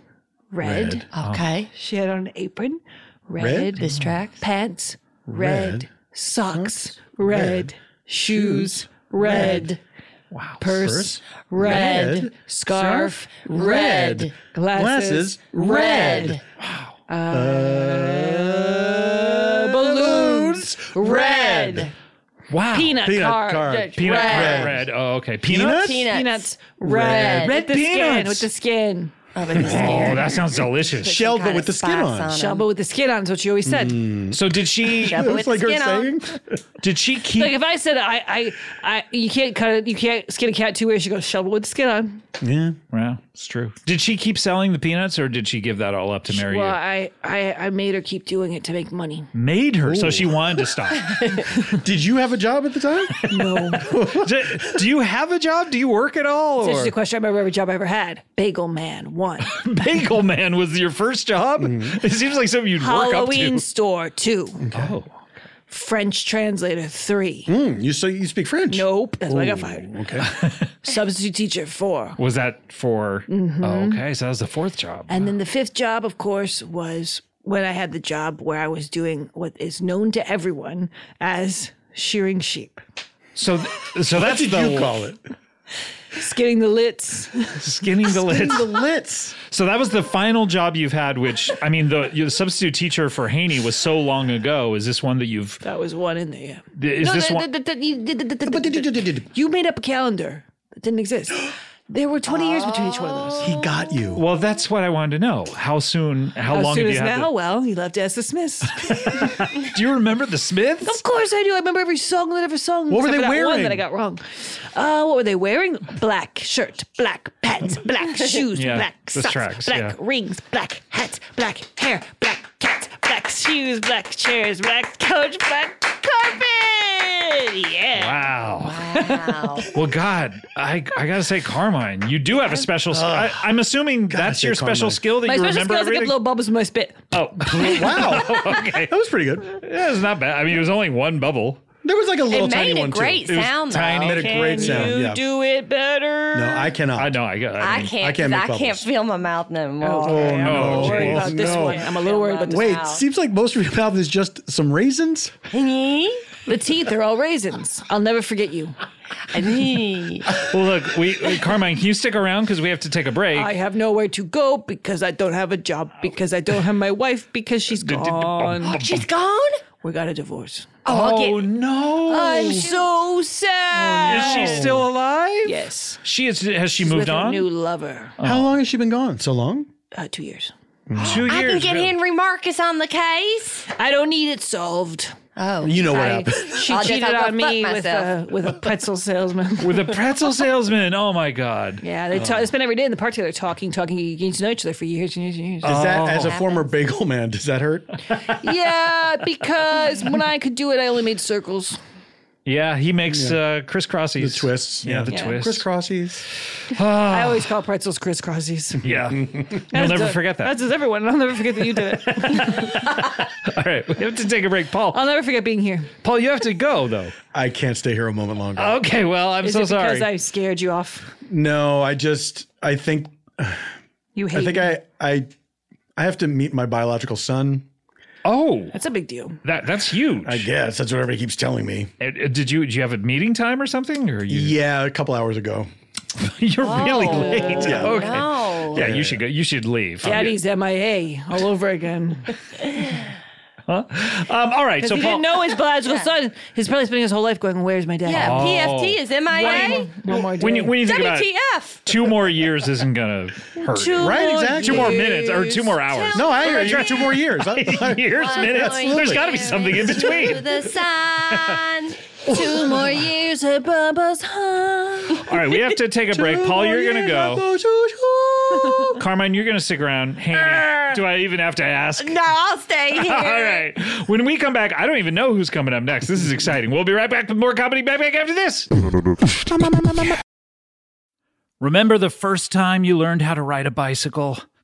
Speaker 4: red.
Speaker 6: Red.
Speaker 9: Okay.
Speaker 4: She had on an apron, red. Mm-hmm.
Speaker 9: This track.
Speaker 4: Pants,
Speaker 6: Red.
Speaker 4: red. Socks, red. Shoes, red. Wow. Purse,
Speaker 6: Purse,
Speaker 4: red.
Speaker 6: red.
Speaker 4: Scarf,
Speaker 6: red.
Speaker 4: red.
Speaker 6: Glasses,
Speaker 4: Glasses, red. Uh, balloons, red.
Speaker 1: Wow.
Speaker 4: Peanut,
Speaker 6: Peanut
Speaker 4: card.
Speaker 6: card.
Speaker 1: Peanut
Speaker 9: Red.
Speaker 1: red. red. Oh, okay.
Speaker 6: Peanuts?
Speaker 1: Peanuts.
Speaker 9: Peanuts.
Speaker 4: Peanuts, red.
Speaker 9: Red.
Speaker 4: With the skin.
Speaker 1: peanuts.
Speaker 4: With the skin.
Speaker 1: Oh, that sounds delicious.
Speaker 6: Shelled but
Speaker 9: kinda
Speaker 6: with the skin
Speaker 9: spots
Speaker 6: on.
Speaker 9: on 'em.
Speaker 4: Shabba with the skin on is what she always said.
Speaker 1: So did she?
Speaker 9: Shelled with
Speaker 6: It's like
Speaker 9: the
Speaker 6: her
Speaker 9: skin on.
Speaker 6: saying.
Speaker 1: Did she keep?
Speaker 4: Like if I said I, I, I, you can't cut it, you can't skin a cat two ways. She goes Shabba with the skin on.
Speaker 6: Yeah.
Speaker 1: Wow, it's true. Did she keep selling the peanuts, or did she give that all up to marry
Speaker 4: Well,
Speaker 1: you?
Speaker 4: I, I, I made her keep doing it to make money.
Speaker 1: Made her, so she wanted to stop.
Speaker 6: Did you have a job at the time? Hmm,
Speaker 4: No,
Speaker 1: do, do you have a job? Do you work at all?
Speaker 4: this
Speaker 1: or-
Speaker 4: is the question I remember every job I ever had. Bagel man one.
Speaker 1: Bagel Man was your first job? It seems like something you'd
Speaker 4: Halloween
Speaker 1: work
Speaker 4: store two.
Speaker 1: up to. Oh.
Speaker 4: French translator three.
Speaker 6: Hmm, you so you speak French?
Speaker 4: Nope, that's why I got fired.
Speaker 6: Okay.
Speaker 4: Substitute teacher four.
Speaker 1: Was that for? Oh, okay, so that was the fourth job.
Speaker 4: And then the fifth job, of course, was when I had the job where I was doing what is known to everyone as shearing sheep,
Speaker 1: So, th- so that's
Speaker 6: What
Speaker 1: the
Speaker 6: did you call it?
Speaker 4: skinning the lits.
Speaker 1: skinning the lid.
Speaker 6: the lits.
Speaker 1: So that was the final job you've had, which I mean, the, the substitute teacher for Haney was so long ago. Is this one that you've?
Speaker 4: That was one in there.
Speaker 1: Is this one?
Speaker 4: You made up a calendar that didn't exist. There were 20 years between each one of
Speaker 1: Oh.
Speaker 4: those.
Speaker 6: He got you.
Speaker 1: well, that's what I wanted to know. How soon? How,
Speaker 4: As
Speaker 1: long
Speaker 4: soon
Speaker 1: have
Speaker 4: as
Speaker 1: you had?
Speaker 4: now, well, you left us dismissed. of
Speaker 1: the- Do you remember the Smiths?
Speaker 4: course I do. I remember every song that I ever sung.
Speaker 1: What were
Speaker 4: except
Speaker 1: they
Speaker 4: for that One
Speaker 1: wearing?
Speaker 4: that I got wrong. Uh, what were they wearing? Black shirt, black pants, black shoes,
Speaker 1: Yeah,
Speaker 4: black
Speaker 1: this
Speaker 4: socks,
Speaker 1: tracks,
Speaker 4: black
Speaker 1: yeah.
Speaker 4: rings, black hats, black hair, black cats, black shoes, black chairs, black couch, black carpet. Yeah.
Speaker 1: Wow.
Speaker 9: Wow.
Speaker 1: Well, God, I I gotta say, Carmine, you do have a special. s- I, am assuming that's
Speaker 6: say
Speaker 1: your special
Speaker 6: Carmine.
Speaker 1: skill that
Speaker 4: My
Speaker 1: you
Speaker 4: special
Speaker 1: remember
Speaker 4: skill is I get
Speaker 1: everything.
Speaker 4: little bubbles in my spit.
Speaker 1: oh,
Speaker 6: Wow.
Speaker 1: okay.
Speaker 6: That was pretty good.
Speaker 1: Yeah, it's not bad. I mean, it was only one bubble.
Speaker 6: There was like a little
Speaker 9: It
Speaker 6: tiny
Speaker 9: made a
Speaker 6: one
Speaker 9: great
Speaker 6: too.
Speaker 1: was
Speaker 9: sound
Speaker 1: tiny.
Speaker 9: though.
Speaker 6: Made a great sound.
Speaker 4: you
Speaker 6: yeah.
Speaker 4: do it better.
Speaker 6: no, I cannot.
Speaker 1: I know. I got. I
Speaker 9: I
Speaker 1: mean,
Speaker 9: can't.
Speaker 6: I
Speaker 9: I
Speaker 6: can't
Speaker 9: can't,
Speaker 6: make
Speaker 9: I can't
Speaker 6: bubbles.
Speaker 9: feel my mouth no more.
Speaker 4: Okay, I'm
Speaker 1: Oh,
Speaker 4: a little worried
Speaker 1: geez,
Speaker 4: about this
Speaker 6: no.
Speaker 4: one. I'm a little worried about this
Speaker 6: Wait,
Speaker 9: Wow.
Speaker 6: seems like most of your mouth is just some raisins.
Speaker 4: The teeth are all raisins. I'll never forget you.
Speaker 1: Well, look, we, we- Carmine, can you stick around because we have to take a break?
Speaker 4: I have nowhere to go because I don't have a job, because I don't have my wife, because she's gone.
Speaker 9: She's gone.
Speaker 4: We got a divorce. Oh.
Speaker 1: oh no!
Speaker 4: I'm so sad.
Speaker 1: is she still alive?
Speaker 4: Yes.
Speaker 1: She is. Has she
Speaker 4: Oh. With
Speaker 1: moved
Speaker 4: her
Speaker 1: on?
Speaker 4: new lover.
Speaker 6: How long has she been gone? So long?
Speaker 4: Uh, two years.
Speaker 1: Two years.
Speaker 9: I can get
Speaker 1: really.
Speaker 9: Henry Marcus on the case.
Speaker 4: I don't need it solved.
Speaker 9: Oh,
Speaker 6: You know what
Speaker 4: I,
Speaker 6: happened.
Speaker 4: she
Speaker 9: I'll just-
Speaker 4: cheated
Speaker 9: I'll go
Speaker 4: on me
Speaker 9: fuck
Speaker 4: with a,
Speaker 9: myself.
Speaker 4: with a pretzel salesman.
Speaker 1: With a pretzel salesman. Oh my God.
Speaker 4: yeah, they,
Speaker 1: Oh.
Speaker 4: ta- they spend every day in the park together talking, talking, getting to know each other for years and years and years.
Speaker 1: Uh.
Speaker 6: Is that as a former bagel man, does that hurt?
Speaker 4: yeah, because when I could do it, I only made circles.
Speaker 1: Yeah, he makes uh, crisscrossies.
Speaker 6: The twists.
Speaker 1: Yeah, the
Speaker 4: Yeah.
Speaker 1: twists.
Speaker 6: Crisscrossies.
Speaker 1: Ah.
Speaker 4: I always call pretzels crisscrossies.
Speaker 1: Yeah. You'll never forget that.
Speaker 4: That's just everyone. and I'll never forget that you did it.
Speaker 1: All right, we have to take a break, Paul.
Speaker 4: I'll never forget being here.
Speaker 1: Paul, you have to go though.
Speaker 6: I can't stay here a moment longer.
Speaker 1: Okay, well, I'm
Speaker 4: Is
Speaker 1: so
Speaker 4: it because
Speaker 1: sorry.
Speaker 4: I scared you off?
Speaker 6: no, I just I think
Speaker 4: You hate.
Speaker 6: I think
Speaker 4: me.
Speaker 6: I I I have to meet my biological son.
Speaker 1: oh,
Speaker 4: That's a big deal.
Speaker 1: that that's huge.
Speaker 6: I guess that's what everybody keeps telling me.
Speaker 1: Uh, uh, Did you did you have a meeting time or something? Or you
Speaker 6: Yeah, a couple hours ago.
Speaker 1: you're really
Speaker 4: Oh.
Speaker 1: late.
Speaker 6: Yeah.
Speaker 1: Okay.
Speaker 9: no.
Speaker 1: Yeah, you should go. You should leave.
Speaker 4: Daddy's MIA all over again.
Speaker 1: Um, all right, so
Speaker 4: he
Speaker 1: Paul,
Speaker 4: didn't know his biological son. He's probably spending his whole life going, "Where's my dad?"
Speaker 9: Yeah,
Speaker 1: Oh.
Speaker 9: PFT is MIA.
Speaker 1: when you when you think about it,
Speaker 9: WTF?
Speaker 1: two more years isn't gonna hurt.
Speaker 4: Two
Speaker 6: Right,
Speaker 4: more
Speaker 6: exactly.
Speaker 1: Two more minutes or two more hours.
Speaker 6: No, I hear you. Two more years. I-
Speaker 1: years,
Speaker 9: One
Speaker 1: minutes.
Speaker 9: more
Speaker 1: There's got to be
Speaker 9: year
Speaker 1: something in
Speaker 9: To
Speaker 1: between.
Speaker 9: the sun. Two more years.
Speaker 4: Here's a Bubba's home.
Speaker 1: All right, we have to take a break. Paul, you're gonna go. Carmine, you're gonna stick around.
Speaker 4: Ah.
Speaker 1: Haney, do I even have to ask?
Speaker 9: No, I'll stay here.
Speaker 1: All right. When we come back, I don't even know who's coming up next. This is exciting. We'll be right back with more comedy back back after this. Remember the first time you learned how to ride a bicycle?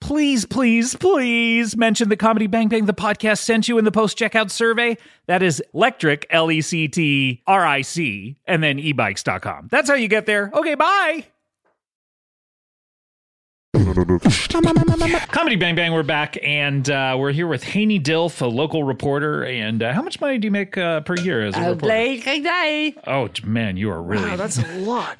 Speaker 1: Please, please, please mention the Comedy Bang Bang the podcast sent you in the post checkout survey. That is electric, L E C T R I C, and then e ebikes.com. That's how you get there. Okay, bye. Comedy Bang Bang, we're back, and uh, we're here with Haney Dilf, a local reporter. And uh, how much money do you make uh, per year as a reporter? Oh man, you are really. Wow, that's a lot.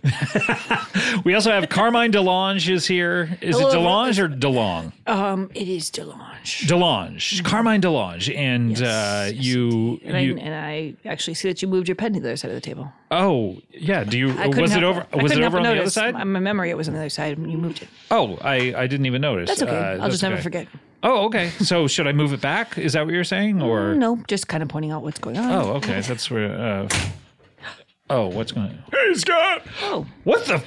Speaker 1: we also have Carmine Delange is here. Is it Delange or DeLong?
Speaker 4: Um, it is Delange.
Speaker 1: Delange, Carmine Delange, and uh, you.
Speaker 4: And,
Speaker 1: you
Speaker 4: I, and I actually see that you moved your pen to the other side of the table.
Speaker 1: oh yeah. Do you?
Speaker 4: I couldn't
Speaker 1: Was it
Speaker 4: help-
Speaker 1: over?
Speaker 4: I
Speaker 1: Was it
Speaker 4: couldn't
Speaker 1: over
Speaker 4: help
Speaker 1: on
Speaker 4: but
Speaker 1: the other
Speaker 4: notice.
Speaker 1: side?
Speaker 4: My- My memory, it was on the other side, and you moved it.
Speaker 1: oh, I I didn't even notice.
Speaker 4: That's okay.
Speaker 1: Uh,
Speaker 4: I'll
Speaker 1: that's
Speaker 4: just never
Speaker 1: okay.
Speaker 4: forget.
Speaker 1: Oh okay. So should I move it back? Is that what you're saying? Or
Speaker 4: No, just kind of pointing out what's going on.
Speaker 1: Oh okay. That's where. Uh, oh, what's going? on? Hey Scott.
Speaker 4: Oh.
Speaker 1: What the?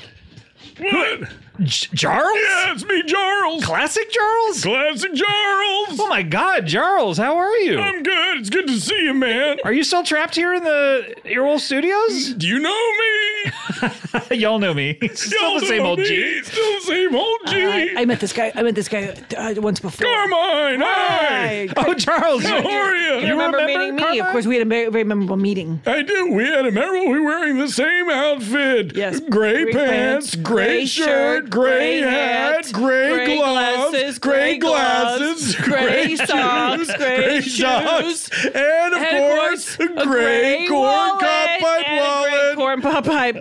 Speaker 1: What? J- Jarls? Yeah, it's me, Jarls. Classic Jarls? Classic Jarls. Oh my God, Jarls, how are you?
Speaker 3: I'm good. It's good to see you, man.
Speaker 1: are you still trapped here in the Earwolf Studios?
Speaker 3: Do you know me?
Speaker 1: Y'all know me. It's still
Speaker 3: Y'all
Speaker 1: the same
Speaker 3: know
Speaker 1: old
Speaker 3: me.
Speaker 1: G.
Speaker 3: Still the same old G.
Speaker 4: I, I met this guy. I met this guy uh, once before.
Speaker 3: Carmine, hi.
Speaker 4: Hi.
Speaker 1: Oh, Charles, you,
Speaker 3: How are you?
Speaker 1: you
Speaker 4: remember,
Speaker 1: remember
Speaker 4: meeting me?
Speaker 1: Carmine?
Speaker 4: Of course, we had a very, very memorable meeting.
Speaker 3: I do. We had a memorable. We were wearing the same outfit.
Speaker 4: Yes,
Speaker 3: Gray,
Speaker 4: gray
Speaker 3: pants,
Speaker 4: pants,
Speaker 3: gray,
Speaker 4: gray
Speaker 3: shirt,
Speaker 4: shirt,
Speaker 3: gray,
Speaker 4: gray
Speaker 3: hat,
Speaker 4: hat,
Speaker 3: gray,
Speaker 4: gray
Speaker 3: gloves,
Speaker 4: glasses,
Speaker 3: gray
Speaker 4: gray
Speaker 3: glasses,
Speaker 4: gloves, gray socks, gray
Speaker 3: socks,
Speaker 4: shoes,
Speaker 3: and of
Speaker 4: And
Speaker 3: course, a gray, corn
Speaker 4: wallet
Speaker 3: cob pipe
Speaker 4: and a gray
Speaker 3: wallet.
Speaker 4: corn pop pipe.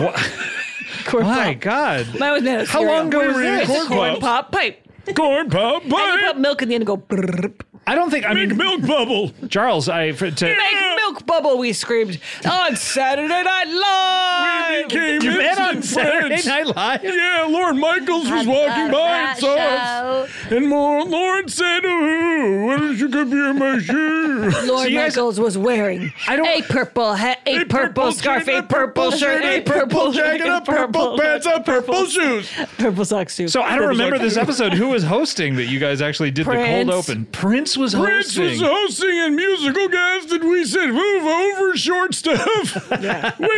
Speaker 4: corn
Speaker 1: My
Speaker 4: pop.
Speaker 1: God.
Speaker 4: Mine was made out of cereal.
Speaker 1: long ago
Speaker 4: What
Speaker 1: was
Speaker 4: it?
Speaker 1: this?
Speaker 4: It's a
Speaker 3: Corn
Speaker 4: Corn pop pipe.
Speaker 3: Corn pop
Speaker 4: And you
Speaker 3: pipe.
Speaker 4: put milk in the end and go. brrrr.
Speaker 1: I don't think I mean
Speaker 3: Big milk bubble.
Speaker 1: Charles. I for, to,
Speaker 4: Make milk bubble, we screamed on Saturday Night Live.
Speaker 3: Became
Speaker 1: you met on
Speaker 3: instant
Speaker 1: Saturday
Speaker 3: friends.
Speaker 1: Night Live.
Speaker 3: Yeah, Lord Michaels was walking by and saw us. And more, Lord said, Ooh, why don't you come here my shoe?
Speaker 4: Lord
Speaker 1: you guys-
Speaker 4: Michaels was wearing
Speaker 1: I don't-
Speaker 4: a purple hat, a,
Speaker 3: A
Speaker 4: purple, scarf, a purple shirt, a purple
Speaker 3: jacket, a purple pants, a purple shoes.
Speaker 4: purple sock suit.
Speaker 1: So I don't
Speaker 3: Purple
Speaker 1: remember
Speaker 3: sock.
Speaker 1: this episode. Who was hosting that you guys actually did the cold
Speaker 4: Prince.
Speaker 1: open? Prince was
Speaker 3: Prince
Speaker 1: hosting.
Speaker 3: was hosting and musical guest, and we said, Move over, short stuff. Wait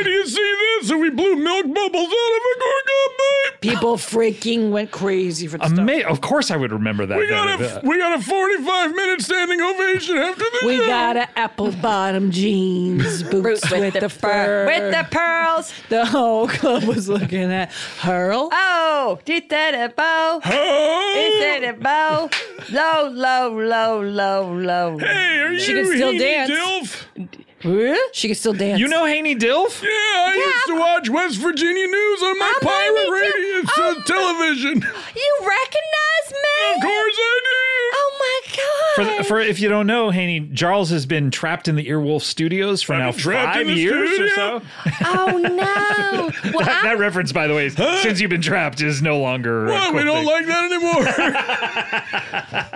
Speaker 3: do you see this? And we blew milk bubbles out of a corn cob pipe.
Speaker 4: People freaking went crazy for the stuff.
Speaker 1: Ama- of course, I would remember that. uh,
Speaker 6: We got a we got a forty five minute standing ovation after this.
Speaker 4: We got a apple bottom jeans, boots with, the,
Speaker 1: Er,
Speaker 4: fur.
Speaker 7: with the pearls.
Speaker 4: the whole club was looking at Hurl.
Speaker 7: Oh, did that a bow? Is
Speaker 6: Oh,
Speaker 7: that a bow? Low, low, low, low, low.
Speaker 6: hey, are
Speaker 4: She
Speaker 6: you
Speaker 4: can still
Speaker 6: Heaney
Speaker 4: dance.
Speaker 6: Dilf?
Speaker 4: She could still dance.
Speaker 1: You know Haney Dilf?
Speaker 6: Yeah, I used to watch West Virginia news on my
Speaker 7: Oh, mommy,
Speaker 6: pirate
Speaker 7: too.
Speaker 6: radio
Speaker 7: Oh,
Speaker 6: uh, television.
Speaker 7: You recognize me?
Speaker 6: Of course I do.
Speaker 7: Oh my
Speaker 1: For,
Speaker 7: god.
Speaker 1: for if you don't know, Haney Charles has been trapped in the Earwolf Studios for
Speaker 6: I've
Speaker 1: now
Speaker 6: been trapped
Speaker 1: five
Speaker 6: in the
Speaker 1: years or
Speaker 6: studio.
Speaker 1: so.
Speaker 7: oh no. Well,
Speaker 1: That,
Speaker 7: I,
Speaker 1: that reference, by the way, is, since you've been trapped, is no longer. a
Speaker 6: Ah! Well, Oh, we
Speaker 1: quick
Speaker 6: don't
Speaker 1: thing.
Speaker 6: like that anymore.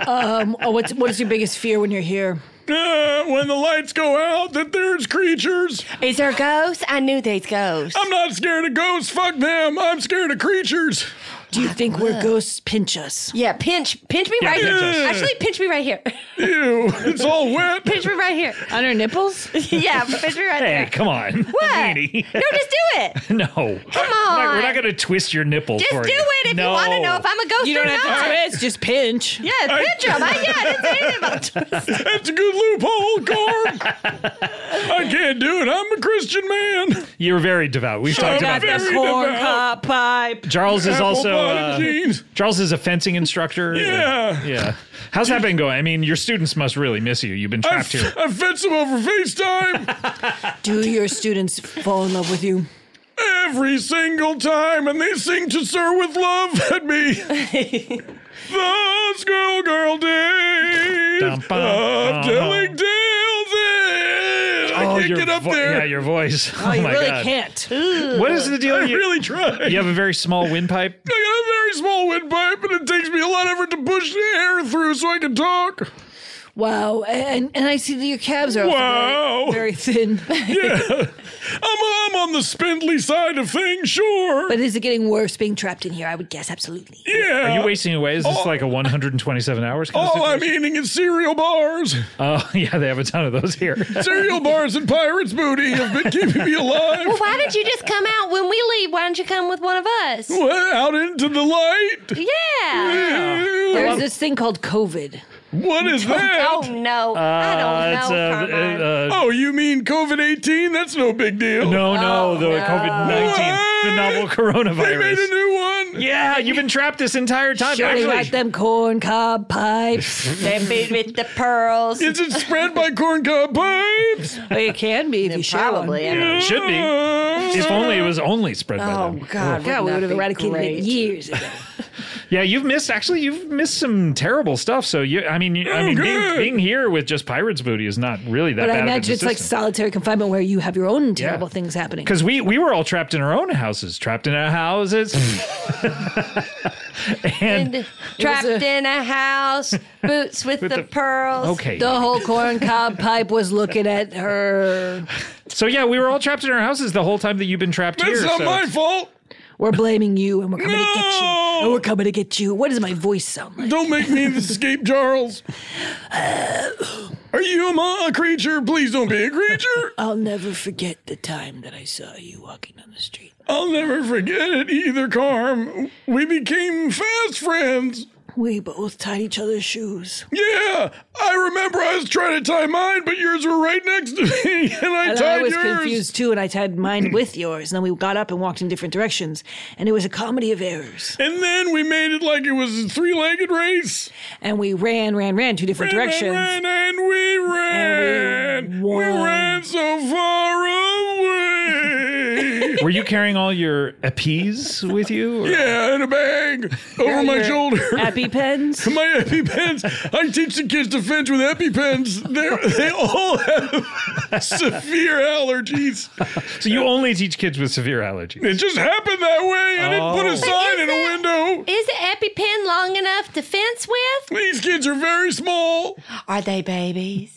Speaker 4: um, oh, what's what's your biggest fear when you're here?
Speaker 6: Uh, when the lights go out, that there's creatures.
Speaker 7: is there ghosts? I knew there's ghosts.
Speaker 1: Um,
Speaker 6: I'm not scared of ghosts. Fuck them. I'm scared of creatures.
Speaker 4: Do you think where ghosts pinch us?
Speaker 7: yeah, pinch, pinch me right
Speaker 1: pinch
Speaker 7: here.
Speaker 6: us.
Speaker 7: Actually, pinch me right here.
Speaker 6: Ew, it's all wet.
Speaker 7: pinch me right here.
Speaker 4: On her nipples?
Speaker 7: yeah, pinch me right
Speaker 1: Hey,
Speaker 7: there.
Speaker 1: come on.
Speaker 7: What?
Speaker 1: Haney.
Speaker 7: No, just do it.
Speaker 1: no.
Speaker 7: Come on.
Speaker 1: We're not going to twist your nipple
Speaker 7: Just
Speaker 1: for
Speaker 7: do
Speaker 1: you.
Speaker 7: it if you want to
Speaker 1: No.
Speaker 7: know if I'm a ghost
Speaker 4: You don't
Speaker 7: or
Speaker 4: have
Speaker 7: not.
Speaker 4: to twist, just pinch.
Speaker 7: Yeah, pinch him. I, yeah, I didn't say anything about
Speaker 6: That's a good loophole, Gorm. I can't do it. I'm a Christian man.
Speaker 1: You're very devout. We've talked
Speaker 4: Got
Speaker 1: about
Speaker 4: the
Speaker 1: this.
Speaker 6: Very
Speaker 4: corn
Speaker 6: devout.
Speaker 4: cob pipe.
Speaker 1: Charles is
Speaker 6: Apple
Speaker 1: also
Speaker 6: bottom
Speaker 1: uh,
Speaker 6: jeans.
Speaker 1: Charles is a fencing instructor.
Speaker 6: Yeah.
Speaker 1: yeah. How's that been going? I mean, your students must really miss you. You've been
Speaker 6: I,
Speaker 1: trapped here.
Speaker 6: f- I fed some over FaceTime
Speaker 4: Do your students fall in love with you?
Speaker 6: every single time, and they sing to Sir with Love at me. the schoolgirl days
Speaker 1: Dum, bum,
Speaker 6: of
Speaker 1: bum. Oh,
Speaker 6: telling tales. and I can't
Speaker 1: your
Speaker 6: get up
Speaker 1: vo-
Speaker 6: there.
Speaker 1: Yeah, your voice. Oh,
Speaker 4: you
Speaker 1: my
Speaker 4: really
Speaker 1: god.
Speaker 4: can't.
Speaker 1: What is the deal?
Speaker 6: I
Speaker 1: you,
Speaker 6: really tried.
Speaker 1: you have a very small windpipe.
Speaker 6: I got a very small windpipe, and it takes me a lot of effort to push the air through so I can talk.
Speaker 4: Wow. And and I see that your calves are also
Speaker 6: Wow.
Speaker 4: very, very thin.
Speaker 6: Yeah. I'm, I'm on the spindly side of things, sure.
Speaker 4: But is it getting worse being trapped in here? I would guess absolutely.
Speaker 6: yeah.
Speaker 1: Are you wasting away? Is this
Speaker 6: Oh.
Speaker 1: like a 127 hours? Kind
Speaker 6: All
Speaker 1: of
Speaker 6: I'm eating is cereal bars.
Speaker 1: oh, yeah, they have a ton of those here.
Speaker 6: Cereal bars and pirate's booty have been keeping me alive.
Speaker 7: Well, why don't you just come out when we leave? Why don't you come with one of us?
Speaker 6: Well, Out into the light.
Speaker 7: Yeah.
Speaker 4: There's this thing called COVID.
Speaker 6: What is
Speaker 7: Oh
Speaker 6: that?
Speaker 7: no, I
Speaker 1: Uh,
Speaker 7: don't
Speaker 1: it's,
Speaker 7: know.
Speaker 1: uh,
Speaker 7: Carmine.
Speaker 1: uh,
Speaker 6: Oh, you mean COVID 18? That's no big deal.
Speaker 1: no, no, the COVID 19, the novel
Speaker 6: They
Speaker 1: coronavirus.
Speaker 6: made a new one.
Speaker 1: yeah, you've been trapped this entire time.
Speaker 4: Shorty
Speaker 1: Actually,
Speaker 4: like them corn cob pipes.
Speaker 7: They're big with the pearls.
Speaker 6: Is it spread by corncob pipes?
Speaker 4: Oh, it can be if you share
Speaker 7: Probably.
Speaker 4: One.
Speaker 7: I mean,
Speaker 1: it should be. If only it was only spread by
Speaker 7: Oh
Speaker 1: them.
Speaker 7: God.
Speaker 4: Yeah, we
Speaker 7: wouldn't
Speaker 4: would
Speaker 7: that
Speaker 4: have
Speaker 7: be
Speaker 4: eradicated
Speaker 7: great?
Speaker 4: it years ago.
Speaker 1: Yeah, you've missed actually. You've missed some terrible stuff. So you, I mean, you, I mean, being,
Speaker 6: Oh, good.
Speaker 1: being here with just pirates' booty is not really that
Speaker 4: But I
Speaker 1: bad.
Speaker 4: imagine it's like solitary confinement where you have your own terrible things happening.
Speaker 1: because we we were all trapped in our own houses, trapped in our houses, and
Speaker 7: And Trapped in a house, boots with, the,
Speaker 1: the-
Speaker 7: pearls.
Speaker 1: okay.
Speaker 4: The whole corn cob pipe was looking at her.
Speaker 1: So yeah, we were all trapped in our houses the whole time that you've been trapped
Speaker 6: That's
Speaker 1: here.
Speaker 6: not
Speaker 1: so
Speaker 6: my
Speaker 1: it's-
Speaker 6: fault.
Speaker 4: We're blaming you, and we're coming to get
Speaker 6: No!
Speaker 4: you. And we're coming to get you. What does my voice sound like?
Speaker 6: Don't make me the escape, Charles. Are you a, mo- a creature? Please don't be a creature.
Speaker 4: I'll never forget the time that I saw you walking down the street.
Speaker 6: I'll never forget it either, Carm. We became fast friends.
Speaker 4: We both tied each other's shoes.
Speaker 6: Yeah, I remember I was trying to tie mine, but yours were right next to me, and I
Speaker 4: And
Speaker 6: tied
Speaker 4: I was
Speaker 6: yours.
Speaker 4: confused too, and I tied mine with yours. And then we got up and walked in different directions, and it was a comedy of errors.
Speaker 6: And then we made it like it was a three-legged race.
Speaker 4: And we ran, ran, ran two different directions.
Speaker 6: And, and we ran.
Speaker 4: And we
Speaker 6: we
Speaker 4: won.
Speaker 6: ran so far away.
Speaker 1: Were you carrying all your appease with you? or-
Speaker 6: yeah, in a bag over my shoulder.
Speaker 4: EpiPens.
Speaker 6: My EpiPens. I teach the kids to fence with EpiPens. They're, they all have severe allergies.
Speaker 1: So you only teach kids with severe allergies.
Speaker 6: It just happened that way. I didn't put
Speaker 1: Oh.
Speaker 6: a sign in
Speaker 7: Is
Speaker 6: a
Speaker 7: it-
Speaker 6: window.
Speaker 7: Is the EpiPen long enough to fence with?
Speaker 6: These kids are very small.
Speaker 7: Are they babies?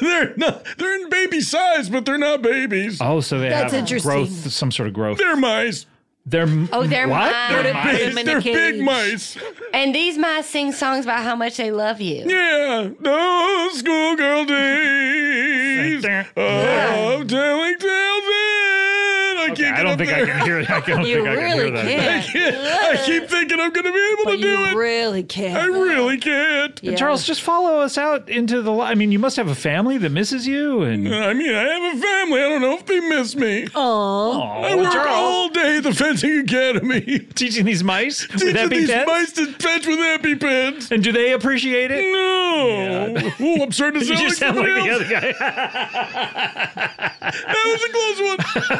Speaker 6: They're not. They're in baby size, but they're not babies.
Speaker 1: Oh, so they
Speaker 4: That's
Speaker 1: have
Speaker 4: interesting.
Speaker 1: growth, some sort of growth.
Speaker 6: They're mice.
Speaker 1: They're
Speaker 7: Oh, they're
Speaker 1: what?
Speaker 7: mice.
Speaker 1: They're
Speaker 7: They're
Speaker 1: mice?
Speaker 4: them in a
Speaker 6: They're big
Speaker 4: cage.
Speaker 6: mice.
Speaker 7: And these mice sing songs about how much they love you.
Speaker 6: Yeah, those schoolgirl days of telling tales. And I
Speaker 10: I can't.
Speaker 1: I
Speaker 10: get
Speaker 1: don't
Speaker 10: up
Speaker 1: think
Speaker 10: there.
Speaker 1: I can hear it. I don't
Speaker 10: You
Speaker 1: think I can hear
Speaker 10: really
Speaker 1: that.
Speaker 10: I, can't- I keep thinking I'm going to be able to do it.
Speaker 4: really can't.
Speaker 10: I really can't.
Speaker 1: And Charles, just follow us out into the. Li- I mean, you must have a family that misses you, and
Speaker 10: I mean, I have a family. I don't know if they miss me.
Speaker 4: Oh,
Speaker 10: I work all day at the fencing academy.
Speaker 1: Teaching these mice with
Speaker 10: Teaching these
Speaker 1: EpiPens?
Speaker 10: mice to fetch with EpiPens.
Speaker 1: And do they appreciate it?
Speaker 10: No. Oh, I'm starting to
Speaker 1: You
Speaker 10: sound like
Speaker 1: just sound
Speaker 10: somebody
Speaker 1: like the
Speaker 10: else.
Speaker 1: other guy.
Speaker 10: that was a close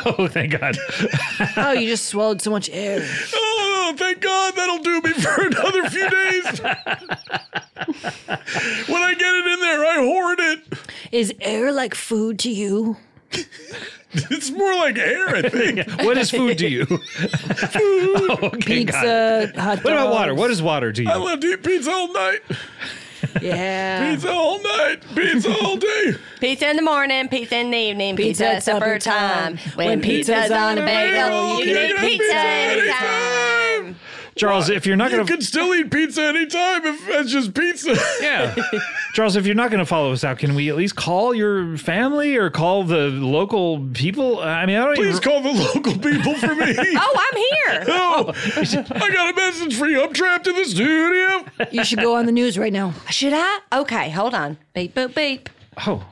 Speaker 10: one.
Speaker 1: oh, thank God.
Speaker 4: oh, you just swallowed so much air.
Speaker 10: Oh, thank God that'll do me for another few days. when I get it in there, I hoard it.
Speaker 4: Is air like food to you?
Speaker 10: It's more like air, I think.
Speaker 1: what is food to you? Oh, okay, got it.
Speaker 4: Pizza, hot
Speaker 1: What about
Speaker 4: dogs.
Speaker 1: water? What is water to you?
Speaker 10: I love to eat pizza all night.
Speaker 4: Yeah.
Speaker 10: Pizza all night. Pizza all day.
Speaker 7: Pizza in the morning, pizza in the evening, pizza,
Speaker 4: Pizza
Speaker 7: at supper
Speaker 4: supper time.
Speaker 7: time. When,
Speaker 4: When
Speaker 7: pizza's,
Speaker 4: pizza's
Speaker 7: on a
Speaker 4: on a
Speaker 7: bagel,
Speaker 10: bagel,
Speaker 7: you can eat pizza anytime.
Speaker 10: anytime.
Speaker 1: Charles, if you're not
Speaker 10: You
Speaker 1: going to.
Speaker 10: can still eat pizza anytime if it's just pizza.
Speaker 1: Yeah. Charles, if you're not going to follow us out, can we at least call your family or call the local people? I mean, I don't
Speaker 10: Please
Speaker 1: even.
Speaker 10: call the local people for me.
Speaker 7: Oh, I'm here.
Speaker 10: No, I got a message for you. I'm trapped in the studio.
Speaker 4: You should go on the news right now.
Speaker 7: Should I? Okay, hold on. Beep, boop, beep.
Speaker 1: oh,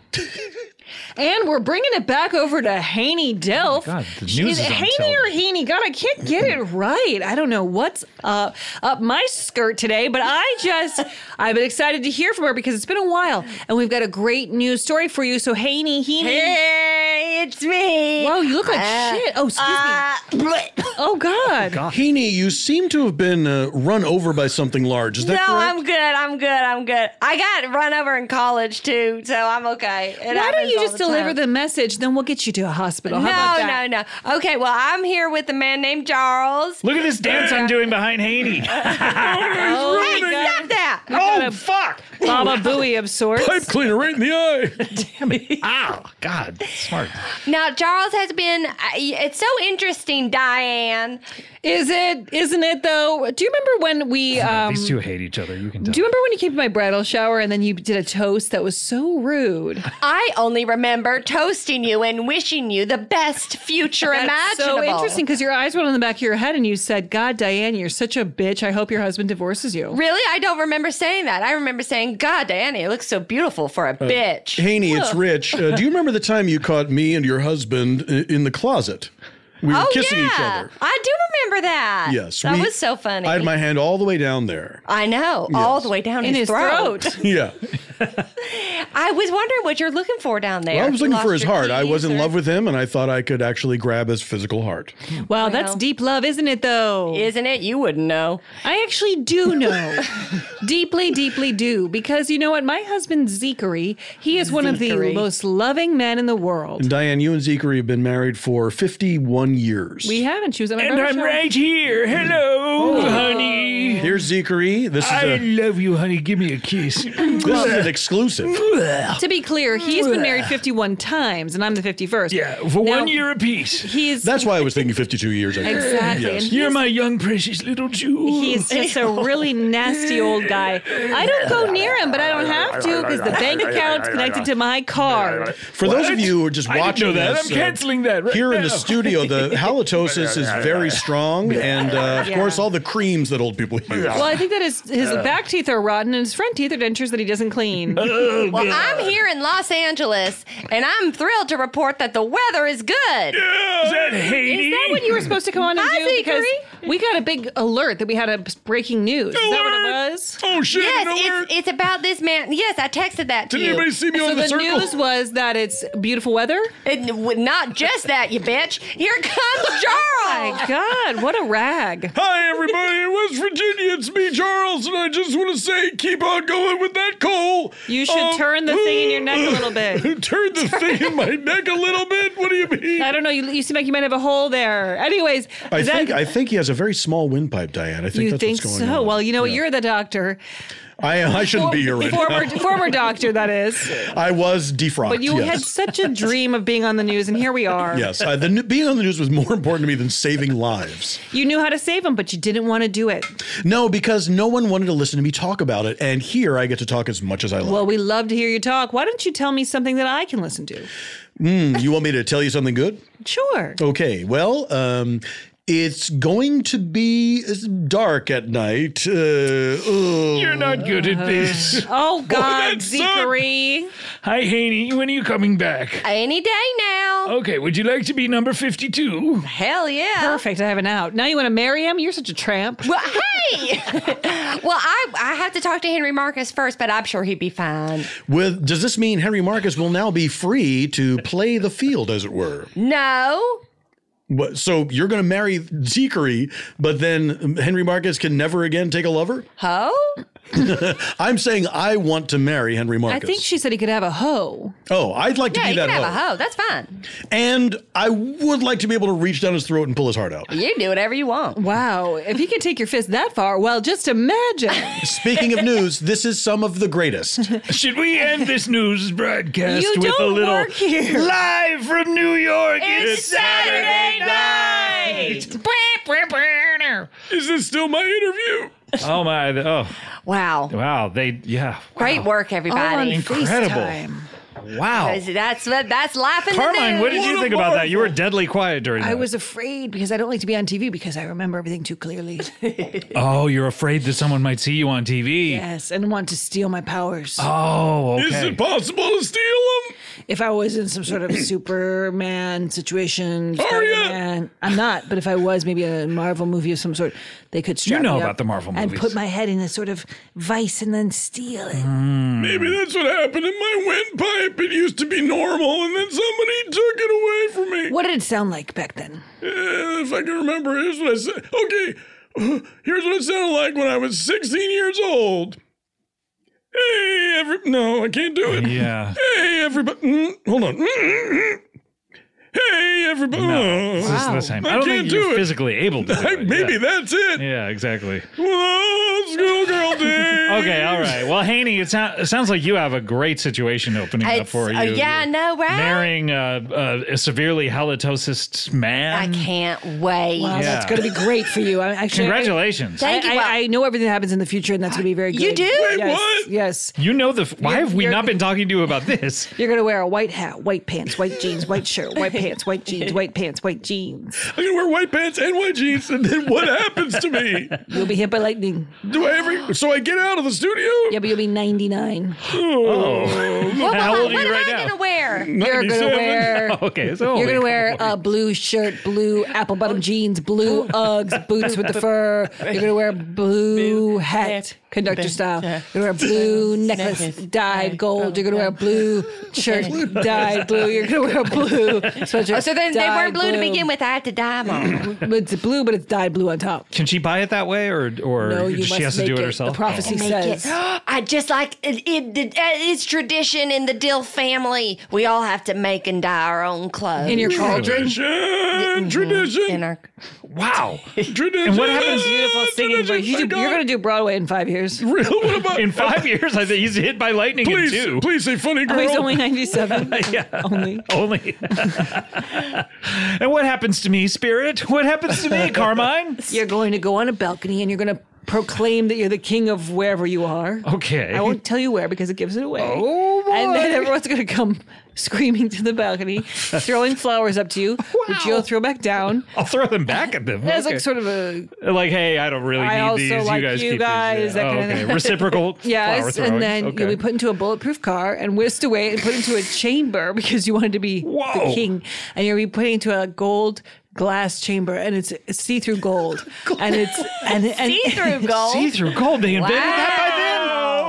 Speaker 4: And we're bringing it back over to Haney
Speaker 1: Oh
Speaker 4: Delph.
Speaker 1: God, the
Speaker 4: She-
Speaker 1: news
Speaker 4: it
Speaker 1: is on
Speaker 4: Haney or Haney? God, I can't get it right. I don't know what's uh, up my skirt today, but I just, I've been excited to hear from her because it's been a while and we've got a great news story for you. So, Haney, Haney.
Speaker 7: Hey, it's me. Uh,
Speaker 4: Whoa, you look like shit. Oh, excuse me. Oh, God.
Speaker 10: Heaney, you seem to have been uh, run over by something large. Is
Speaker 7: No,
Speaker 10: that correct?
Speaker 7: I'm good. I'm good. I'm good. I got run over in college too, so I'm okay. It
Speaker 4: Why don't
Speaker 7: happens
Speaker 4: you
Speaker 7: all
Speaker 4: just
Speaker 7: the
Speaker 4: deliver
Speaker 7: time.
Speaker 4: the message? Then we'll get you to a hospital. How about
Speaker 7: No,
Speaker 4: that?
Speaker 7: no, no. Okay, well, I'm here with a man named Charles.
Speaker 1: look at this dance I'm doing behind Haney.
Speaker 4: Oh,
Speaker 7: hey,
Speaker 4: my God.
Speaker 7: stop that.
Speaker 1: oh, fuck.
Speaker 4: Baba Booey of sorts.
Speaker 10: Pipe cleaner right in the eye.
Speaker 1: Ow. Ah, God, smart.
Speaker 7: Now, Charles has been, I- it's so interesting, Diane.
Speaker 4: Is it? Isn't it though? Do you remember when we? Um,
Speaker 1: These two hate each other. You can tell.
Speaker 4: do you remember when you came to my bridal shower and then you did a toast that was so rude?
Speaker 7: I only remember toasting you and wishing you the best future
Speaker 4: That's
Speaker 7: imaginable.
Speaker 4: so interesting because your eyes went on the back of your head and you said, "God, Diane, you're such a bitch. I hope your husband divorces you."
Speaker 7: Really? I don't remember saying that. I remember saying, God, Diane, it looks so beautiful for
Speaker 6: Uh,
Speaker 7: a bitch.
Speaker 6: Haney, it's Rich. Uh, do you remember the time you caught me and your husband i- in the closet? We were
Speaker 7: oh,
Speaker 6: kissing
Speaker 7: yeah.
Speaker 6: each other.
Speaker 7: I do remember that.
Speaker 6: Yes,
Speaker 7: That
Speaker 6: we-
Speaker 7: was so funny.
Speaker 6: I had my hand all the way down there.
Speaker 7: I know, all the way down
Speaker 4: In his throat.
Speaker 6: Yeah.
Speaker 7: I was wondering what you're looking for down there.
Speaker 6: Well, I was
Speaker 7: You
Speaker 6: looking for
Speaker 7: lost
Speaker 6: his
Speaker 7: your
Speaker 6: heart. I
Speaker 7: keys
Speaker 6: was in
Speaker 7: or-
Speaker 6: love with him, and I thought I could actually grab his physical heart.
Speaker 4: Wow, that's deep love, isn't it? Though
Speaker 7: Isn't it? You wouldn't know.
Speaker 4: I actually do know, deeply, deeply do, because you know what? My husband Zekery, he is one of the
Speaker 7: Zekery.
Speaker 4: most loving men in the
Speaker 1: Mm.
Speaker 4: world.
Speaker 6: And Diane, you and Zikri have been married for 51 years.
Speaker 4: We haven't. She was at my
Speaker 1: and
Speaker 4: bridal
Speaker 1: I'm
Speaker 4: shower.
Speaker 1: right here. Hello,
Speaker 4: Oh.
Speaker 1: honey.
Speaker 6: Here's Zikri. This is,
Speaker 1: I
Speaker 6: a,
Speaker 1: love you, honey. Give me a kiss.
Speaker 6: this is an exclusive.
Speaker 4: To be clear, he's been married 51 times, and I'm the 51st.
Speaker 1: yeah, for
Speaker 4: Now-
Speaker 1: one year apiece.
Speaker 4: He's
Speaker 6: That's why I was thinking 52 years. I think.
Speaker 4: exactly. And
Speaker 1: You're my young precious little jewel.
Speaker 4: He's just a really nasty old guy. I don't go near him, but I don't have to because the bank account's connected to my card.
Speaker 6: For those of you who are just
Speaker 1: I didn't
Speaker 6: watching
Speaker 1: know that.
Speaker 6: us,
Speaker 1: I'm
Speaker 6: uh,
Speaker 1: canceling that right
Speaker 6: here in the
Speaker 1: now.
Speaker 6: studio, the halitosis is very strong, and uh, of course, all the creams that old people use.
Speaker 4: Well, I think that his, his back teeth are rotten and his front teeth are dentures that he doesn't clean.
Speaker 7: Well, I'm here in Los Angeles, and I'm thrilled to report that the weather is good.
Speaker 1: Is that Haney?
Speaker 4: Is that what you were supposed to come on and
Speaker 7: Hi,
Speaker 4: do? Because
Speaker 7: Zekery.
Speaker 4: we got a big alert that we had a breaking news. Is that what it
Speaker 10: Alert!
Speaker 4: was?
Speaker 10: Oh shit!
Speaker 7: Yes,
Speaker 10: an alert.
Speaker 7: it's, it's about this man. Yes, I texted that to
Speaker 10: Did
Speaker 7: you.
Speaker 10: anybody see me
Speaker 4: So
Speaker 10: on the,
Speaker 4: the
Speaker 10: circle?
Speaker 4: news was that it's beautiful weather.
Speaker 7: It- w- not just that, you bitch. Here comes
Speaker 9: Oh
Speaker 7: Charles.
Speaker 4: My God, what a rag!
Speaker 10: Hi everybody in West Virginia, it's me Charles, and I just want to say, keep on going with that coal.
Speaker 4: You should
Speaker 10: Um,
Speaker 4: turn the thing in your neck a little bit.
Speaker 10: turn the thing in my neck a little bit. What do you mean?
Speaker 4: I don't know. You, you seem like you might have a hole there. Anyways,
Speaker 6: I
Speaker 4: that-
Speaker 6: think I think he has a a very small windpipe, Diane. I think
Speaker 9: you
Speaker 6: that's
Speaker 9: think
Speaker 6: what's going
Speaker 9: so?
Speaker 6: on.
Speaker 9: Well, you know, you're the doctor.
Speaker 6: I, I shouldn't be here right
Speaker 9: former,
Speaker 6: now.
Speaker 9: former doctor, that is.
Speaker 6: I was defrocked.
Speaker 9: But you
Speaker 6: yes.
Speaker 9: had such a dream of being on the news, and here we are.
Speaker 6: Yes, uh, the, n- being on the news was more important to me than saving lives.
Speaker 9: You knew how to save him, but you didn't want to do it.
Speaker 6: No, because no one wanted to listen to me talk about it, and here I get to talk as much as I like.
Speaker 9: Well, we love to hear you talk. Why don't you tell me something that I can listen to?
Speaker 6: Mm, you want me to tell you something good?
Speaker 9: Sure.
Speaker 6: Okay. Well, um, it's going to be dark at night. Uh, You're
Speaker 1: not good at this.
Speaker 9: Oh
Speaker 1: God,
Speaker 9: Zachary.
Speaker 1: Hi, Haney. When are you coming back?
Speaker 7: Any day now.
Speaker 1: Okay, would you like to be number 52?
Speaker 7: Hell yeah.
Speaker 9: Perfect. I have it out. Now you want to marry him? You're such a tramp.
Speaker 7: Well, hey. well, I I have to talk to Henry Marcus first, but I'm sure he'd be fine.
Speaker 6: With does this mean Henry Marcus will now be free to play the field, as it were?
Speaker 7: No.
Speaker 6: What, so you're going to marry Zikri, but then Henry Marcus can never again take a lover?
Speaker 7: Ho?
Speaker 6: I'm saying I want to marry Henry
Speaker 9: I
Speaker 6: Marcus.
Speaker 9: think she said he could have a hoe.
Speaker 6: oh, I'd like to
Speaker 7: yeah,
Speaker 6: be
Speaker 7: you
Speaker 6: that
Speaker 7: can have
Speaker 6: hoe.
Speaker 7: a hoe. That's fine.
Speaker 6: And I would like to be able to reach down his throat and pull his heart out.
Speaker 7: You do whatever you want.
Speaker 9: Wow. If he could take your fist that far, well, just imagine.
Speaker 6: Speaking of news, this is some of the greatest.
Speaker 1: Should we end this news broadcast
Speaker 9: You
Speaker 1: with a
Speaker 9: don't
Speaker 1: little
Speaker 9: work here.
Speaker 1: live from New York?
Speaker 9: It's Saturday
Speaker 1: night. Is this still my interview? Oh my! Oh
Speaker 7: Wow.
Speaker 1: wow! They yeah.
Speaker 7: Great work, everybody.
Speaker 1: Incredible. Wow.
Speaker 7: That's what that's life in the
Speaker 1: Carmine,
Speaker 7: news.
Speaker 1: what did you think about that? You were deadly quiet during that.
Speaker 9: I was afraid because I don't like to be on TV because I remember everything too clearly.
Speaker 1: Oh, you're afraid that someone might see you on TV.
Speaker 9: yes, and want to steal my powers.
Speaker 1: Oh, okay.
Speaker 12: possible to steal them?
Speaker 9: If I was in some sort of Superman situation,
Speaker 6: Oh,
Speaker 9: Spider-Man, I'm not. But if I was, maybe a Marvel movie of some sort, they could strap
Speaker 1: know
Speaker 9: me
Speaker 1: about
Speaker 9: up
Speaker 1: the Marvel
Speaker 9: and
Speaker 1: movies.
Speaker 9: put my head in a sort of vice and then steal it.
Speaker 12: Maybe that's what happened in my windpipe. It used to be normal, and then somebody took it away from me.
Speaker 9: What did it sound like back then?
Speaker 12: Uh, if I can remember, here's what I said. Okay, here's what it sounded like when I was 16 years old. Hey, every no, I can't do it.
Speaker 1: Yeah.
Speaker 12: Hey, everybody, mm, hold on. mm. Hey, everybody. Oh.
Speaker 1: No, this is
Speaker 12: Wow.
Speaker 1: the same.
Speaker 12: I
Speaker 1: I don't
Speaker 12: can't
Speaker 1: think you're
Speaker 12: do it.
Speaker 1: physically able to. Do it.
Speaker 12: Maybe
Speaker 1: yeah.
Speaker 12: that's it.
Speaker 1: Yeah, exactly.
Speaker 12: Whoa, schoolgirl day.
Speaker 1: Okay, all right. Well, Haney, it, sou- it sounds like you have a great situation opening up
Speaker 7: It's-
Speaker 1: for you.
Speaker 7: uh, yeah, I know, right?
Speaker 1: Marrying a, a, a severely halitosis
Speaker 7: I
Speaker 1: man.
Speaker 7: can't wait.
Speaker 9: Wow, that's
Speaker 1: Yeah.
Speaker 9: going to be great for you. I actually
Speaker 1: Congratulations.
Speaker 9: I,
Speaker 7: Thank you,
Speaker 9: I,
Speaker 7: Bob.
Speaker 9: I, know everything that happens in the future, and that's going to be very good.
Speaker 7: You do? Wait,
Speaker 9: yes,
Speaker 12: what?
Speaker 9: Yes.
Speaker 1: You know the. F- why
Speaker 9: You're-
Speaker 1: have we
Speaker 9: you're-
Speaker 1: not been talking to you about this?
Speaker 9: You're going to wear a white hat, white pants, white jeans, white shirt, white pants, white jeans, white pants, white jeans.
Speaker 12: I'm gonna wear white pants and white jeans, and then what happens to me?
Speaker 9: You'll be hit by lightning.
Speaker 12: Do I ever? So I get out of the studio.
Speaker 9: Yeah, but you'll be 99.
Speaker 12: Oh,
Speaker 7: Well,
Speaker 1: How
Speaker 7: well,
Speaker 1: old are
Speaker 7: what
Speaker 1: you
Speaker 7: am
Speaker 1: right
Speaker 7: I
Speaker 1: now?
Speaker 7: gonna wear?
Speaker 9: You're going to
Speaker 12: 97.
Speaker 9: wear.
Speaker 1: Okay, so
Speaker 9: You're
Speaker 1: only
Speaker 9: gonna wear
Speaker 1: a couple
Speaker 9: a blue shirt, blue apple bottom jeans, blue Uggs, boots with the fur. You're gonna wear a blue hat, conductor style. You're gonna wear a blue necklace dyed gold. You're gonna wear a blue shirt dyed blue. You're gonna wear a blue sweatshirt.
Speaker 7: Oh, so then they weren't
Speaker 9: dyed
Speaker 7: blue, to begin with. I had to dye them all.
Speaker 9: But It's blue, but it's dyed blue on top.
Speaker 1: Can she buy it that way, or or
Speaker 9: No, you
Speaker 1: she
Speaker 9: must
Speaker 1: has to
Speaker 9: make
Speaker 1: do it,
Speaker 9: it.
Speaker 1: herself?
Speaker 9: The prophecy
Speaker 1: Oh.
Speaker 7: Make
Speaker 9: says.
Speaker 7: it. I just like it, it, it- It's tradition in the Dill family. We all have to make and dye our own clothes. Mm-hmm.
Speaker 9: In your cauldron.
Speaker 12: Tradition, tradition,
Speaker 7: in our
Speaker 1: Wow.
Speaker 12: tradition.
Speaker 1: And what happens-
Speaker 9: Beautiful singing voice. You do, you're gonna do Broadway in five years.
Speaker 12: Real? What about?
Speaker 1: In five years, I think he's hit by lightning
Speaker 12: please,
Speaker 1: in two.
Speaker 12: please say funny
Speaker 9: Oh,
Speaker 12: girl.
Speaker 9: he's only 97. Only.
Speaker 1: Only. and what happens to me, Spirit? What happens to me, Carmine?
Speaker 9: You're going to go on a balcony and you're going to proclaim that you're the king of wherever you are.
Speaker 1: Okay.
Speaker 9: I won't tell you where because it gives it away.
Speaker 1: Oh, boy.
Speaker 9: And then everyone's going to come screaming to the balcony, throwing flowers up to you, which you'll throw back down.
Speaker 1: I'll throw them back at them.
Speaker 9: That's
Speaker 1: Okay.
Speaker 9: like sort of a
Speaker 1: Like, hey, I don't really
Speaker 9: I
Speaker 1: need
Speaker 9: also
Speaker 1: these.
Speaker 9: like
Speaker 1: you guys
Speaker 9: you
Speaker 1: keep
Speaker 9: guys,
Speaker 1: these. Yeah.
Speaker 9: that
Speaker 1: Oh,
Speaker 9: kind of
Speaker 1: okay.
Speaker 9: thing.
Speaker 1: Reciprocal flower
Speaker 9: yes,
Speaker 1: throwing.
Speaker 9: and then
Speaker 1: okay.
Speaker 9: you'll be put into a bulletproof car and whisked away and put into a chamber because you wanted to be
Speaker 1: Whoa.
Speaker 9: the king, and you'll be put into a gold glass chamber and it's see-through gold, and it's and, and
Speaker 7: see-through gold.
Speaker 1: See through gold. They invented that by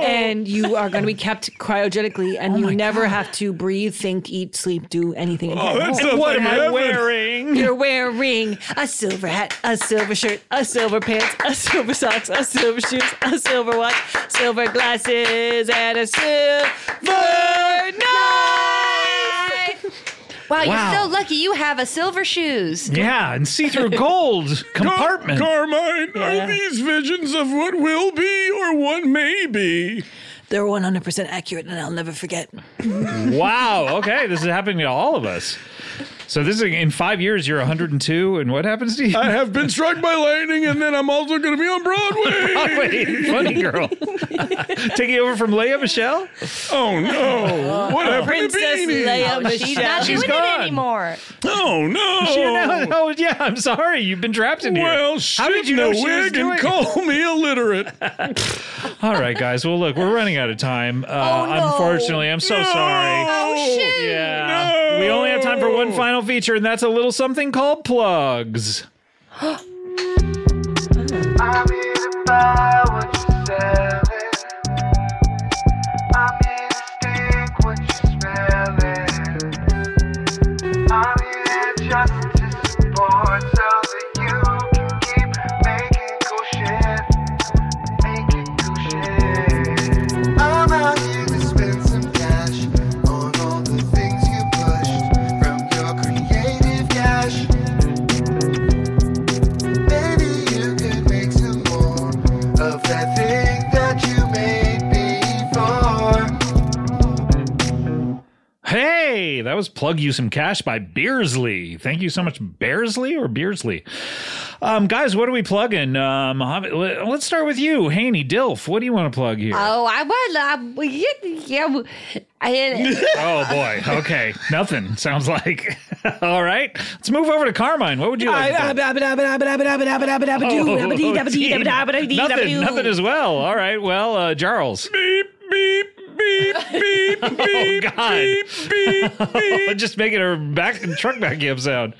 Speaker 1: then.
Speaker 9: and you are going to be kept cryogenically and you never have to breathe, think, eat, sleep, do anything.
Speaker 12: Oh, that sounds
Speaker 1: What
Speaker 12: like
Speaker 1: am I
Speaker 12: heaven.
Speaker 1: wearing?
Speaker 9: You're wearing a silver hat, a silver shirt, a silver pants, a silver socks, a silver shoes, a silver watch, silver glasses, and a silver knife. Wow, you're so lucky you have a silver shoes.
Speaker 1: Yeah, and see through gold compartment.
Speaker 10: Carmine, are these visions of what will be or what may be?
Speaker 4: They're 100% accurate and I'll never forget.
Speaker 1: wow. Okay, this is happening to all of us. So this is in five years. You're 102, and what happens to you?
Speaker 10: I have been struck by lightning, and then I'm also going to be on Broadway.
Speaker 1: Broadway, funny girl. Taking over from Leia Michelle?
Speaker 10: Oh no! What happened
Speaker 9: Princess
Speaker 10: to Beanie?
Speaker 9: Leia Oh, she's Michelle. not doing it anymore.
Speaker 10: Oh no!
Speaker 1: She- no, no, yeah, I'm sorry. You've been trapped in here.
Speaker 10: Well,
Speaker 1: how did
Speaker 10: shit
Speaker 1: you
Speaker 10: in
Speaker 1: know
Speaker 10: a
Speaker 1: she was
Speaker 10: wig
Speaker 1: doing?
Speaker 10: and call me illiterate.
Speaker 1: All right, guys. Well, look, we're running out of time. Uh, Unfortunately, I'm so sorry. Yeah. We only have time for one final feature, and that's a little something called plugs.
Speaker 3: Of that thing that you made before.
Speaker 1: Hey, that was Plug You Some Cash by Beersley. Thank you so much, Beersley or Beersley. Um, guys, what are we plugging? Um, Mohammed, le- let's start with you, Haney Dilf. What do you want to plug
Speaker 7: Uh,
Speaker 1: here?
Speaker 9: Oh, I would. I, well, yeah, yeah, well, I didn't.
Speaker 1: oh boy. Okay. Nothing. Sounds like. All right. Let's move over to Carmine. What would you like? to plug? Oh, gee. nothing, nothing as well. All right. Well, uh, Jarls.
Speaker 10: Beep beep beep beep
Speaker 1: Oh
Speaker 10: beep.
Speaker 1: God! Just making her back truck back up sound.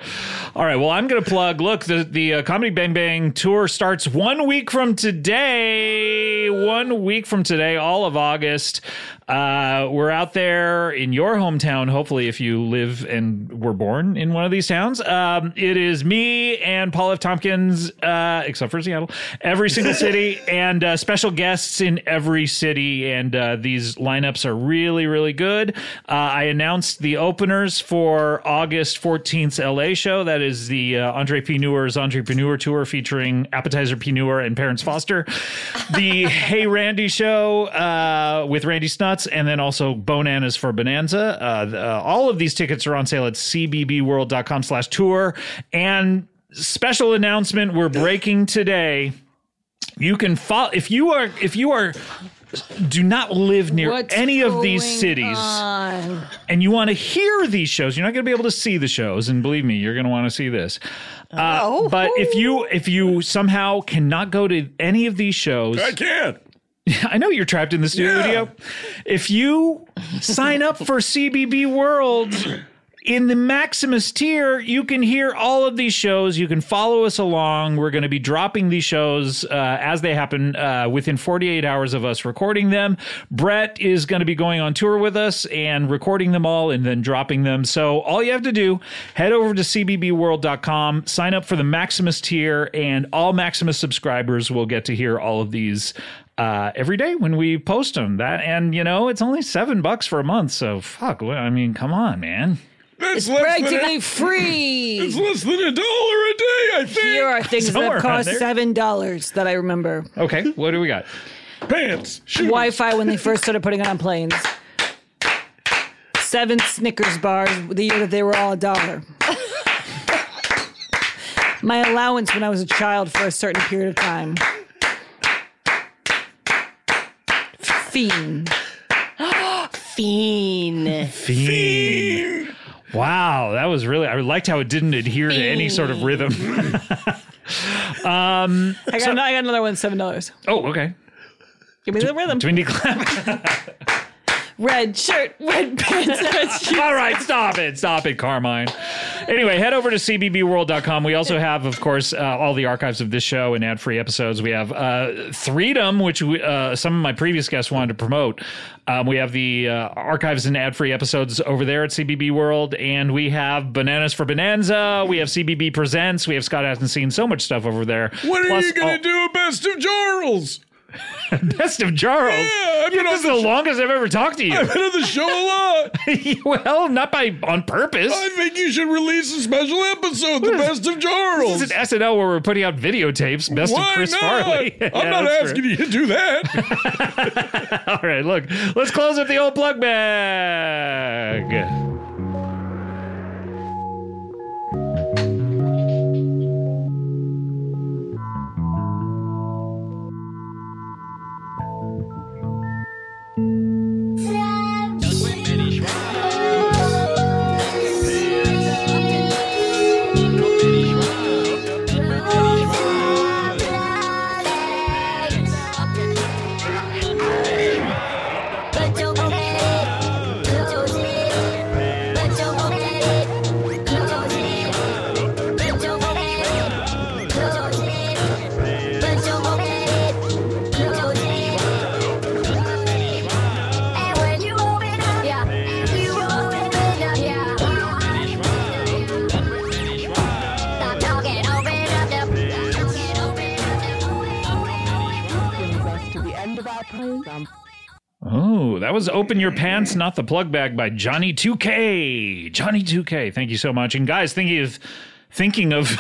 Speaker 1: All right. Well, I'm going to plug. Look, the the uh, Comedy Bang Bang tour starts one week from today. One week from today, all of August. Uh, we're out there in your hometown. Hopefully, if you live and were born in one of these towns, um, it is me and Paul F. Tompkins, uh, except for Seattle, every single city, and uh, special guests in every city. And uh, these lineups are really, really good. Uh, I announced the openers for August 14th's LA show. That is the uh, Andre P. Newer's Entrepreneur Tour featuring Appetizer P. Newer and Parents Foster. The Hey Randy show uh, with Randy Snuts, and then also Bonanas for Bonanza. Uh, th- uh, all of these tickets are on sale at cbbworld.com slash tour. And special announcement we're breaking today you can follow if you are if you are do not live near any of these cities and you want to hear these shows you're not going to be able to see the shows and believe me you're going to want to see this uh, but if you if you somehow cannot go to any of these shows
Speaker 10: I can't.
Speaker 1: I know you're trapped in the studio. If you sign up for CBB World in the Maximus tier, you can hear all of these shows. You can follow us along. We're going to be dropping these shows uh, as they happen uh, within 48 hours of us recording them. Brett is going to be going on tour with us and recording them all and then dropping them. So all you have to do, head over to cbbworld.com, sign up for the Maximus tier, and all Maximus subscribers will get to hear all of these uh, every day when we post them. That and you know it's only seven bucks for a month, so fuck. well, I mean, come on, man.
Speaker 10: That's
Speaker 4: It's
Speaker 10: less than a-
Speaker 4: practically free.
Speaker 10: It's less than a dollar a day, I think.
Speaker 4: Here are things that
Speaker 1: Somewhere
Speaker 4: have
Speaker 1: around
Speaker 4: cost
Speaker 1: there.
Speaker 4: seven dollars that I remember.
Speaker 1: Okay, what do we got?
Speaker 10: Pants.
Speaker 4: Wi-Fi when they first started putting it on planes. Seven Snickers bars the year that they were all a dollar. My allowance when I was a child for a certain period of time. Fiend.
Speaker 9: Fiend.
Speaker 1: Fiend. Wow, that was really. I liked how it didn't adhere to any sort of rhythm. um.
Speaker 4: I got,
Speaker 1: so-
Speaker 4: I got another one, seven dollars.
Speaker 1: oh, okay.
Speaker 4: Give me the rhythm.
Speaker 1: Do we need clap?
Speaker 4: Red shirt, red pants, red shoes.
Speaker 1: All right, stop it, stop it, Carmine. Anyway, head over to cbbworld.com. We also have, of course, uh, all the archives of this show and ad-free episodes. We have uh, Freedom, which we, uh, some of my previous guests wanted to promote. Um, we have the uh, archives and ad-free episodes over there at CBB World, and we have Bananas for Bonanza. We have CBB Presents. We have Scott hasn't seen so much stuff over there.
Speaker 9: oh.
Speaker 10: When are
Speaker 1: Plus
Speaker 10: you going
Speaker 1: all-
Speaker 10: to do a best of Jarls?
Speaker 1: Best of Charles. Yeah, this is the, longest I've ever talked to you.
Speaker 13: I've been on the show a lot.
Speaker 1: well, not by on purpose.
Speaker 13: I think you should release a special episode, The Best of Charles.
Speaker 1: This is an SNL where we're putting out videotapes. Best
Speaker 13: Why
Speaker 1: of Chris
Speaker 13: not?
Speaker 1: Farley.
Speaker 13: I'm not asking
Speaker 1: you to do that. All right, look, let's close up the old plug bag. Oh, that was Open Your Pants, Not the Plug Bag by Johnny 2K. Johnny 2K, thank you so much. And guys, thinking of thinking of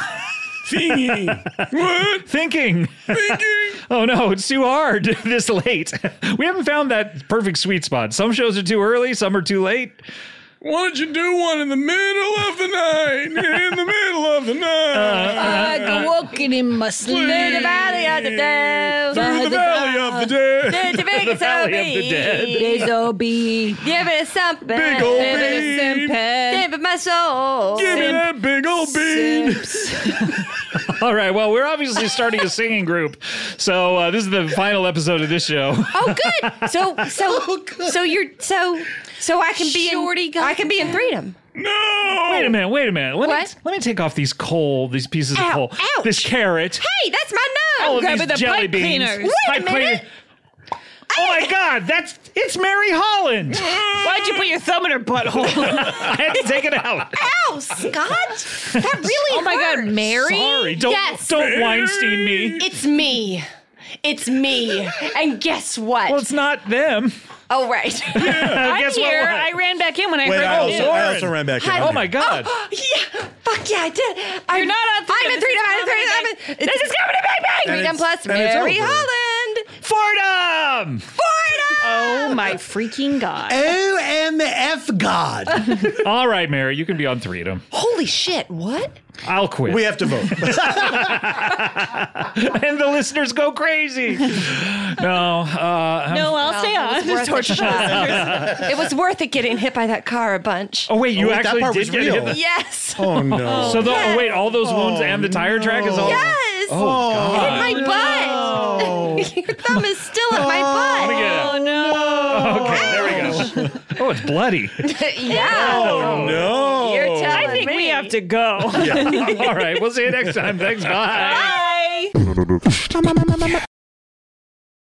Speaker 13: Thinking. What?
Speaker 1: Thinking. Thinking. oh no, it's too hard this late. We haven't found that perfect sweet spot. Some shows are too early, some are too late.
Speaker 13: Why don't you do one in the middle of the night? In the middle of the
Speaker 14: I
Speaker 13: night.
Speaker 1: Uh,
Speaker 14: go walking in my sleep. Through
Speaker 13: the
Speaker 14: valley of the dead.
Speaker 13: Through the valley of the dead.
Speaker 7: There's a big The valley of the dead. zombie.
Speaker 14: There's old bee.
Speaker 7: Give it something.
Speaker 14: Big ol'
Speaker 7: Give it
Speaker 14: bean.
Speaker 7: something. Give it my soul.
Speaker 13: Give me that big old bean.
Speaker 1: All right, well, we're obviously starting a singing group. So uh, this is the final episode of this show.
Speaker 7: Oh, good. So, so, so you're so, so I can be in. I can be in freedom.
Speaker 13: No.
Speaker 1: Wait a minute, wait a minute. Let
Speaker 7: What?
Speaker 1: me let me take off these coal, these pieces
Speaker 7: Ow,
Speaker 1: of coal. This carrot.
Speaker 7: Hey, that's my nose.
Speaker 1: all of these jelly beans.
Speaker 7: Wait
Speaker 1: Pipe
Speaker 7: a minute.
Speaker 1: cleaner. Oh my God! That's it's Mary Holland.
Speaker 9: Why'd you put your thumb in her butthole?
Speaker 1: I had to take it out.
Speaker 7: Ow, Scott. That really
Speaker 9: Oh my God, Mary.
Speaker 1: Sorry, don't
Speaker 7: Yes.
Speaker 1: don't Weinstein me.
Speaker 7: It's me. It's me. And guess what?
Speaker 1: Well, it's not them.
Speaker 7: oh, right.
Speaker 9: I'm
Speaker 1: Guess what?
Speaker 9: here.
Speaker 1: What?
Speaker 9: I ran back in when I
Speaker 6: Wait,
Speaker 9: heard
Speaker 6: I
Speaker 9: you.
Speaker 6: also, I also ran back in.
Speaker 7: Hi.
Speaker 1: Oh my God!
Speaker 7: yeah. Fuck yeah, I did. I'm,
Speaker 9: You're not on
Speaker 7: I'm in freedom. I'm in freedom. I'm in. This is comedy bang bang.
Speaker 6: And
Speaker 7: Freedom
Speaker 6: it's-
Speaker 7: plus
Speaker 6: and it's
Speaker 7: Mary
Speaker 6: over.
Speaker 7: Holland.
Speaker 1: Fordham.
Speaker 9: Oh my freaking god!
Speaker 6: OMF God.
Speaker 1: All right, Mary, you can be on three of them.
Speaker 7: Holy shit! What?
Speaker 1: I'll quit.
Speaker 6: we have to vote.
Speaker 1: and the listeners go crazy. no, uh,
Speaker 9: No, I'll
Speaker 7: Well,
Speaker 9: stay
Speaker 7: it was worth
Speaker 9: on. This
Speaker 7: a
Speaker 9: torture
Speaker 7: shot.
Speaker 9: show.
Speaker 7: It was worth it getting hit by that car a bunch.
Speaker 1: oh wait, you
Speaker 6: wait, that
Speaker 1: actually
Speaker 6: part
Speaker 1: did
Speaker 6: was
Speaker 1: get
Speaker 6: real.
Speaker 1: hit. the-
Speaker 7: Yes.
Speaker 6: oh no.
Speaker 1: So the, oh
Speaker 7: Yes.
Speaker 1: wait, all those wounds and the tire track is all.
Speaker 7: Yes.
Speaker 1: Oh God.
Speaker 7: My butt. Your thumb is still at
Speaker 1: Let me
Speaker 7: my
Speaker 1: get it out.
Speaker 9: Oh no!
Speaker 1: Okay, there we go. Oh, it's bloody.
Speaker 7: butt. yeah.
Speaker 6: Oh, no.
Speaker 7: You're telling
Speaker 9: Oh, I think
Speaker 7: me.
Speaker 9: we have to go.
Speaker 1: All right, we'll see you next time. Thanks. Bye.
Speaker 9: Bye.